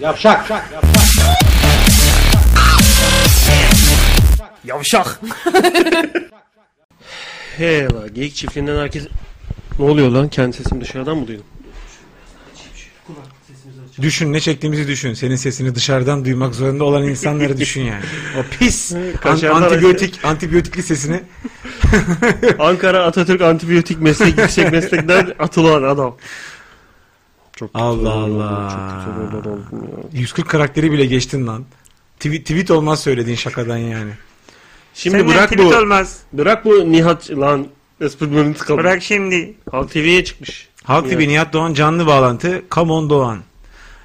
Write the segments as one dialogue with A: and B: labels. A: Yavşak.
B: Yavşak. He la geyik çiftliğinden herkes... Ne oluyor lan? Kendi sesimi dışarıdan mı duydum?
C: Düşün ne çektiğimizi düşün. Senin sesini dışarıdan duymak zorunda olan insanları düşün yani. O pis an-
B: kaşarlar
C: antibiyotik antibiyotikli sesini
B: Ankara Atatürk Antibiyotik Meslek Yüksek Meslekten atılan adam. Çok kötü
C: Allah
B: oldum,
C: Allah.
B: Çok kötü oldum oldum ya.
C: 140 karakteri bile geçtin lan. Tweet, tweet olmaz söylediğin şakadan yani.
B: Şimdi bırak bu.
D: olmaz.
B: Bırak bu Nihat lan. Esprilerini tıkalım.
D: Bırak şimdi.
B: Halk TV'ye çıkmış.
C: Halk
B: Evet.
C: TV Nihat Doğan canlı bağlantı. Come on Doğan.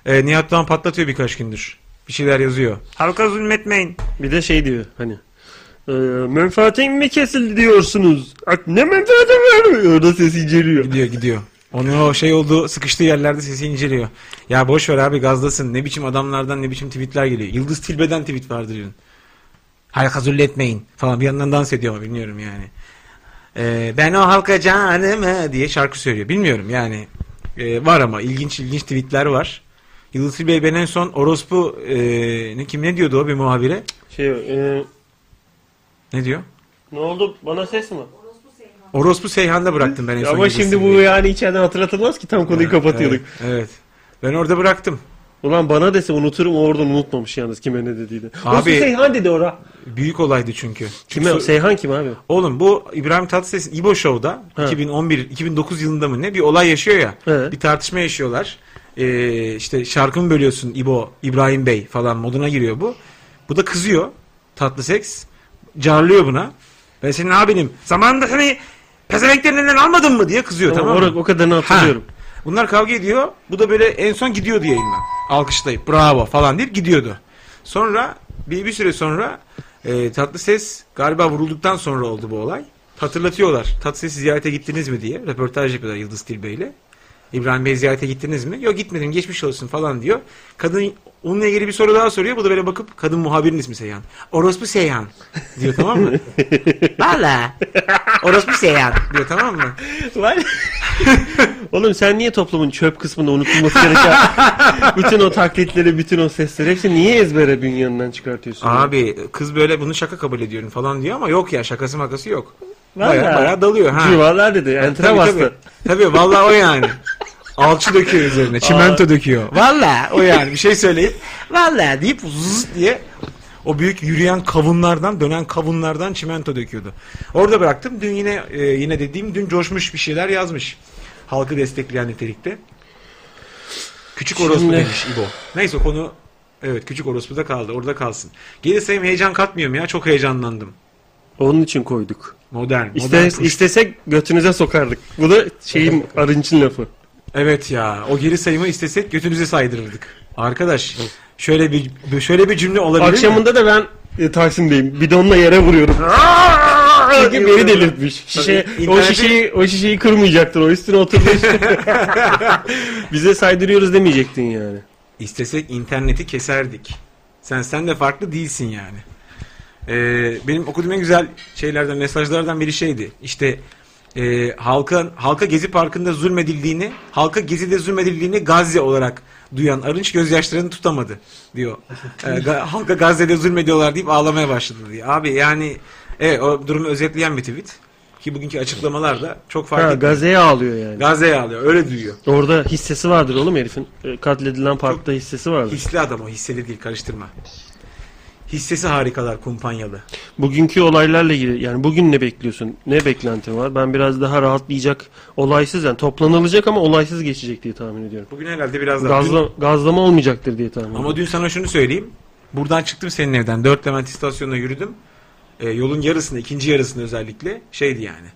C: Ee, Nihat Doğan patlatıyor birkaç gündür. Bir şeyler yazıyor.
D: Halka zulmetmeyin.
B: Bir de şey diyor hani. E, menfaatin mi kesildi diyorsunuz? Ak- Ne menfaatin var mı? Orada sesi inceliyor.
C: Gidiyor gidiyor. Onun o şey olduğu sıkıştığı yerlerde sesi inceliyor. Ya boş ver abi gazdasın. Ne biçim adamlardan ne biçim tweetler geliyor. Yıldız Tilbe'den tweet vardı dün. Halka zulletmeyin falan bir yandan dans ediyor ama bilmiyorum yani. Ee, ben o halka canımı diye şarkı söylüyor. Bilmiyorum yani. Ee, var ama ilginç ilginç tweetler var. Yıldız Tilbe ben en son orospu e, ne kim ne diyordu o bir muhabire?
B: Şey, e,
C: Ne diyor?
B: ne oldu? Bana ses mi?
C: Orospu Seyhan'da bıraktım ben en son.
B: Ama
C: Yıldız
B: şimdi bu
C: Tilbe'yi.
B: yani içeriden hatırlatılmaz ki tam konuyu kapatıyorduk.
C: Evet, evet. Ben orada bıraktım.
B: Ulan bana dese unuturum o oradan unutmamış yalnız kime ne dediğini.
C: Abi-
B: Abi. Seyhan dedi ora.
C: Büyük olaydı çünkü.
B: Kime?
C: Çünkü-
B: Seyhan kim abi?
C: Oğlum bu İbrahim Tatlıses'in İbo Show'da
B: He.
C: 2011 2009 yılında mı ne bir olay yaşıyor ya.
B: He.
C: Bir tartışma yaşıyorlar. Ee, işte şarkımı bölüyorsun İbo İbrahim Bey falan moduna giriyor bu. Bu da kızıyor. Tatlı seks. Carlıyor buna. Ben senin abinim. Zamanında hani pezevenklerin elinden almadın mı diye kızıyor
B: Tamam,
C: E, tamam, mı?
B: o- o kadarını hatırlıyorum.
C: Ha. Bunlar kavga ediyor. Bu da böyle en son gidiyordu yayından. Alkışlayıp bravo falan deyip gidiyordu. Sonra bir, bir süre sonra e, tatlı ses galiba vurulduktan sonra oldu bu olay. Hatırlatıyorlar. Tatlı sesi ziyarete gittiniz mi diye. Röportaj yapıyorlar Yıldız Tilbe ile. İbrahim Bey ziyarete gittiniz mi? Yok gitmedim geçmiş olsun falan diyor. Kadın onunla ilgili bir soru daha soruyor. Bu da böyle bakıp kadın muhabirin ismi Seyhan. Orospu Seyhan diyor tamam mı? Valla. Orospu Seyhan diyor tamam mı?
B: Oğlum sen niye toplumun çöp kısmında unutulması gereken bütün o taklitleri, bütün o sesleri hepsini niye ezbere bünyanından çıkartıyorsun?
C: Abi kız böyle bunu şaka kabul ediyorum falan diyor ama yok ya şakası makası yok.
B: Vallahi.
C: Baya baya dalıyor ha.
B: Civarlar dedi, entrem
C: tabii.
B: bastı.
C: Tabii vallahi o yani. Alçı döküyor üzerine, çimento döküyor. Vallahi o yani bir şey söyleyip vallahi deyip zzz diye o büyük yürüyen kavunlardan, dönen kavunlardan çimento döküyordu. Orada bıraktım. Dün yine e, yine dediğim dün coşmuş bir şeyler yazmış. Halkı destekleyen nitelikte. Küçük orospu
B: Şimdi-
C: demiş İbo. Neyse konu evet küçük orospu da kaldı. Orada kalsın. Geri sayım heyecan katmıyorum ya. Çok heyecanlandım.
B: Onun için koyduk.
C: Modern. modern
B: İste,
C: push.
B: istesek götünüze sokardık. Bu da şeyin arınçın lafı.
C: Evet ya o geri sayımı istesek götünüze saydırırdık. Arkadaş şöyle bir şöyle bir cümle olabilir mi?
B: Akşamında da ben e, Taksim'deyim. Bidonla yere vuruyorum. Çünkü beni delirtmiş. Şişe,
C: Tabii,
B: o
C: internete-
B: şişeyi o şişeyi kırmayacaktın. O üstüne oturdu. Bize saydırıyoruz demeyecektin yani.
C: İstesek interneti keserdik. Sen sen de farklı değilsin yani. Ee, benim okuduğum en güzel şeylerden mesajlardan biri şeydi. İşte e, halka halka Gezi Parkı'nda zulmedildiğini, halka Gezi'de zulmedildiğini Gazze olarak duyan Arınç gözyaşlarını tutamadı diyor. Ee, ga- halka Gazze'de zulmediyorlar deyip ağlamaya başladı diye. Abi yani evet, o durumu özetleyen bir tweet. Ki bugünkü açıklamalar da çok fark
B: Ha,
C: etmiyor.
B: gazeye ağlıyor yani.
C: Gazze'ye ağlıyor. Öyle duyuyor.
B: Orada hissesi vardır oğlum herifin. E, Katledilen parkta hissesi vardır.
C: Hisli adam o. Hisseli değil. Karıştırma. Hissesi harikalar kumpanyalı.
B: Bugünkü olaylarla ilgili yani bugün ne bekliyorsun? Ne beklentin var? Ben biraz daha rahatlayacak, olaysız yani toplanılacak ama olaysız geçecek diye tahmin ediyorum.
C: Bugün herhalde biraz daha... Dün-
B: Gazla, gazlama olmayacaktır diye tahmin ediyorum.
C: Ama dün sana şunu söyleyeyim. Buradan çıktım senin evden. Dört Levent istasyonuna yürüdüm. Ee, yolun yarısını, ikinci yarısını özellikle şeydi yani.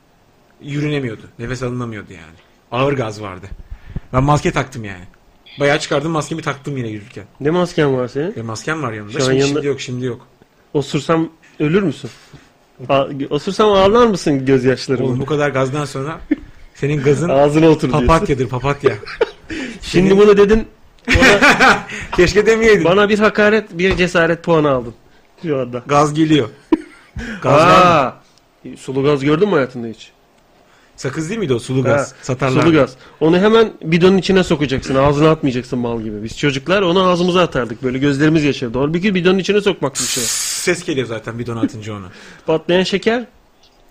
C: Yürünemiyordu. Nefes alınamıyordu yani. Ağır gaz vardı. Ben maske taktım yani. Bayağı çıkardım maskemi taktım yine yürürken.
B: Ne masken var senin?
C: E, maskem var yanımda.
B: Şu an
C: Şimdi,
B: yanında-
C: şimdi yok şimdi yok.
B: Osursam ölür müsün? A- osursam ağlar mısın
C: Oğlum
B: gözyaşlarımı?
C: bu kadar gazdan sonra senin gazın
B: Ağzına otur diyorsun.
C: papatyadır papatya.
B: Şimdi bunu dedin
C: Keşke demeyeydin.
B: bana bir hakaret bir cesaret puanı aldın. Şu anda.
C: Gaz geliyor. Gaz var mı?
B: Aa, sulu gaz gördün mü hayatında hiç?
C: Sakız değil miydi o sulu
B: Ha,
C: gaz? Satarlar.
B: Sulu gaz. Onu hemen bidonun içine sokacaksın. Ağzına atmayacaksın mal gibi. Biz çocuklar onu ağzımıza atardık. Böyle gözlerimiz yaşardı. Halbuki bidonun içine sokmak bir şey.
C: Ses geliyor zaten bidon atınca ona.
B: Patlayan şeker.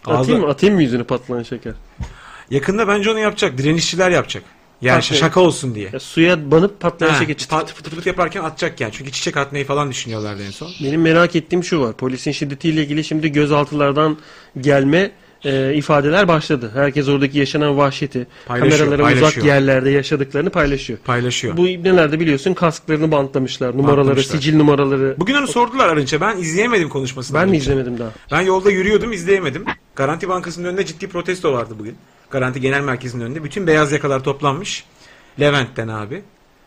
B: Atayım mı? Atayım mı yüzünü patlayan şeker?
C: Yakında bence onu yapacak. Direnişçiler yapacak. Yani
B: Patlayın.
C: şaka olsun diye.
B: Ya suya banıp patlayan
C: Ha,
B: şeker.
C: pat-
B: Çıt-
C: pıt pıt pıt yaparken atacak yani. Çünkü çiçek atmayı falan düşünüyorlardı en son.
B: Benim merak ettiğim şu var. Polisin şiddetiyle ilgili şimdi gözaltılardan gelme e, ifadeler başladı. Herkes oradaki yaşanan vahşeti,
C: Paylaşıyor,
B: kameralara uzak
C: paylaşıyor.
B: yerlerde yaşadıklarını paylaşıyor.
C: Paylaşıyor.
B: Bu ibneler de biliyorsun kasklarını bantlamışlar. Numaraları,
C: Bantlamışlar.
B: sicil numaraları.
C: Bugün onu sordular Arınç'a. Ben izleyemedim konuşmasını.
B: Ben mi
C: Arınç'ın.
B: izlemedim daha?
C: Ben yolda yürüyordum izleyemedim. Garanti Bankası'nın önünde ciddi protesto vardı bugün. Garanti Genel Merkezi'nin önünde. Bütün beyaz yakalar toplanmış. Levent'ten abi.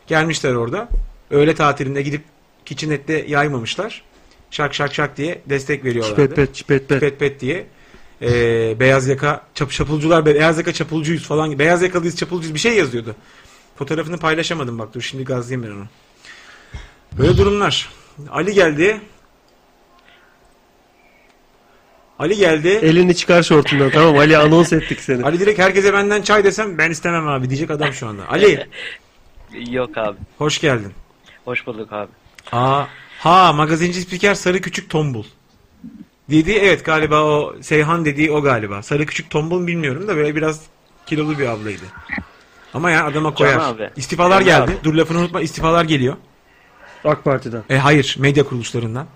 C: Gelmişler orada. Öğle tatilinde gidip Kitchenet'te yaymamışlar. Şak şak şak diye destek veriyorlardı.
B: Çipet pet çipet pet.
C: pet pet diye. Ee, beyaz yaka çap, çapulcular beyaz yaka çapulcuyuz falan beyaz yakalıyız çapulcuyuz bir şey yazıyordu. Fotoğrafını paylaşamadım bak dur şimdi gazlayayım ben onu. Böyle durumlar. Ali geldi. Ali geldi.
B: Elini çıkar şortundan tamam Ali anons ettik seni.
C: Ali direkt herkese benden çay desem ben istemem abi diyecek adam şu anda. Ali
A: Yok abi.
C: hoş geldin.
A: Hoş bulduk abi.
C: Aa, ha magazinci spiker sarı küçük tombul. Dediği evet galiba o Seyhan dediği o galiba. Sarı küçük tombul mu bilmiyorum da böyle biraz kilolu bir ablaydı. Ama ya adama koyar.
A: Can abi.
C: İstifalar
A: Can
C: geldi.
A: abi.
C: Dur lafını unutma istifalar geliyor.
B: AK Parti'den.
C: E hayır medya kuruluşlarından.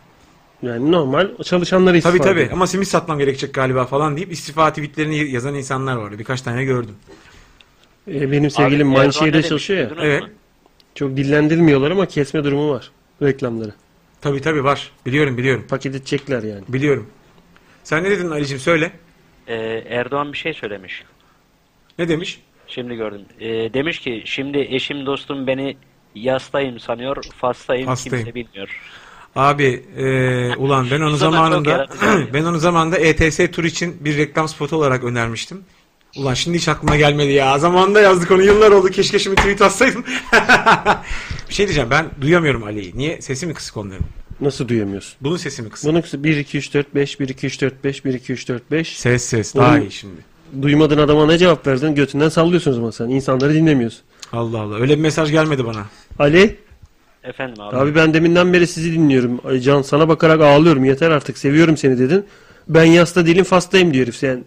B: Yani normal çalışanları istifa
C: Tabii tabii
B: ediyor.
C: ama simit satmam gerekecek galiba falan deyip istifa tweetlerini yazan insanlar vardı. Birkaç tane gördüm.
B: E, benim sevgilim
A: Abi, Erdoğan
B: Manşehir'de
A: ne demiş,
B: çalışıyor ya.
A: duydunuz
C: Evet.
A: mu?
B: Çok dillendirilmiyorlar ama kesme durumu var reklamları.
C: Tabii tabii var. Biliyorum biliyorum.
B: Paket edecekler yani.
C: Biliyorum. Sen ne dedin Ali'cim söyle.
A: Ee, Erdoğan bir şey söylemiş.
C: Ne demiş?
A: Şimdi gördüm. Ee, demiş ki şimdi eşim dostum beni yastayım sanıyor. Fastayım
C: Hastayım.
A: kimse bilmiyor.
C: Abi e, ulan ben onu
A: Sana çok
C: zamanında
A: yaratıcı abi.
C: ben onu zamanında E ETS tur için bir reklam spotu olarak önermiştim. Ulan şimdi hiç aklıma gelmedi ya. Zamanında yazdık onu yıllar oldu. Keşke şimdi tweet atsaydım. bir şey diyeceğim ben duyamıyorum Ali'yi. Niye? Sesi mi kısık onların?
B: Nasıl duyamıyorsun?
C: Bunun sesi mi kısık?
B: Bunun 1 2 3 4 5 1 2 3 4 5 1 2 3 4 5
C: Ses ses
B: Bunun-
C: daha iyi şimdi.
B: Duymadığın adama ne cevap verdin? Götünden sallıyorsun o zaman sen. İnsanları dinlemiyorsun.
C: Allah Allah. Öyle bir mesaj gelmedi bana.
B: Ali
A: Efendim abi.
B: abi ben deminden beri sizi dinliyorum. Ay Can sana bakarak ağlıyorum. Yeter artık. Seviyorum seni dedin. Ben yasta değilim fastayım diyor herif. Sen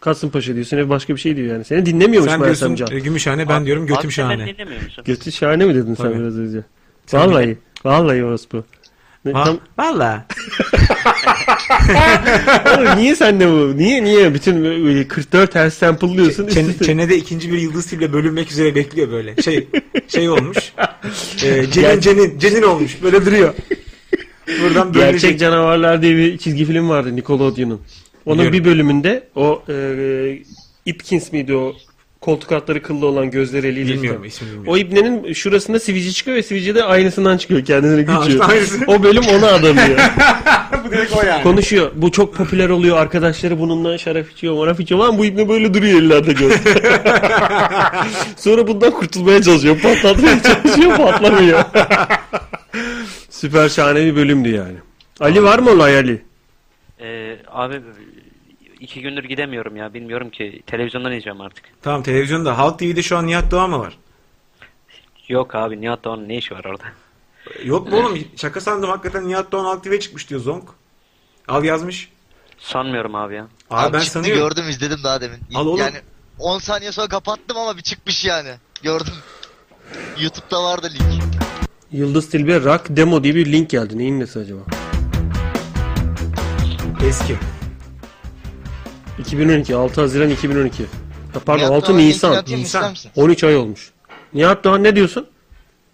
B: Kasımpaşa diyorsun. Ev başka bir şey diyor yani. Seni dinlemiyormuş
C: Sen
B: meğersem
C: diyorsun e,
B: Can.
C: Gümüşhane ben diyorum
A: Abi
C: götüm
A: sen beni
C: şahane.
A: dinlemiyor musun?
B: Götü şahane mi dedin
C: Tabii.
B: sen biraz önce?
C: Sen
B: Vallahi. Vallahi orospu. Ne,
C: Va-
B: tam,
C: Valla.
B: Oğlum niye sen de bu? Niye niye? Bütün böyle 44 her sample'lıyorsun. üst
C: Çene-
B: üste-
C: çenede ikinci bir yıldız tiple bölünmek üzere bekliyor böyle. Şey şey olmuş. Ee, cenin
B: Ger-
C: cenin cenin olmuş. Böyle duruyor. Buradan böyle
B: Gerçek Canavarlar diye bir çizgi film vardı Nickelodeon'un. Onun
C: Biliyorum.
B: bir bölümünde o e, Ipkins miydi o koltuk altları kıllı olan gözleri eliyle
C: bilmiyorum
B: tutan.
C: ismini bilmiyorum.
B: O ibnenin şurasında sivici çıkıyor ve sivici de aynısından çıkıyor kendisine
C: Ha,
B: güçüyor.
C: işte aynısı.
B: o bölüm ona adanıyor.
C: Bu direkt o yani.
B: Konuşuyor. Bu çok popüler oluyor. Arkadaşları bununla şarap içiyor, maraf içiyor. Lan bu ibne böyle duruyor ellerde göz. Sonra bundan kurtulmaya çalışıyor. Patlatmaya çalışıyor, patlamıyor. Süper şahane bir bölümdü yani. Ali var mı olay Ali?
A: Ee, abi iki gündür gidemiyorum ya. Bilmiyorum ki. Televizyondan izleyeceğim artık.
C: Tamam televizyonda Halk TV'de şu an Nihat Doğan mı var?
A: Yok abi Nihat Doğan'ın ne işi var orada?
C: Yok mu oğlum? Şaka sandım hakikaten Nihat Doğan Halk TV'ye çıkmış diyor Zonk. Al yazmış.
A: Sanmıyorum abi ya.
C: Abi, ben
D: çıktı
C: sanıyorum.
D: gördüm izledim daha demin.
C: Al oğlum.
D: Yani 10 saniye sonra kapattım ama bir çıkmış yani. Gördüm. YouTube'da vardı link.
B: Yıldız Tilbe Rock Demo diye bir link geldi. Neyin nesi acaba?
C: Eski.
B: 2012, 6 Haziran 2012. Ha, pardon
D: Nihat
B: 6
D: Doğan'ın
B: Nisan.
D: linkini atayım mı,
C: Nisan.
D: ister misin?
B: 13 ay olmuş. Nihat Doğan ne diyorsun?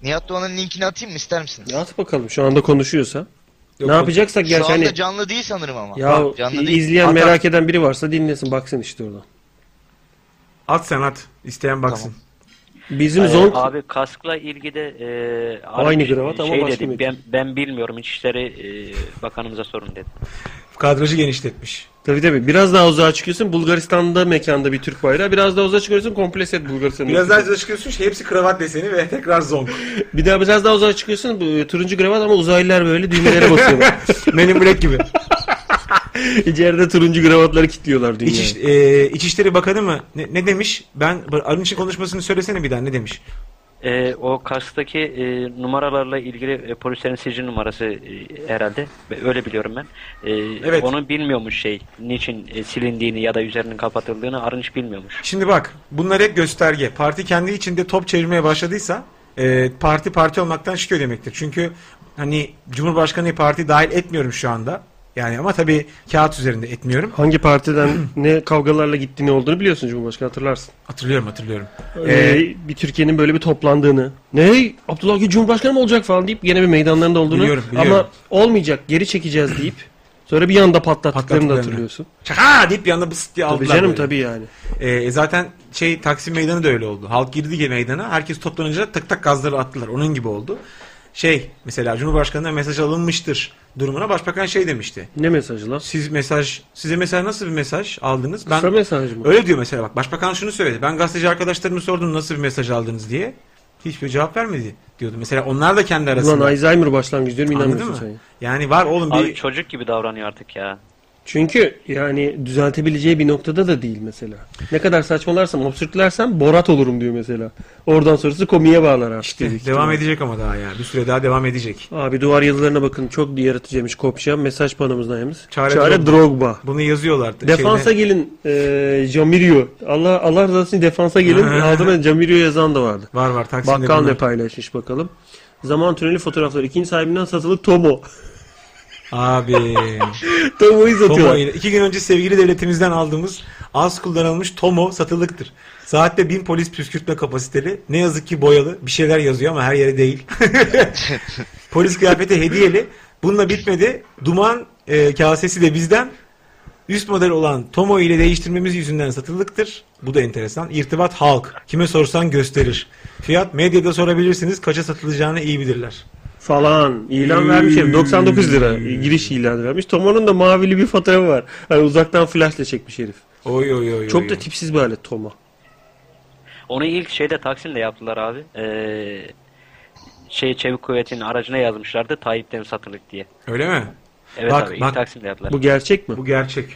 D: Nihat Doğan'ın linkini atayım mı ister misin?
B: At bakalım şu anda konuşuyorsa.
C: Yok,
B: ne yapacaksak
D: Şu
B: gerçi hani...
D: anda canlı değil sanırım ama.
B: Ya
D: canlı değil.
B: izleyen
C: Hatta-
B: merak eden biri varsa dinlesin baksın işte oradan.
C: At sen at. İsteyen baksın.
B: Bizim
A: Ee,
B: Zonk
A: abi kaskla ilgide e,
B: Aynı
A: abi
B: kravat ama
A: şey
B: başka
A: dedi,
B: bir-
A: ben, ben bilmiyorum İçişleri e, Bakanımıza sorun dedi.
C: Kadrajı genişletmiş.
B: tabii tabii biraz daha uzağa çıkıyorsun Bulgaristan'da mekanda bir Türk bayrağı biraz daha uzağa çıkıyorsun komple set Bulgaristan'da.
C: Biraz daha çıkıyorsun şey hepsi kravat deseni ve tekrar Zonk.
B: Bir daha biraz daha uzağa çıkıyorsun bu, e, turuncu kravat ama uzaylılar böyle düğmelere basıyorlar.
C: Men in Black gibi.
B: İçeride turuncu kravatları kilitliyorlar dünyayı.
C: İç, e, İçişleri Bakanı mı? Ne, ne demiş? Ben Arınç'ın konuşmasını söylesene bir daha ne demiş?
A: Ee, o Kars'taki e, numaralarla ilgili e, polislerin sicil numarası e, herhalde. Be- Öyle biliyorum ben. Ee,
C: Evet.
A: Onu bilmiyormuş şey. Niçin e, silindiğini ya da üzerinin kapatıldığını Arınç bilmiyormuş.
C: Şimdi bak bunlar hep gösterge. Parti kendi içinde top çevirmeye başladıysa e, parti parti olmaktan çıkıyor demektir. Çünkü hani Cumhurbaşkanı parti dahil etmiyorum şu anda. Yani ama tabii kağıt üzerinde etmiyorum.
B: Hangi partiden ne kavgalarla gittiğini olduğunu biliyorsun Cumhurbaşkanı hatırlarsın.
C: Hatırlıyorum hatırlıyorum.
B: Ee, bir Türkiye'nin böyle bir toplandığını. Ne? Abdullah Gül Cumhurbaşkanı mı olacak falan deyip gene bir meydanlarında olduğunu.
C: Biliyorum, biliyorum.
B: Ama olmayacak geri çekeceğiz deyip sonra bir anda patlattıklarını da
C: Patlattıklarını.
B: hatırlıyorsun.
C: Şaka deyip bir anda bıs diye
B: Tabii
C: aldılar.
B: canım
C: böyle.
B: tabii yani.
C: E, zaten şey Taksim Meydanı da öyle oldu. Halk girdi ge- meydana. Herkes toplanınca tak tak gazları attılar. Onun gibi oldu. Şey mesela Cumhurbaşkanı'na mesaj alınmıştır durumuna başbakan şey demişti.
B: Ne mesajı lan?
C: Siz mesaj size mesaj nasıl bir mesaj aldınız?
B: Kısa mesaj mı?
C: Öyle diyor mesela bak. Başbakan şunu söyledi. Ben gazeteci arkadaşlarımı sordum nasıl bir mesaj aldınız diye. Hiçbir cevap vermedi diyordu. Mesela onlar da kendi
B: Ulan
C: arasında.
B: Alzheimer başlangıcı diyorum
C: Anladın
B: inanmıyorsun
C: mı?
B: sen. ya.
C: Yani var oğlum bir...
A: Abi çocuk gibi davranıyor artık ya.
B: Çünkü yani düzeltebileceği bir noktada da değil mesela. Ne kadar saçmalarsam, absürtlersem Borat olurum diyor mesela. Oradan sonrası komiğe bağlar artık.
C: İşte
B: büyük
C: devam
B: ihtimalle.
C: edecek ama daha ya. Bir süre daha devam edecek.
B: Abi duvar yazılarına bakın çok yaratıcıymış Kopşa. Mesaj panomuzdan yemiz.
C: Çare
B: Çare,
C: Drogba.
B: Drogba.
C: Bunu yazıyorlardı.
B: Defansa
C: şeyde.
B: gelin e, Camirio. Allah Allah razı olsun defansa gelin. Altına Camirio yazan da vardı.
C: Var var Taksim'de.
B: Bakkal
C: bunlar.
B: ne paylaşmış bakalım. Zaman tüneli fotoğrafları. ikinci sahibinden satılık Tomo.
C: Abi.
B: Tomo'yu
C: Tomo
B: satıyorlar.
C: ile- iki gün önce sevgili devletimizden aldığımız az kullanılmış Tomo satılıktır. Saatte bin polis püskürtme kapasiteli. Ne yazık ki boyalı. Bir şeyler yazıyor ama her yere değil. polis kıyafeti hediyeli. Bununla bitmedi. Duman e, kasesi de bizden. Üst model olan Tomo ile değiştirmemiz yüzünden satılıktır. Bu da enteresan. İrtibat halk. Kime sorsan gösterir. Fiyat medyada sorabilirsiniz. Kaça satılacağını iyi bilirler.
B: Falan.
C: Hmm.
B: ilan vermiş. herif. 99 lira giriş ilanı vermiş. Tomo'nun da mavili bir fotoğrafı var. Hani uzaktan flashla çekmiş herif.
C: Oy oy oy.
B: Çok
C: oy.
B: da tipsiz bir alet Tomo.
A: Onu ilk şeyde Taksim'de yaptılar abi. Ee, şey Çevik Kuvvet'in aracına yazmışlardı Tayyip'ten satılık diye.
C: Öyle mi?
A: Evet
C: Bak,
A: abi ilk
C: bak.
A: Taksim'de yaptılar.
B: Bu gerçek mi?
C: Bu gerçek.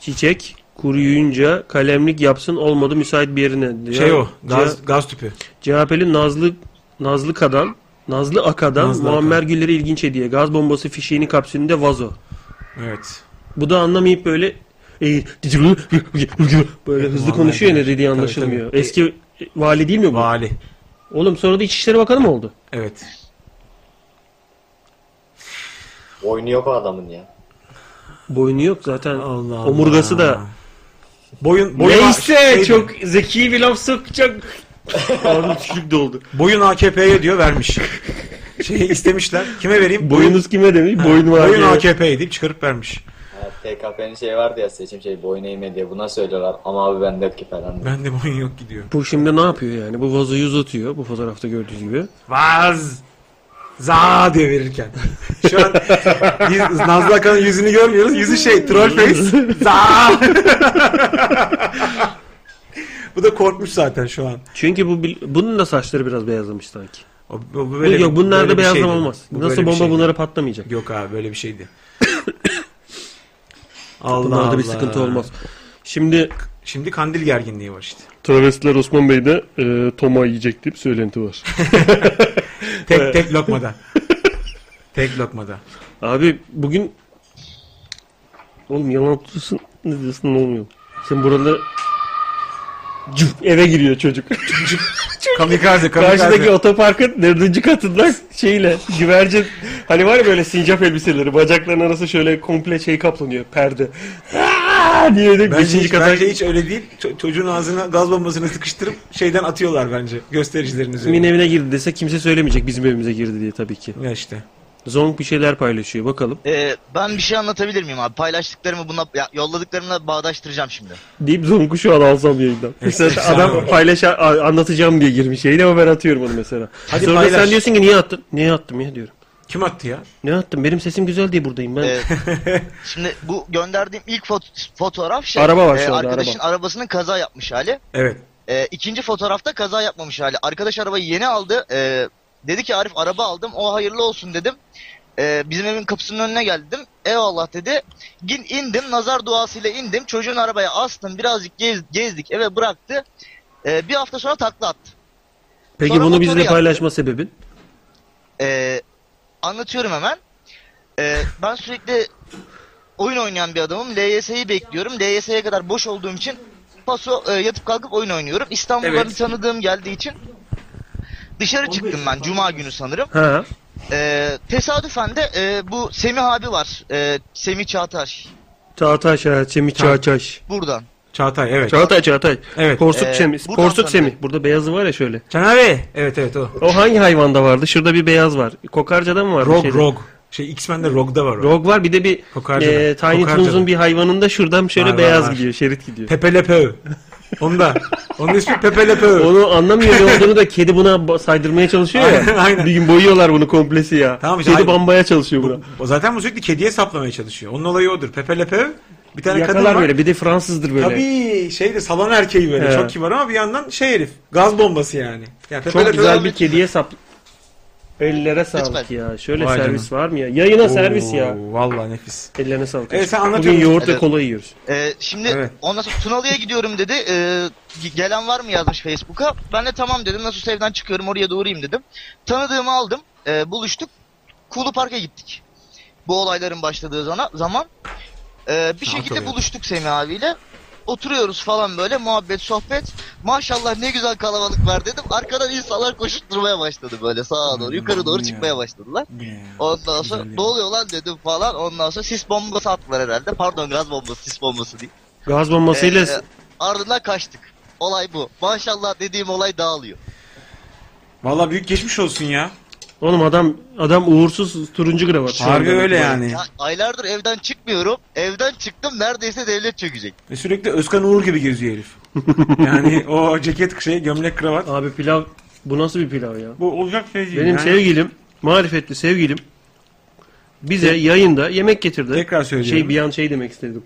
B: Çiçek kuruyunca kalemlik yapsın olmadı müsait bir yerine. diyor.
C: Şey o,
B: Ce-
C: gaz, gaz tüpü.
B: CHP'li Nazlı Nazlı Kadan Nazlı Akadan
C: Nazlı
B: Muammer Güller'e ilginç hediye. Gaz bombası fişeğini kapsülünde vazo.
C: Evet.
B: Bu da anlamayıp böyle e, böyle hızlı
C: Muammer
B: konuşuyor ya
C: Güller.
B: ne dediği
C: Tabii,
B: anlaşılmıyor.
C: tabii.
B: Eski e, vali değil mi bu?
C: Vali.
B: Oğlum sonra da İçişleri Bakanı mı oldu?
C: Evet.
E: Oynuyor bu adamın ya.
B: Boynu yok zaten.
C: Allah Allah.
B: Omurgası da.
C: Boyun, boyun şey
B: Neyse
C: şeydi,
B: çok zeki bir laf sokacak. Ağzım tükürük doldu.
C: Boyun AKP'ye diyor vermiş. Şeyi istemişler. Kime vereyim?
B: Boyunuz kime demiş?
C: boyun,
B: Boyun var.
C: boyun
B: diye.
C: AKP'ye deyip çıkarıp vermiş.
E: Ha, TKP'nin şey vardı ya seçim şey boyun eğme diye buna söylüyorlar ama abi bende yok ki falan. diyor.
C: Ben de boyun yok gidiyor.
B: Bu şimdi ne yapıyor yani? Bu vazoyu uzatıyor bu fotoğrafta gördüğünüz gibi.
C: Vaz. Za diye verirken. Şu an biz Nazlı Akan'ın yüzünü görmüyoruz. Yüzü şey troll face. Za. Bu da korkmuş zaten şu an.
B: Çünkü bu bil- bunun da saçları biraz beyazlamış sanki.
C: O, bu- bu
B: Bu-
C: böyle-
B: yok bunlarda
C: böyle bir
B: beyazlama
C: şeydi.
B: olmaz.
C: Bu
B: Nasıl
C: böyle bir şey
B: bomba
C: şeydi.
B: bunlara patlamayacak?
C: Yok abi böyle bir şeydi. Allah
B: bunlarda bir
C: Allah.
B: sıkıntı olmaz. Şimdi
C: Şimdi kandil gerginliği var işte.
B: travestiler Osman Bey'de e, Toma yiyecek diye bir söylenti var.
C: Tek tek lokmada. tek lokmada.
B: Abi bugün oğlum yalan atıyorsun ne diyorsun ne olmuyor. Sen burada Cıp, eve giriyor çocuk.
C: Kamikaze
B: Karşıdaki
C: kamikaze.
B: otoparkın dördüncü katından şeyle güvercin hani var ya böyle sincap elbiseleri bacakların arası şöyle komple şey kaplanıyor perde. Aa, diye de
C: Bence
B: beşinci
C: hiç,
B: kata
C: bence hiç öyle değil. Ço- çocuğun ağzına gaz bombasını sıkıştırıp şeyden atıyorlar bence. Göstericilerin
B: Kimin
C: üzerine.
B: evine girdi dese kimse söylemeyecek bizim evimize girdi diye tabii ki.
C: Ya işte.
B: Zong bir şeyler paylaşıyor bakalım.
D: Ee, ben bir şey anlatabilir miyim abi? Paylaştıklarımı bununla, ya, yolladıklarımla bağdaştıracağım şimdi.
B: Deyip Zong'u şu an alsam yayından. Mesela
C: efsane olur.
B: adam paylaş a- anlatacağım diye girmiş yayına ama ben atıyorum onu mesela.
C: Hadi
B: Sonra da
C: paylaş.
B: sen diyorsun ki niye attın? Niye attım ya diyorum.
C: Kim attı ya?
B: Ne attım? Benim sesim güzel diye buradayım ben.
D: Ee, şimdi bu gönderdiğim ilk fot- fotoğraf şey.
B: Araba var şu anda,
D: Arkadaşın arabasının kaza yapmış hali.
C: Evet.
D: Ee, ikinci fotoğrafta kaza yapmamış hali. Arkadaş arabayı yeni aldı. Ee, dedi ki Arif araba aldım. O hayırlı olsun dedim. Ee, bizim evin kapısının önüne geldim. Eyvallah dedi. Gin indim. Nazar duasıyla indim. Çocuğun arabaya astım. Birazcık gez, gezdik. Eve bıraktı. Ee, bir hafta sonra takla attı.
B: Peki
D: Sonra
B: bunu
D: motoru
B: bizle
D: yaptı.
B: paylaşma sebebin?
D: Ee, anlatıyorum hemen. Ee, ben sürekli oyun oynayan bir adamım. LYS'yi bekliyorum. LYS'ye kadar boş olduğum için paso e, yatıp kalkıp oyun oynuyorum. İstanbul'da
C: Evet.
D: bir tanıdığım geldiği için dışarı çıktım ben cuma günü sanırım.
B: Ha.
D: Ee, tesadüfen de e, bu Semih abi var. Ee, Semih Çağtaş
B: Çağatay Şahat, Semih
C: Tamam.
B: Çağatay.
D: buradan.
C: Çağatay evet.
B: Çağatay Çağatay.
C: Evet.
B: Porsuk
D: Ee,
B: Semih.
D: buradan
B: Porsuk
D: sonra-
B: Semih. Burada beyazı var ya şöyle.
C: Çanavi. Evet evet o.
B: O hangi hayvanda vardı? Şurada bir beyaz var. Kokarca'da mı var?
C: Rog Rog. Şey X-Men'de Rog'da var o.
B: Rog var bir de bir
C: Kokarca'da.
B: e, Tiny
C: Kokarca'da.
B: Toons'un bir hayvanında şuradan şöyle
C: Var, var,
B: beyaz
C: var.
B: gidiyor, şerit gidiyor.
C: Pepe Lepeu. Onda. Onun ismi Pepe Lepeu.
B: Onu anlamıyor ne olduğunu da kedi buna ba- saydırmaya çalışıyor ya.
C: Aynen.
B: Bir gün boyuyorlar bunu komplesi ya.
C: Tamam işte,
B: kedi
C: aynen.
B: bambaya çalışıyor buna.
C: Bu- o zaten bu sürekli kediye saplamaya çalışıyor. Onun olayı odur. Pepe Lepeu bir tane kadın
B: Yakalar
C: var.
B: böyle bir de Fransızdır böyle.
C: Tabii şey de salon erkeği böyle.
B: He.
C: Çok kibar ama bir yandan şey herif. Gaz bombası yani. Ya Pepe
B: Çok
C: Lepeu-
B: güzel bir kediye sap. Ellere sağlık
D: Lütfen.
B: ya. Şöyle
C: Vay
B: servis var mı ya? Yayına
C: Oo,
B: servis ya.
C: Vallahi nefis.
B: Ellerine sağlık.
C: Evet, sen anlatıyordun.
B: Bugün yoğurt ve
D: Evet.
B: kola yiyoruz.
D: Ee, şimdi
C: Evet.
D: ondan sonra Tunalı'ya gidiyorum dedi. Ee, ge- gelen var mı yazmış Facebook'a. Ben de tamam dedim. Nasıl evden çıkıyorum oraya da uğrayayım dedim. Tanıdığımı aldım. Ee, buluştuk. Kulu Park'a gittik. Bu olayların başladığı zana, zaman. Ee, bir şekilde
C: oluyor?
D: buluştuk Semih abiyle. Oturuyoruz falan böyle muhabbet sohbet. Maşallah ne güzel kalabalık var dedim. Arkadan insanlar koşup durmaya başladı böyle sağa doğru yukarı doğru
C: ya.
D: çıkmaya başladılar. Ondan sonra ne oluyor lan dedim falan. Ondan sonra sis bombası attılar herhalde. Pardon gaz bombası sis bombası değil.
B: Gaz bombasıyla
D: Ee, ardından kaçtık. Olay bu. Maşallah dediğim olay dağılıyor.
C: Vallahi büyük geçmiş olsun ya.
B: oğlum adam adam uğursuz turuncu kravat. Şu
C: Harbi
B: anda.
C: öyle yani.
D: Ya, aylardır evden çıkmıyorum. Evden çıktım neredeyse devlet çökecek.
C: E, Sürekli Özkan Uğur gibi geziyor herif. yani o ceket şey gömlek kravat.
B: Abi pilav bu nasıl bir pilav ya?
C: Bu olacak şey değil.
B: Benim
C: yani.
B: sevgilim, marifetli sevgilim bize yayında yemek getirdi.
C: Tekrar söylüyorum.
B: Şey bir an şey demek istedim.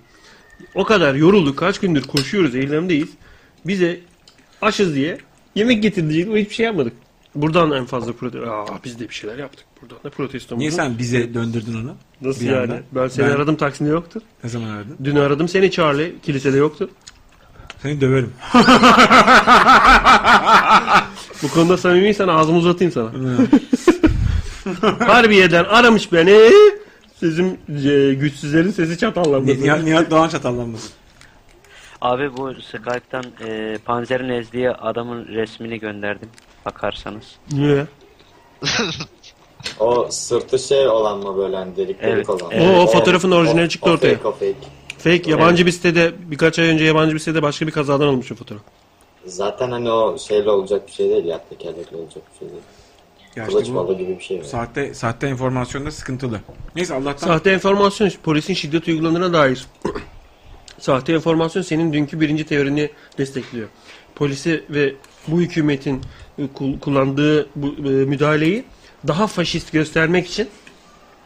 B: O kadar yorulduk, kaç gündür koşuyoruz, eylemdeyiz. Bize açız diye yemek getirdi. Hiçbir şey yapmadık. Buradan en fazla protesto. Aa biz de bir şeyler yaptık. Buradan da protestomuzu.
C: Niye sen bize döndürdün onu?
B: Nasıl
C: bir
B: yani?
C: anda?
B: Ben seni
C: Ben-
B: aradım Taksim'de yoktur.
C: Ne zaman aradın?
B: Dün aradım seni Charlie. Kilisede yoktur.
C: Seni döverim.
B: Bu konuda samimiysen ağzımı uzatayım sana. Harbiye'den aramış beni. Sizin e, güçsüzlerin sesi çatallandı.
C: Nihat, Nihat Doğan çatallanması.
A: Abi bu Skype'tan e, Panzer Ez diye adamın resmini gönderdim. Bakarsanız.
B: Niye?
E: O sırtı şey olan mı böyle hani delik delik
A: Evet,
E: olan.
A: evet.
B: O, o fotoğrafın orijinali çıktı
E: o
B: ortaya.
E: Fake, o fake.
B: Fake yabancı bir sitede birkaç ay önce yabancı bir sitede başka bir kazadan almış o fotoğraf.
E: Zaten hani o şeyle olacak bir şey değil ya tekerlekli olacak bir şey değil.
C: Ya işte
E: Kılıç
C: bu
E: balı gibi bir şey var.
C: sahte, sahte enformasyonda sıkıntılı. Neyse Allah'tan
B: Sahte enformasyon polisin şiddet uygulandığına dair. Sahte enformasyon senin dünkü birinci teorini destekliyor. Polisi ve bu hükümetin e, kul- kullandığı bu e, müdahaleyi daha faşist göstermek için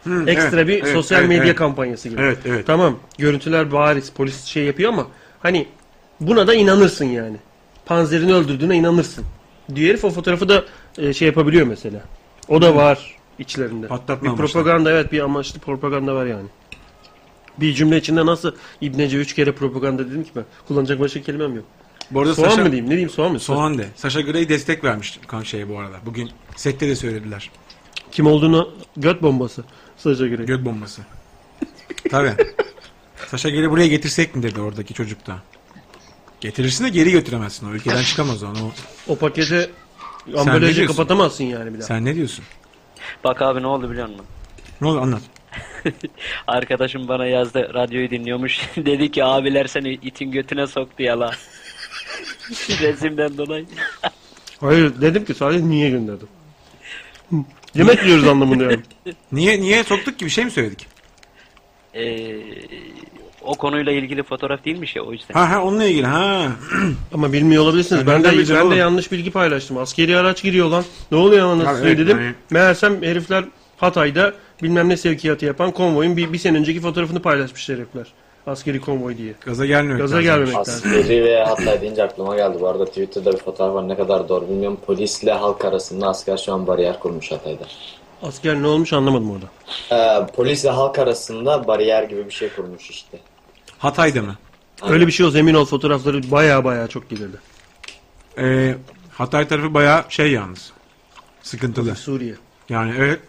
C: Hı,
B: ekstra
C: evet,
B: bir
C: evet,
B: sosyal
C: evet,
B: medya
C: evet.
B: kampanyası gibi.
C: Evet, evet.
B: Tamam görüntüler bariz polis şey yapıyor ama hani buna da inanırsın yani. Panzerini öldürdüğüne inanırsın. Diğer herif o fotoğrafı da e, şey yapabiliyor mesela. O da var içlerinde.
C: Patlatma
B: bir
C: amaçlı.
B: propaganda evet bir amaçlı propaganda var yani. Bir cümle içinde nasıl İbnece üç kere propaganda dedim ki ben. Kullanacak başka kelimem yok.
C: Bu arada
B: Soğan
C: Saşa-
B: mı diyeyim ne diyeyim soğan mı?
C: Soğan de. Sasha Grey destek vermiş kan şeye bu arada. Bugün sette de söylediler.
B: Kim olduğunu göt bombası. Sadece göre.
C: Göt bombası. Tabii. Sasha Grey'i buraya getirsek mi dedi oradaki çocuk da. Getirirsin de geri götüremezsin. O ülkeden çıkamaz o. o.
B: O paketi
C: ne
B: ambalajı
C: diyorsun?
B: kapatamazsın yani bir daha.
C: Sen ne diyorsun?
A: Bak abi ne oldu biliyor musun?
C: Ne olur anlat.
A: Arkadaşım bana yazdı radyoyu dinliyormuş. Dedi ki abiler seni itin götüne soktu ya la. Resimden dolayı.
B: Hayır dedim ki sadece niye gönderdim. Yemek yiyoruz anlamında yani.
C: Niye niye soktuk ki bir şey mi söyledik?
A: Ee, o konuyla ilgili fotoğraf değilmiş ya o yüzden.
C: Ha ha onunla ilgili ha.
B: Ama bilmiyor olabilirsiniz.
C: Ya
B: Ben
C: nereden
B: de,
C: bileceksin
B: ben de
C: oğlum?
B: yanlış bilgi paylaştım. Askeri araç giriyor lan. Ne oluyor lan
C: Ya
B: nasıl
C: evet,
B: dedim.
C: yani-
B: Meğersem herifler Hatay'da bilmem ne sevkiyatı yapan konvoyun bir, bir sene önceki fotoğrafını paylaşmışlar herifler. Askeri konvoy diye.
C: Gaza gelmiyor.
B: Gaza gelmemek lazım.
E: Askeri ve hatta deyince aklıma geldi. Bu arada Twitter'da bir fotoğraf var ne kadar doğru bilmiyorum. Polisle halk arasında asker şu an bariyer kurmuş Hatay'da.
B: Asker ne olmuş anlamadım orada.
E: Ee, polisle halk arasında bariyer gibi bir şey kurmuş işte.
C: Hatay'da mı?
B: Öyle bir şey olsa emin ol fotoğrafları baya baya çok gelirdi.
C: Ee, Hatay tarafı bayağı şey yalnız. Sıkıntılı.
B: Suriye.
C: Yani evet.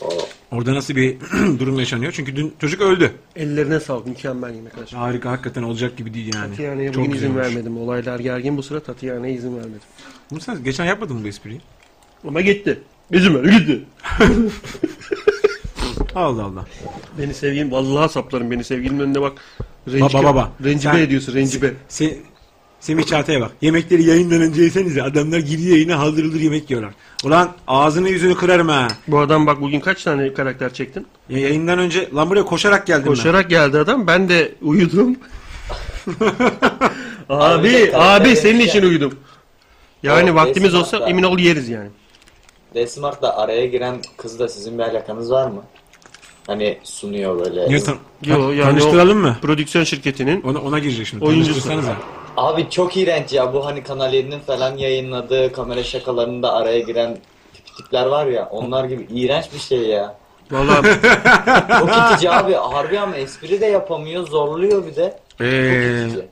E: O
C: Orada nasıl bir durum yaşanıyor? Çünkü dün çocuk öldü.
B: Ellerine sağlık mükemmel yemek arkadaşlar.
C: Harika hakikaten olacak gibi değil yani.
B: Tatiyana'ya
C: Çok
B: bugün
C: güzel
B: izin
C: olmuş.
B: vermedim. Olaylar gergin bu sıra Tatiyana'ya izin vermedim.
C: Bunu sen geçen yapmadın mı bu espriyi?
B: Ama gitti. Bizim öyle gitti.
C: Allah Allah.
B: Beni sevgilim vallahi saplarım beni sevgilimin önüne bak.
C: Baba, baba.
B: Rencibe
C: Sen-
B: ediyorsun rencibe.
C: Se Semih Çağatay'a bak. Yemekleri yayından önce yesenize. Adamlar giriyor yayına haldır haldır yemek yiyorlar. Ulan ağzını yüzünü kırarım ha.
B: Bu adam bak bugün kaç tane karakter çektin?
C: Ya yayından önce lan buraya koşarak geldim ben.
B: Koşarak geldi adam. Ben de uyudum. abi,
E: Abi,
B: abi senin
E: yani.
B: için uyudum. Yani
E: Evet,
B: vaktimiz
E: neyse,
B: olsa
E: hatta.
B: emin ol yeriz yani.
E: Desmart'la araya giren kızla sizin bir alakanız var mı? Hani sunuyor böyle.
C: Niye tan-
B: Yo,
C: tan-
B: yani
C: tanıştıralım
B: o
C: mı?
B: Prodüksiyon şirketinin
C: Ona, ona girecek şimdi.
B: Oyuncusu.
C: Tanıştırsanıza.
E: Abi çok iğrenç ya bu hani Kanal 7'nin falan yayınladığı kamera şakalarında araya giren tip- tipler var ya onlar gibi iğrenç bir şey ya.
B: Vallahi
E: Çok itici abi harbi ama espri de yapamıyor zorluyor bir de. Çok
C: Ee,
E: itici.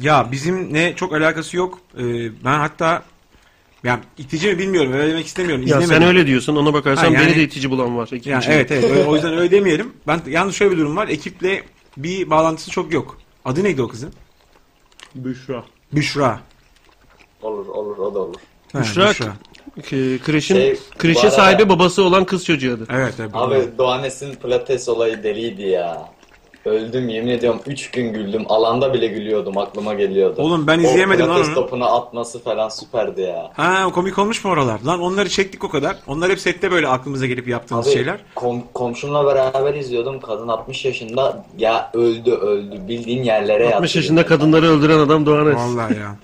C: Ya bizimle çok alakası yok. Ee, ben hatta ya itici mi bilmiyorum. Öyle demek istemiyorum.
B: ya
C: İzlemedim.
B: sen öyle diyorsun ona bakarsan
C: Ha, yani-
B: beni de itici bulan var. ekip
C: Ya
B: içinde.
C: evet evet. Öyle- o yüzden öyle demeyelim. Ben yalnız şöyle bir durum var. Ekiple bir bağlantısı çok yok. Adı neydi o kızın?
B: Büşra.
C: Büşra.
E: Olur olur o da olur.
C: Ha,
B: Büşra, K- kreşin
E: Şey,
B: kreşe
E: bu ara-
B: sahibi babası olan kız çocuğu adı.
C: Evet tabii.
E: Abi Doğanes'in pilates olayı deliydi ya. Öldüm yemin ediyorum 3 gün güldüm alanda bile gülüyordum aklıma geliyordu.
C: Oğlum ben izleyemedim
E: o
C: lan
E: pilates
C: onu.
E: topuna atması falan süperdi ya.
C: Ha o komik olmuş mu oralar? Lan onları çektik o kadar. Onlar hep sette böyle aklımıza gelip yaptığımız
E: Abi,
C: şeyler.
E: kom- komşumla beraber izliyordum. Kadın 60 yaşında ya öldü öldü. Bildiğin yerlere yattı.
B: 60 yaşında kadınları öldüren adam Doğan Es.
C: Vallahi ya.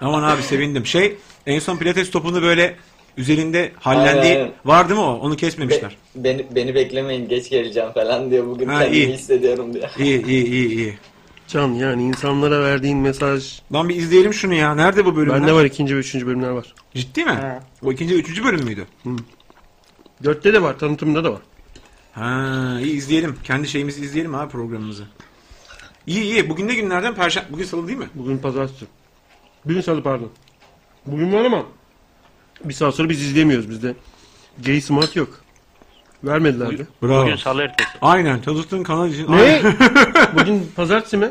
C: Aman abi sevindim. Şey en son pilates topunu böyle üzerinde hallendiği
E: Aynen, aynen.
C: var değil mi o? Onu
E: Be-
C: kesmemişler.
E: beni, beni beklemeyin geç geleceğim falan diye bugün
C: Ha,
E: kendimi
C: iyi.
E: hissediyorum diye.
C: İyi iyi iyi iyi.
B: Can yani insanlara verdiğin mesaj.
C: Lan bir izleyelim şunu ya. Nerede bu bölümler?
B: Bende var ikinci ve üçüncü bölümler var.
C: Ciddi mi? O ikinci ve üçüncü bölüm müydü?
B: Dörtte de var tanıtımda da var.
C: Ha iyi izleyelim. Kendi şeyimizi izleyelim abi programımızı. İyi iyi. Bugün ne günlerden? Perşembe. Bugün salı değil mi?
B: Bugün pazartesi. Bugün salı pardon. Bugün var ama bir saat sonra biz izleyemiyoruz bizde. Gay Smart yok. Vermediler de.
C: Bravo.
A: Bugün salı ertesi.
C: Aynen. Çalıştığın kanal için.
B: Ne? bugün pazartesi mi?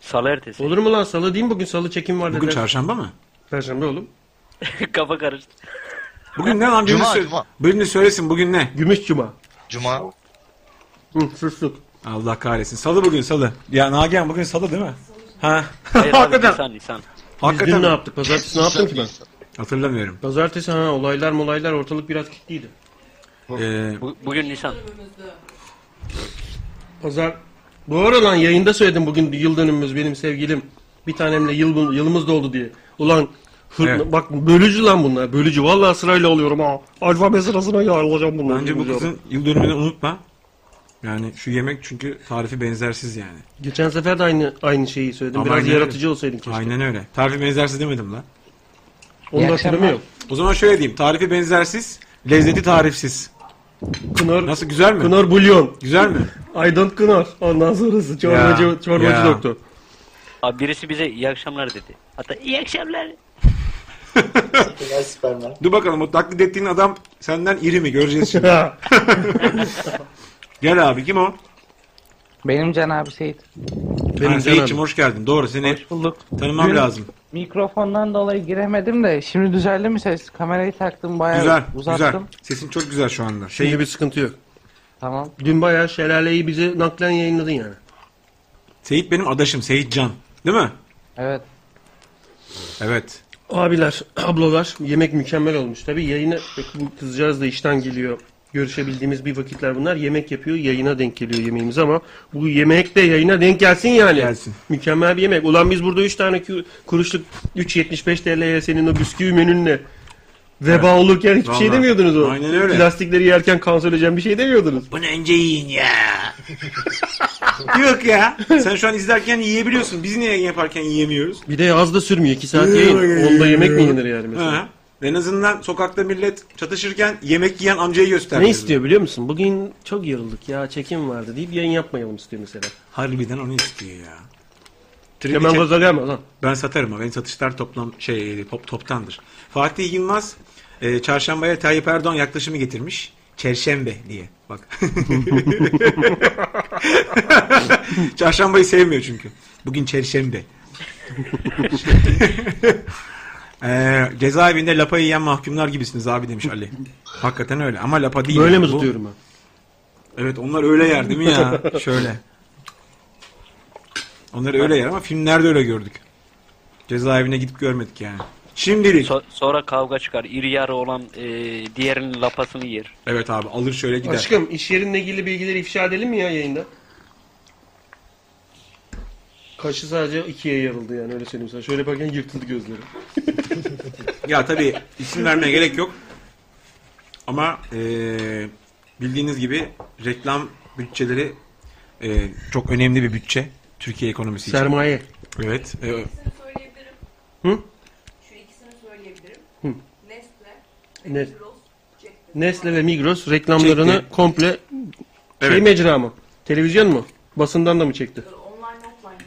A: Salı ertesi.
B: Olur mu lan salı değil mi? Bugün salı çekim var
C: Bugün
B: dediler.
C: çarşamba mı?
B: Perşembe oğlum.
A: Kafa karıştı.
C: Bugün ne lan? Birini,
D: Cuma,
C: sö-
D: cuma.
C: birini söylesin bugün ne?
B: Gümüş cuma.
D: Cuma.
B: Hı, susluk.
C: Allah kahretsin. Salı bugün salı. Ya Nagihan bugün salı değil mi? Ha.
A: Hayır abi
C: Hakikaten.
A: Nisan Nisan.
B: Biz dün ne
C: Hakikaten.
B: yaptık? Pazartesi ne yaptım ki ben?
C: Hatırlamıyorum.
B: Pazartesi ha olaylar molaylar ortalık biraz kilitliydi.
C: Ee,
A: Bu- bugün Nisan.
B: Pazar. Bu ara lan yayında söyledim bugün yıl dönümümüz benim sevgilim. Bir tanemle yıl, yılımız doldu diye. Ulan hır-
C: Evet.
B: bak bölücü lan bunlar bölücü. Vallahi sırayla oluyorum ha. Alfabe sırasına yarılacağım bunlar.
C: bence bu
B: Bunlar.
C: kızın yıl dönümünü unutma. Yani şu yemek çünkü tarifi benzersiz yani.
B: Geçen sefer de aynı aynı şeyi söyledim.
C: Ama şey.
B: Biraz
C: aynen
B: yaratıcı
C: öyle.
B: olsaydın keşke.
C: Aynen öyle. Tarifi benzersiz demedim lan.
B: Onun da hatırlamıyor.
C: O zaman şöyle diyeyim. Tarifi benzersiz, lezzeti tarifsiz.
B: Kınar,
C: Nasıl güzel mi?
B: Kınar bulyon.
C: Güzel mi?
B: I don't Kınar. Ondan sonrası çorbacı,
C: Ya,
B: çorbacı
C: ya.
B: doktor.
A: Abi birisi bize iyi akşamlar dedi. Hatta iyi akşamlar.
E: Süper, Süpermen.
C: Dur bakalım o taklit ettiğin adam senden iri mi göreceğiz şimdi.
B: Ha.
C: Gel abi kim o?
F: Benim Can abi Seyit.
B: Benim canım.
C: ha, Seyit'cim hoş geldin. Doğru seni
F: Hoş bulduk.
C: tanımam
F: Dün-
C: lazım.
F: Mikrofondan dolayı giremedim de şimdi düzeldi mi ses? Kamerayı taktım bayağı
C: Güzel,
F: uzattım.
C: güzel. Sesin çok güzel şu anda. Şey,
B: Şimdi bir sıkıntı yok.
F: Tamam.
B: Dün bayağı şelaleyi bize naklen yayınladın yani.
C: Seyit benim adaşım, Seyit Can. Değil mi?
F: Evet.
C: Evet.
B: Abiler, ablalar yemek mükemmel olmuş. Tabii yayına bu kızcağız da işten geliyor. Görüşebildiğimiz bir vakitler bunlar. Yemek yapıyor, yayına denk geliyor yemeğimiz ama bu yemek de yayına denk gelsin yani.
C: Gelsin.
B: Mükemmel bir yemek. Ulan biz burada 3 tane ku- kuruşluk 3.75 TL'ye senin o bisküvi menünle veba olurken hiçbir şey
C: Vallahi.
B: demiyordunuz o.
C: Aynen öyle.
B: Plastikleri yerken kanser olacağım bir şey demiyordunuz.
C: Bunu önce yiyin ya. Yok ya. Sen şu an izlerken yiyebiliyorsun. Biz niye yaparken yiyemiyoruz?
B: Bir de az da sürmüyor. 2 saat yayın. Onda yemek mi yenir yani mesela?
C: Ha. En azından sokakta millet çatışırken yemek yiyen amcayı gösterdi.
B: Ne istiyor biliyor musun? Bugün çok yorulduk ya çekim vardı deyip yayın yapmayalım istiyor mesela.
C: Harbiden onu istiyor ya.
B: Ya ben gaza gelmez lan.
C: Ben satarım ama benim satışlar toplam şey pop, toptandır. Fatih Yılmaz e, çarşambaya Tayyip Erdoğan yaklaşımı getirmiş. Çerşembe diye. Bak. Çarşambayı sevmiyor çünkü. Bugün çerşembe. e, cezaevinde lapa yiyen mahkumlar gibisiniz abi demiş Ali. Hakikaten öyle ama lapa değil.
B: Böyle
C: yani
B: mi
C: bu.
B: tutuyorum ben?
C: Evet onlar öyle yer değil mi ya? Şöyle. Onları öyle yer ama filmlerde öyle gördük. Cezaevine gidip görmedik yani. Şimdilik.
A: So- sonra kavga çıkar. İri yarı olan e, diğerinin lapasını yer.
C: Evet abi alır şöyle gider.
B: Aşkım iş yerinle ilgili bilgileri ifşa edelim mi ya yayında? Kaşı sadece ikiye yarıldı yani öyle söyleyeyim sana. Şöyle bakarken yırtıldı gözleri.
C: Ya tabii isim vermeye gerek yok. Ama eee, bildiğiniz gibi reklam bütçeleri eee, çok önemli bir bütçe. Türkiye ekonomisi için.
B: Sermaye.
C: Evet. e, eee,
G: İkisini söyleyebilirim.
B: Hı?
G: Şu ikisini söyleyebilirim.
B: Hı.
G: Nestle,
B: Ne-
G: Ross, Jack
B: Nestle ve Migros reklamlarını
C: Çekti.
B: komple şey
C: evet.
B: mecra mı? Televizyon mu? Basından da mı çekti?
G: Daniel, Online, offline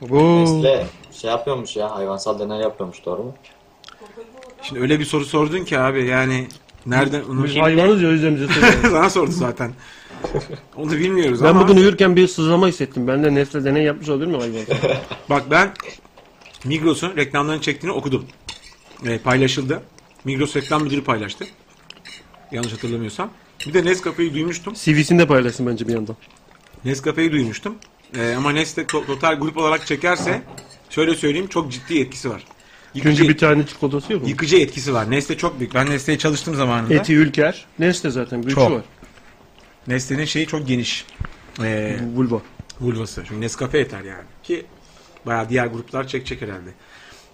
G: bütün.
B: Oo.
E: Nesle şey yapıyormuş ya hayvansal deney yapıyormuş doğru mu?
G: Coca-Cola'da
C: Şimdi öyle bir soru sordun ki abi yani nereden onu
B: Biz hayvanız ya o yüzden bize soruyor.
C: sana sordu zaten. Onu bilmiyoruz
B: Ben
C: ama.
B: bugün uyurken bir sızlama hissettim. Ben de Nestle deney yapmış olabilir mi hayvan?
C: Bak ben Migros'un reklamlarını çektiğini okudum. Ee, paylaşıldı. Migros reklam müdürü paylaştı. Yanlış hatırlamıyorsam. Bir de Nescafe'yi duymuştum.
B: CV'sini de paylaşsın bence bir yandan.
C: Nescafe'yi duymuştum. Ee, ama Nestle to- total grup olarak çekerse şöyle söyleyeyim çok ciddi etkisi var. Yıkıcı,
B: Çünkü bir tane çikolatası yok mu?
C: yıkıcı etkisi var. Nestle çok büyük. Ben Nestle'ye çalıştığım zamanında.
B: Eti Ülker. Nestle zaten. Büyükçü
C: Çok.
B: var.
C: Nestle'nin şeyi çok geniş. Ee,
B: Bulba.
C: Vulvası. Çünkü Nescafe yeter yani. Ki bayağı diğer gruplar çekecek herhalde.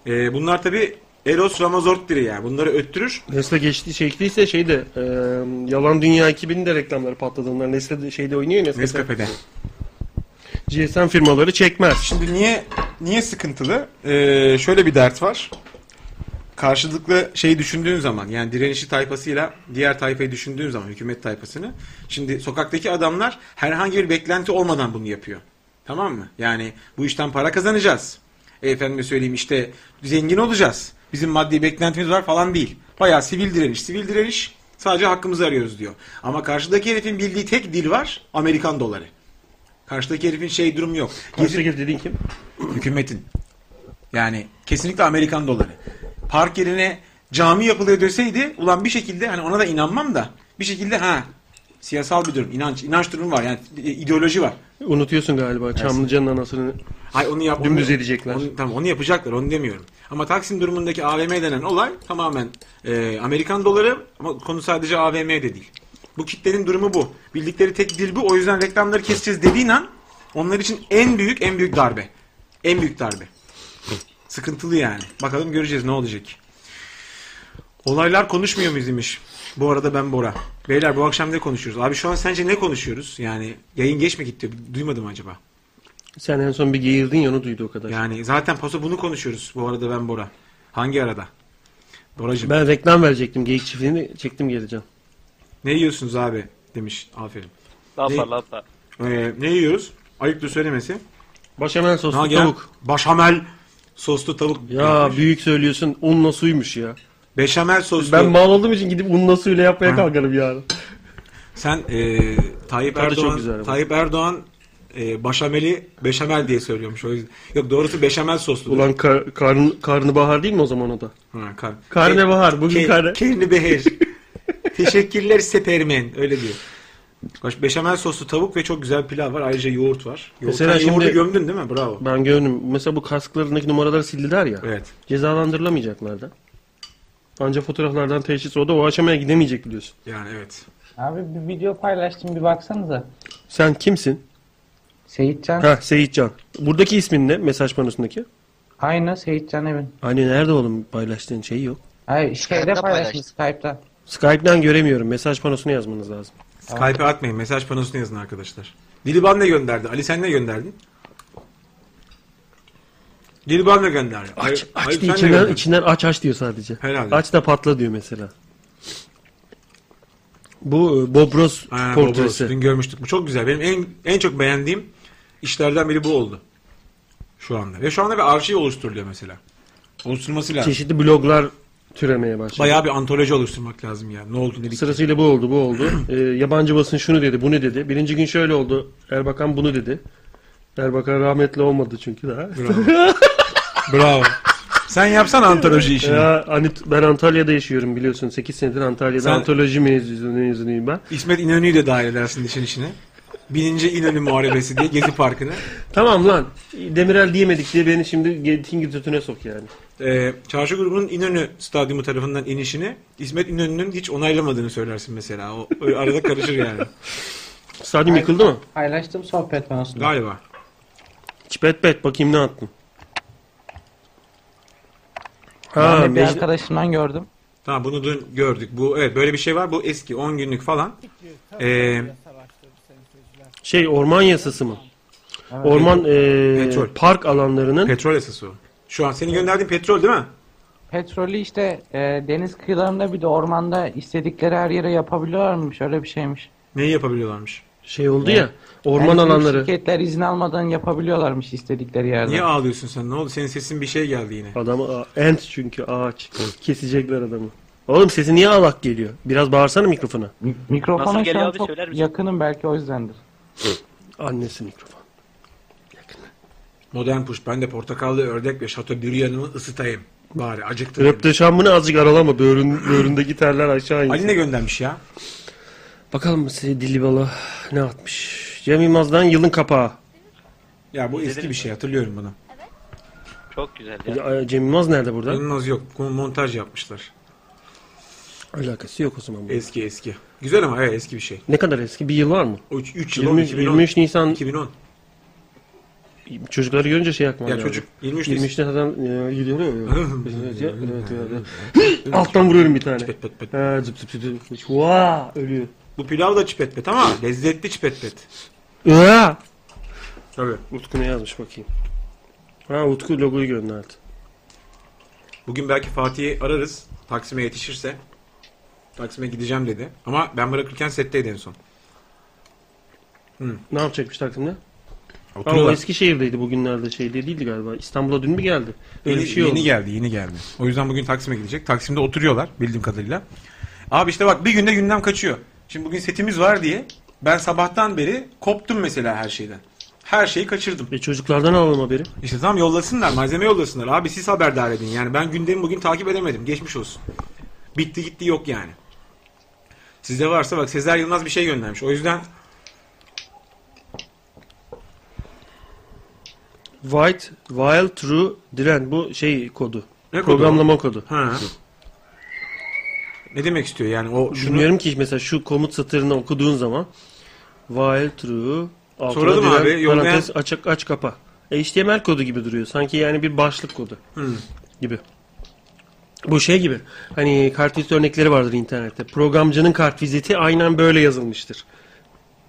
C: Ee, bunlar tabi Eros Ramazortti'ri yani. Bunları öttürür.
B: Nesle geçti, çektiyse şey de e, Yalan Dünya 2000'in de reklamları patladı. Onlar Nesle de, şeyde oynuyor ya Nesle.
C: Nescafe'de.
B: GSM firmaları çekmez.
C: Şimdi niye niye sıkıntılı? Ee, şöyle bir dert var. Karşılıklı şeyi düşündüğün zaman yani direnişi tayfasıyla diğer tayfayı düşündüğün zaman hükümet tayfasını. Şimdi sokaktaki adamlar herhangi bir beklenti olmadan bunu yapıyor. Tamam mı? Yani bu işten para kazanacağız. E, efendime söyleyeyim işte zengin olacağız. Bizim maddi beklentimiz var falan değil. Bayağı sivil direniş. Sivil direniş sadece hakkımızı arıyoruz diyor. Ama karşıdaki herifin bildiği tek dil var Amerikan doları. Karşıdaki herifin şey durumu yok. Gezi-
B: Karşıdaki dediğin kim?
C: hükümetin. Yani kesinlikle Amerikan doları. Park yerine cami yapılıyor deseydi ulan bir şekilde hani ona da inanmam da bir şekilde ha siyasal bir durum, inanç, inanç durumu var yani e, ideoloji var.
B: Unutuyorsun galiba Çamlıca'nın anasını.
C: Hay onu yap.
B: Dümdüz
C: onu-
B: edecekler.
C: Onu, tamam onu yapacaklar onu demiyorum. Ama Taksim durumundaki AVM denen olay tamamen e, Amerikan doları ama konu sadece AVM de değil. Bu kitlenin durumu bu. Bildikleri tek dil bu. O yüzden reklamları keseceğiz dediğin an onlar için en büyük en büyük darbe. En büyük darbe. Sıkıntılı yani. Bakalım göreceğiz ne olacak. Olaylar konuşmuyor muyuz demiş. Bu arada ben Bora. Beyler bu akşam ne konuşuyoruz? Abi şu an sence ne konuşuyoruz? Yani yayın geç mi gitti? Duymadım acaba.
B: Sen en son bir geğirdin ya onu duydu o kadar.
C: Yani zaten paso bunu konuşuyoruz bu arada ben Bora. Hangi arada? Boracığım.
B: Ben reklam verecektim. Geyik çiftliğini çektim geleceğim.
C: Ne yiyorsunuz abi? Demiş. Aferin. Ne?
A: Lapa lapa.
C: Ee, ne yiyoruz? Ayıptır söylemesi.
B: Başamel soslu
C: Ha, gelen-
B: tavuk.
C: Başamel soslu tavuk.
B: Ya
C: Demiş.
B: büyük söylüyorsun unla suymuş ya.
C: Beşamel soslu.
B: Ben mal olduğum için gidip unla suyla yapmaya kalkarım yarın.
C: Sen ee, Tayyip
B: Tadı çok
C: Erdoğan,
B: güzel bu.
C: Tayyip Erdoğan ee, başameli beşamel diye söylüyormuş. O yüzden. Yok doğrusu beşamel soslu.
B: Ulan kar, karn, karnabahar değil mi o zaman o da?
C: Ha, kar.
B: Karnabahar bugün
C: Ke-
B: karne.
C: Kerini beher. Teşekkürler Sepermen. Öyle diyor. Baş- Beşamel soslu tavuk ve çok güzel pilav var. Ayrıca yoğurt var. Yoğurt,
B: Mesela
C: Sen yoğurdu
B: E, şimdi-
C: gömdün değil mi? Bravo.
B: Ben gördüm. Mesela bu kasklarındaki numaraları sildiler ya.
C: Evet.
B: Cezalandırılamayacaklar da. Ancak fotoğraflardan teşhis oldu. O aşamaya gidemeyecek biliyorsun.
C: Yani evet.
F: Abi bir video paylaştım bir baksanıza.
B: Sen kimsin?
F: Seyitcan.
B: Ha Seyitcan. Buradaki ismin ne? Mesaj panosundaki.
F: Aynı Seyitcan Evin.
B: Hani nerede oğlum paylaştığın şeyi yok.
F: Hayır şeyde
D: Skype'da
F: paylaşmış Skype'da.
B: Skype'den göremiyorum. Mesaj panosuna yazmanız lazım.
C: Skype'e atmayın. Mesaj panosuna yazın arkadaşlar. Diliban ne gönderdi? Ali sen ne gönderdin? Geri bana da gönder.
B: Aç,
C: Hayır-
B: aç
C: hayır,
B: diye
C: sen de
B: içinden,
C: gönder.
B: içinden aç aç diyor sadece.
C: Herhalde.
B: Aç da patla diyor mesela. Bu e, Bobros
C: Ha,
B: portresi.
C: Bobros. Dün görmüştük. Bu çok güzel. Benim en en çok beğendiğim işlerden biri bu oldu. Şu anda. Ve şu anda bir arşiv oluşturuluyor mesela. Oluşturması lazım.
B: Çeşitli bloglar türemeye başladı.
C: Bayağı bir antoloji oluşturmak lazım ya. Ne oldu ne bitti.
B: Sırasıyla bu oldu, bu oldu. Ee, yabancı basın şunu dedi, bunu dedi. Birinci gün şöyle oldu. Erbakan bunu dedi. Erbakan rahmetli olmadı çünkü daha.
C: Bravo. Sen yapsan antoloji işini.
B: Ya, Anit- ben Antalya'da yaşıyorum biliyorsun. 8 senedir Antalya'da
C: Sen-
B: antoloji mezunu- mezunuyum ben.
C: İsmet İnönü'yü de dahil edersin işin içine. Bininci İnönü Muharebesi diye Gezi Parkı'nı.
B: Tamam lan. Demirel diyemedik diye beni şimdi getin götüne sok yani.
C: Ee, çarşı grubunun İnönü stadyumu tarafından inişini İsmet İnönü'nün hiç onaylamadığını söylersin mesela. O öyle arada karışır yani.
B: Stadyum yıkıldı mı?
F: Paylaştım sohbet aslında.
C: Galiba.
B: Çipet pet bakayım ne attın. Ha,
F: Ben de bir
B: Mecd-
F: arkadaşımdan gördüm.
C: Tamam bunu dün gördük. Bu evet böyle bir şey var. Bu eski 10 günlük falan. Ee,
B: şey orman yasası mı? Orman e,
C: Petrol.
B: park alanlarının
C: petrol esası o. Şu an senin gönderdiğin petrol değil mi?
F: Petrolü işte e, deniz kıyılarında bir de ormanda istedikleri her yere yapabiliyorlarmış. Öyle bir şeymiş.
C: Neyi yapabiliyorlarmış?
B: şey oldu ya. Orman
F: Yani büyük
B: alanları.
F: Şirketler izin almadan yapabiliyorlarmış istedikleri yerde.
C: Niye ağlıyorsun sen? Ne oldu? Senin sesin bir şey geldi yine.
B: Adamı a- ent çünkü ağaç. Kesecekler adamı. Oğlum sesi niye alak geliyor? Biraz bağırsana mikrofona.
F: Mi- Mikrofona
A: Nasıl
F: şu
A: geliyor
F: an
A: abi,
F: çok
A: söyler misin?
F: yakınım belki o yüzdendir.
B: Annesi mikrofon.
C: Modern push. Ben de portakallı ördek ve şato büryanımı ısıtayım. Bari acıktı. beni.
B: Röpteşamını azıcık aralama. Böğrün, böğründeki terler aşağı
C: Ali ne
B: insin.
C: göndermiş ya?
B: Bakalım size Dilibala ne atmış. Cem Yılmaz'dan yılın kapağı.
C: Ya bu eski bir şey hatırlıyorum bunu.
A: Çok güzel ya.
B: Ya, Cem Yılmaz nerede burada?
C: Yılmaz yok. Montaj yapmışlar.
B: Alakası yok o zaman. bunun.
C: Eski eski. Güzel ama evet eski bir şey.
B: Ne kadar eski? Bir yıl var mı?
C: 3 yıl
B: 20,
C: 2010, 2010.
B: 23 Nisan
C: 2010.
B: çocukları görünce şey aklıma
C: Ya
B: geldi.
C: çocuk 23 Nisan.
B: 23 Nisan'dan e, gidiyor ya. Evet, evet, evet. Alttan vuruyorum bir tane.
C: Pet pet pet.
B: Ha, zıp zıp zıp zıp. Vaa, ölüyor.
C: Bu pilav da çipet pet ama lezzetli çipet pet.
B: Aa!
C: Tabii.
B: Utku ne yazmış bakayım. Ha Utku logoyu gönderdi.
C: Bugün belki Fatih'i ararız. Taksim'e yetişirse. Taksim'e gideceğim dedi. Ama ben bırakırken setteydi en son.
B: Ne yapacakmış takvimde? Ha, o
C: Oturuyorlar.
B: Eskişehir'deydi bugünlerde şeyde değildi galiba. İstanbul'a dün mü geldi? Öyle
C: Yeni,
B: bir şey
C: yeni
B: oldu.
C: geldi, yeni geldi. O yüzden bugün Taksim'e gidecek. Taksim'de oturuyorlar bildiğim kadarıyla. Abi işte bak bir günde gündem kaçıyor. Şimdi bugün setimiz var diye ben sabahtan beri koptum mesela her şeyden. Her şeyi kaçırdım.
B: E, çocuklardan alalım haberi.
C: İşte tamam yollasınlar, malzeme yollasınlar. Abi siz haberdar edin. Yani ben gündemi bugün takip edemedim. Geçmiş olsun. Bitti gitti yok yani. Sizde varsa bak Sezer Yılmaz bir şey göndermiş. O yüzden
B: White, Wild, True, Diren. Bu şey kodu.
C: ne kodu
B: Programlama kodu.
C: o? Ha. Ne demek istiyor yani o şunu
B: Bilmiyorum ki mesela şu komut satırını okuduğun zaman while true altına
C: Soralım
B: diren,
C: abi, yollayan-
B: parantez aç, aç kapa. HTML kodu gibi duruyor. Sanki yani bir başlık kodu
C: Hı.
B: gibi. Bu şey gibi. Hani kartvizit örnekleri vardır internette. Programcının kartviziti aynen böyle yazılmıştır.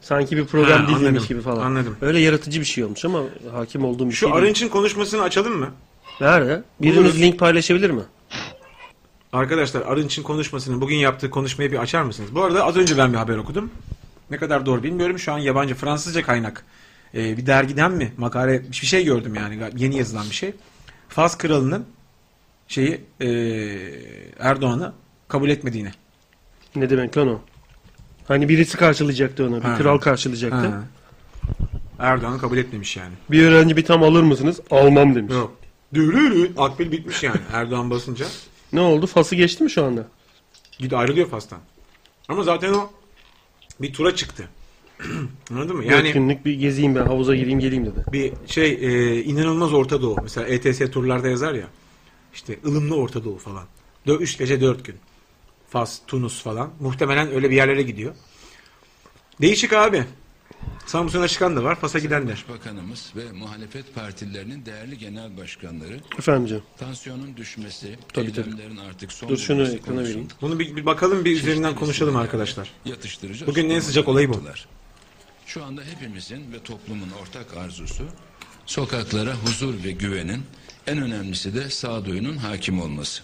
B: Sanki bir program
C: Ha,
B: dizilmiş
C: anladım,
B: gibi falan.
C: anladım.
B: Öyle yaratıcı bir şey olmuş ama hakim olduğum bir şey
C: şu
B: değil.
C: Arınç'ın konuşmasını açalım mı?
B: Nerede? Biriniz
C: Buluruz.
B: link paylaşabilir mi?
C: Arkadaşlar Arınç'ın konuşmasını bugün yaptığı konuşmayı bir açar mısınız? Bu arada az önce ben bir haber okudum. Ne kadar doğru bilmiyorum. Şu an yabancı Fransızca kaynak. Ee, bir dergiden mi? Makale bir şey gördüm yani. Yeni yazılan bir şey. Fas kralının şeyi ee, Erdoğan'ı kabul etmediğini.
B: Ne demek lan o? Hani birisi karşılayacaktı onu. Bir
C: Ha.
B: kral karşılayacaktı.
C: Ha. Erdoğan'ı kabul etmemiş yani.
B: Bir öğrenci bir tam alır mısınız? Almam demiş.
C: Yok. Dürürü. Akbil bitmiş yani. Erdoğan basınca.
B: Ne oldu? Fası geçti mi şu anda?
C: Git ayrılıyor Fas'tan. Ama zaten o bir tura çıktı. Anladın mı?
B: Yani...
C: Yani
B: günlük bir gezeyim ben havuza gireyim geleyim dedi.
C: bir şey e, inanılmaz Orta Doğu. Mesela ETS turlarda yazar ya. İşte ılımlı Orta Doğu falan. 3 gece 4 gün. Fas, Tunus falan. Muhtemelen öyle bir yerlere gidiyor. Değişik abi. Samsun'a çıkan da var, Fas'a giden de.
H: Bakanımız ve muhalefet partilerinin değerli genel başkanları
B: Efendim canım.
H: tansiyonun düşmesi,
B: Tabii, tabii.
H: eylemlerin artık son
B: Dur şunu
H: bulması
B: ekrana vereyim.
H: konusunda
C: Bunu bir, bir bakalım bir üzerinden konuşalım arkadaşlar.
H: Yatıştırıcı
C: Bugünün en sıcak olayı bu.
H: açıklamalar yaptılar. Şu anda hepimizin ve toplumun ortak arzusu sokaklara huzur ve güvenin En önemlisi de sağduyunun hakim olması.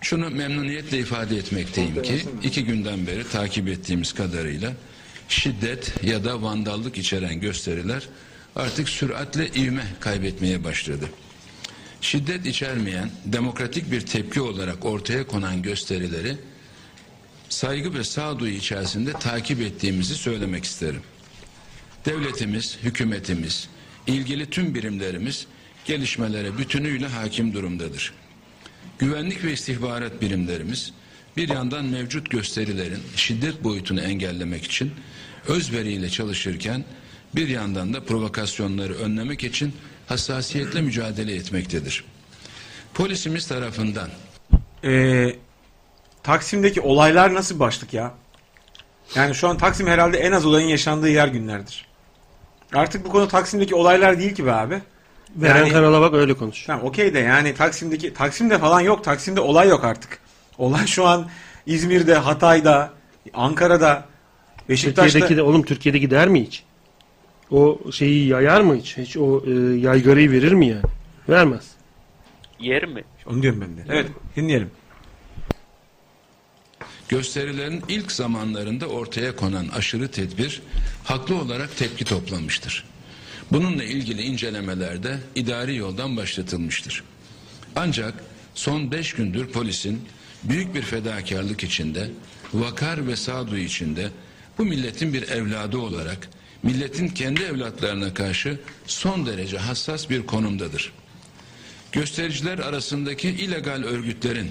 H: Şunu memnuniyetle ifade etmekteyim ki iki günden beri takip ettiğimiz kadarıyla şiddet ya da vandallık içeren gösteriler artık süratle ivme kaybetmeye başladı. Şiddet içermeyen, demokratik bir tepki olarak ortaya konan gösterileri saygı ve sağduyu içerisinde takip ettiğimizi söylemek isterim. Devletimiz, hükümetimiz, ilgili tüm birimlerimiz gelişmelere bütünüyle hakim durumdadır. Güvenlik ve istihbarat birimlerimiz bir yandan mevcut gösterilerin şiddet boyutunu engellemek için özveriyle çalışırken bir yandan da provokasyonları önlemek için hassasiyetle mücadele etmektedir. Polisimiz tarafından
C: Ee, Taksim'deki olaylar nasıl başlık ya? Yani şu an Taksim herhalde en az olayın yaşandığı yer günlerdir. Artık bu konu Taksim'deki olaylar değil ki be abi.
B: Veren
C: Yani-
B: kanala bak öyle konuş.
C: Tamam okey de yani Taksim'deki Taksim'de falan yok. Taksim'de olay yok artık. Olay şu an İzmir'de, Hatay'da, Ankara'da, Beşiktaş'ta.
B: Türkiye'deki de oğlum Türkiye'de gider mi hiç? O şeyi yayar mı hiç? Hiç o e, yaygarayı verir mi yani? Vermez.
A: Yer mi?
C: Onu diyorum ben de. Evet dinleyelim.
H: gösterilerin ilk zamanlarında ortaya konan aşırı tedbir haklı olarak tepki toplamıştır. Bununla ilgili incelemeler de idari yoldan başlatılmıştır. Ancak son beş gündür polisin büyük bir fedakarlık içinde, vakar ve sağduyu içinde bu milletin bir evladı olarak milletin kendi evlatlarına karşı son derece hassas bir konumdadır. Göstericiler arasındaki illegal örgütlerin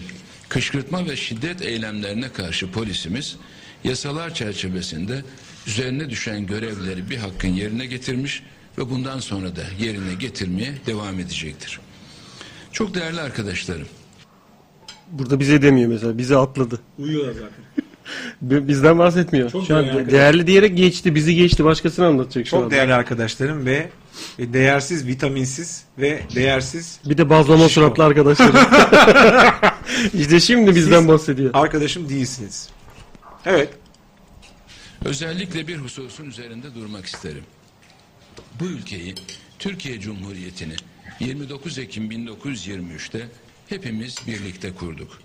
H: kışkırtma ve şiddet eylemlerine karşı polisimiz yasalar çerçevesinde üzerine düşen görevleri bir hakkın yerine getirmiş ve bundan sonra da yerine getirmeye devam edecektir. Çok değerli arkadaşlarım,
B: Burada bize demiyor mesela. Bizi atladı.
C: Uyuyorlar zaten.
B: Bi- Bizden bahsetmiyor.
C: Çok
B: şu an
C: değerli arkadaş.
B: değerli diyerek geçti. Bizi geçti. Başkasını anlatacak şu
C: Çok
B: an.
C: değerli arkadaşlarım ve ve değersiz, vitaminsiz ve değersiz
B: Bir de bazlama
C: Şişko.
B: suratlı arkadaşlarım. işte şimdi bizden bahsediyor.
C: arkadaşım değilsiniz. Evet.
H: özellikle bir hususun üzerinde durmak isterim. Bu ülkeyi, Türkiye Cumhuriyeti'ni 29 Ekim 1923'te hepimiz birlikte kurduk.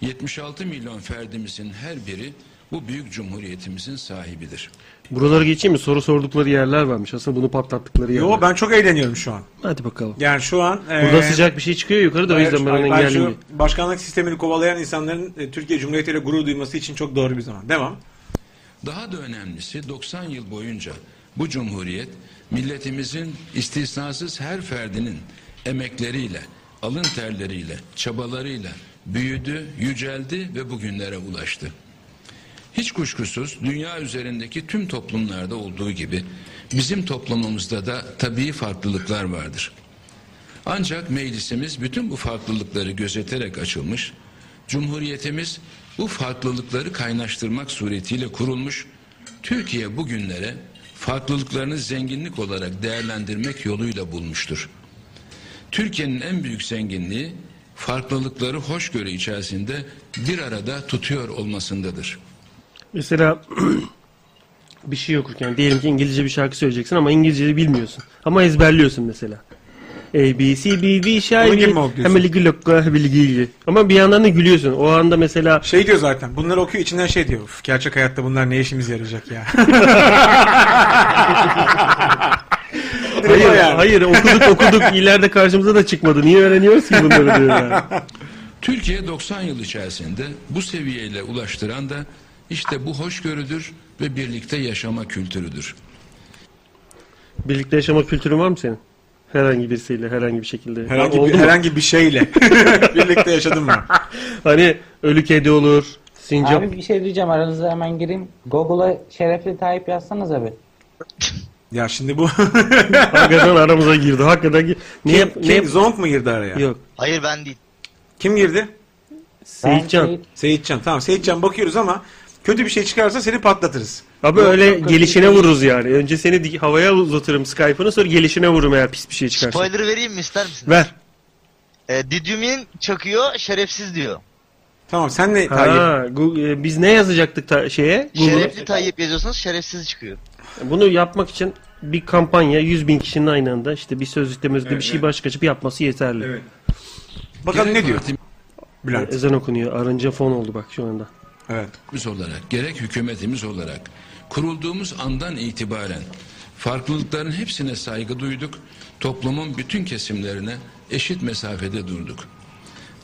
H: 76 milyon ferdimizin her biri bu büyük cumhuriyetimizin sahibidir.
B: Buraları geçeyim mi? Soru sordukları yerler varmış. Aslında bunu patlattıkları yerler.
C: Yo ben çok eğleniyorum şu an.
B: Hadi bakalım.
C: Yani şu an e,
B: Burada sıcak bir şey çıkıyor yukarıda o yüzden ben onu
C: Hayır, ben şu
B: engelleyeyim.
C: başkanlık sistemini kovalayan insanların e, Türkiye Cumhuriyeti ile gurur duyması için çok doğru bir zaman. Devam.
H: Daha da önemlisi 90 yıl boyunca bu cumhuriyet milletimizin istisnasız her ferdinin emekleriyle, alın terleriyle, çabalarıyla büyüdü, yüceldi ve bugünlere ulaştı. Hiç kuşkusuz dünya üzerindeki tüm toplumlarda olduğu gibi bizim toplumumuzda da tabii farklılıklar vardır. Ancak meclisimiz bütün bu farklılıkları gözeterek açılmış, Cumhuriyetimiz bu farklılıkları kaynaştırmak suretiyle kurulmuş, Türkiye bugünlere farklılıklarını zenginlik olarak değerlendirmek yoluyla bulmuştur. Türkiye'nin en büyük zenginliği farklılıkları hoşgörü içerisinde bir arada tutuyor olmasındadır.
B: Mesela bir şey okurken diyelim ki İngilizce bir şarkı söyleyeceksin ama İngilizceyi bilmiyorsun. Ama ezberliyorsun mesela. A, B, C, B, B,
C: Linkin
B: şairi.
C: Park diyorsun.
B: Hemeligi lokka, hemeligi gigi. ah, Ama bir yandan da gülüyorsun. O anda mesela
C: Şey diyor zaten. Bunları okuyor içinden şey diyor. "Üf, gerçek hayatta bunlar ne işimiz yarayacak ya. Direkt o
B: hayır,
C: yani.
B: hayır okuduk okuduk ileride karşımıza da çıkmadı. Niye öğreniyoruz ki bunları diyor yani.
H: Türkiye 90 yıl içerisinde bu seviyeyle ulaştıran da işte bu hoşgörüdür ve birlikte yaşama kültürüdür.
B: Birlikte yaşama kültürün var mı senin? Herhangi birisiyle herhangi bir şekilde.
C: Herhangi
B: Oldu
C: bir,
B: mu?
C: herhangi bir şeyle birlikte yaşadım mı?
B: Hani ölü kedi olur, sincap
F: Abi bir şey diyeceğim aranıza hemen gireyim. Google'a şerefli Tayyip yazsanız abi.
C: Ya şimdi bu
B: hakikaten aramıza girdi. Hakikaten gi- ne yap-
C: kim,
B: ne
C: kim
B: yap-
C: Zonk mu girdi araya?
B: Yok.
D: Hayır ben değil.
C: Kim girdi?
B: Seyitcan.
F: Seyit-
C: Seyitcan. Tamam Seyitcan bakıyoruz ama kötü bir şey çıkarsa seni patlatırız.
B: Abi
F: Yok,
B: öyle
F: yok, yok.
B: gelişine vururuz yani. Önce seni di- havaya uzatırım Skype'ını sonra gelişine vururum eğer pis bir şey çıkarsa.
D: Spoiler'ı vereyim mi ister misin?
B: Ver.
D: E, Didyumin çakıyor şerefsiz diyor.
C: Tamam sen ne Tayyip?
B: Ha, Gu-
I: Şey-
B: e, biz ne yazacaktık ta- şeye? Google'a?
D: Şerefli Tayyip yazıyorsanız şerefsiz çıkıyor.
B: Bunu yapmak için bir kampanya 100 bin kişinin aynı anda işte bir sözlükte mözlükte
I: Evet,
B: bir şey
I: evet.
B: baş kaçıp yapması yeterli. E,
I: Evet.
C: Bakalım
H: Gerek
C: ne diyor
H: partimiz
C: Bülent.
B: Ezan okunuyor. Arınca fon oldu bak şu anda.
C: Evet.
H: olarak gerek hükümetimiz olarak kurulduğumuz andan itibaren farklılıkların hepsine saygı duyduk. Toplumun bütün kesimlerine eşit mesafede durduk.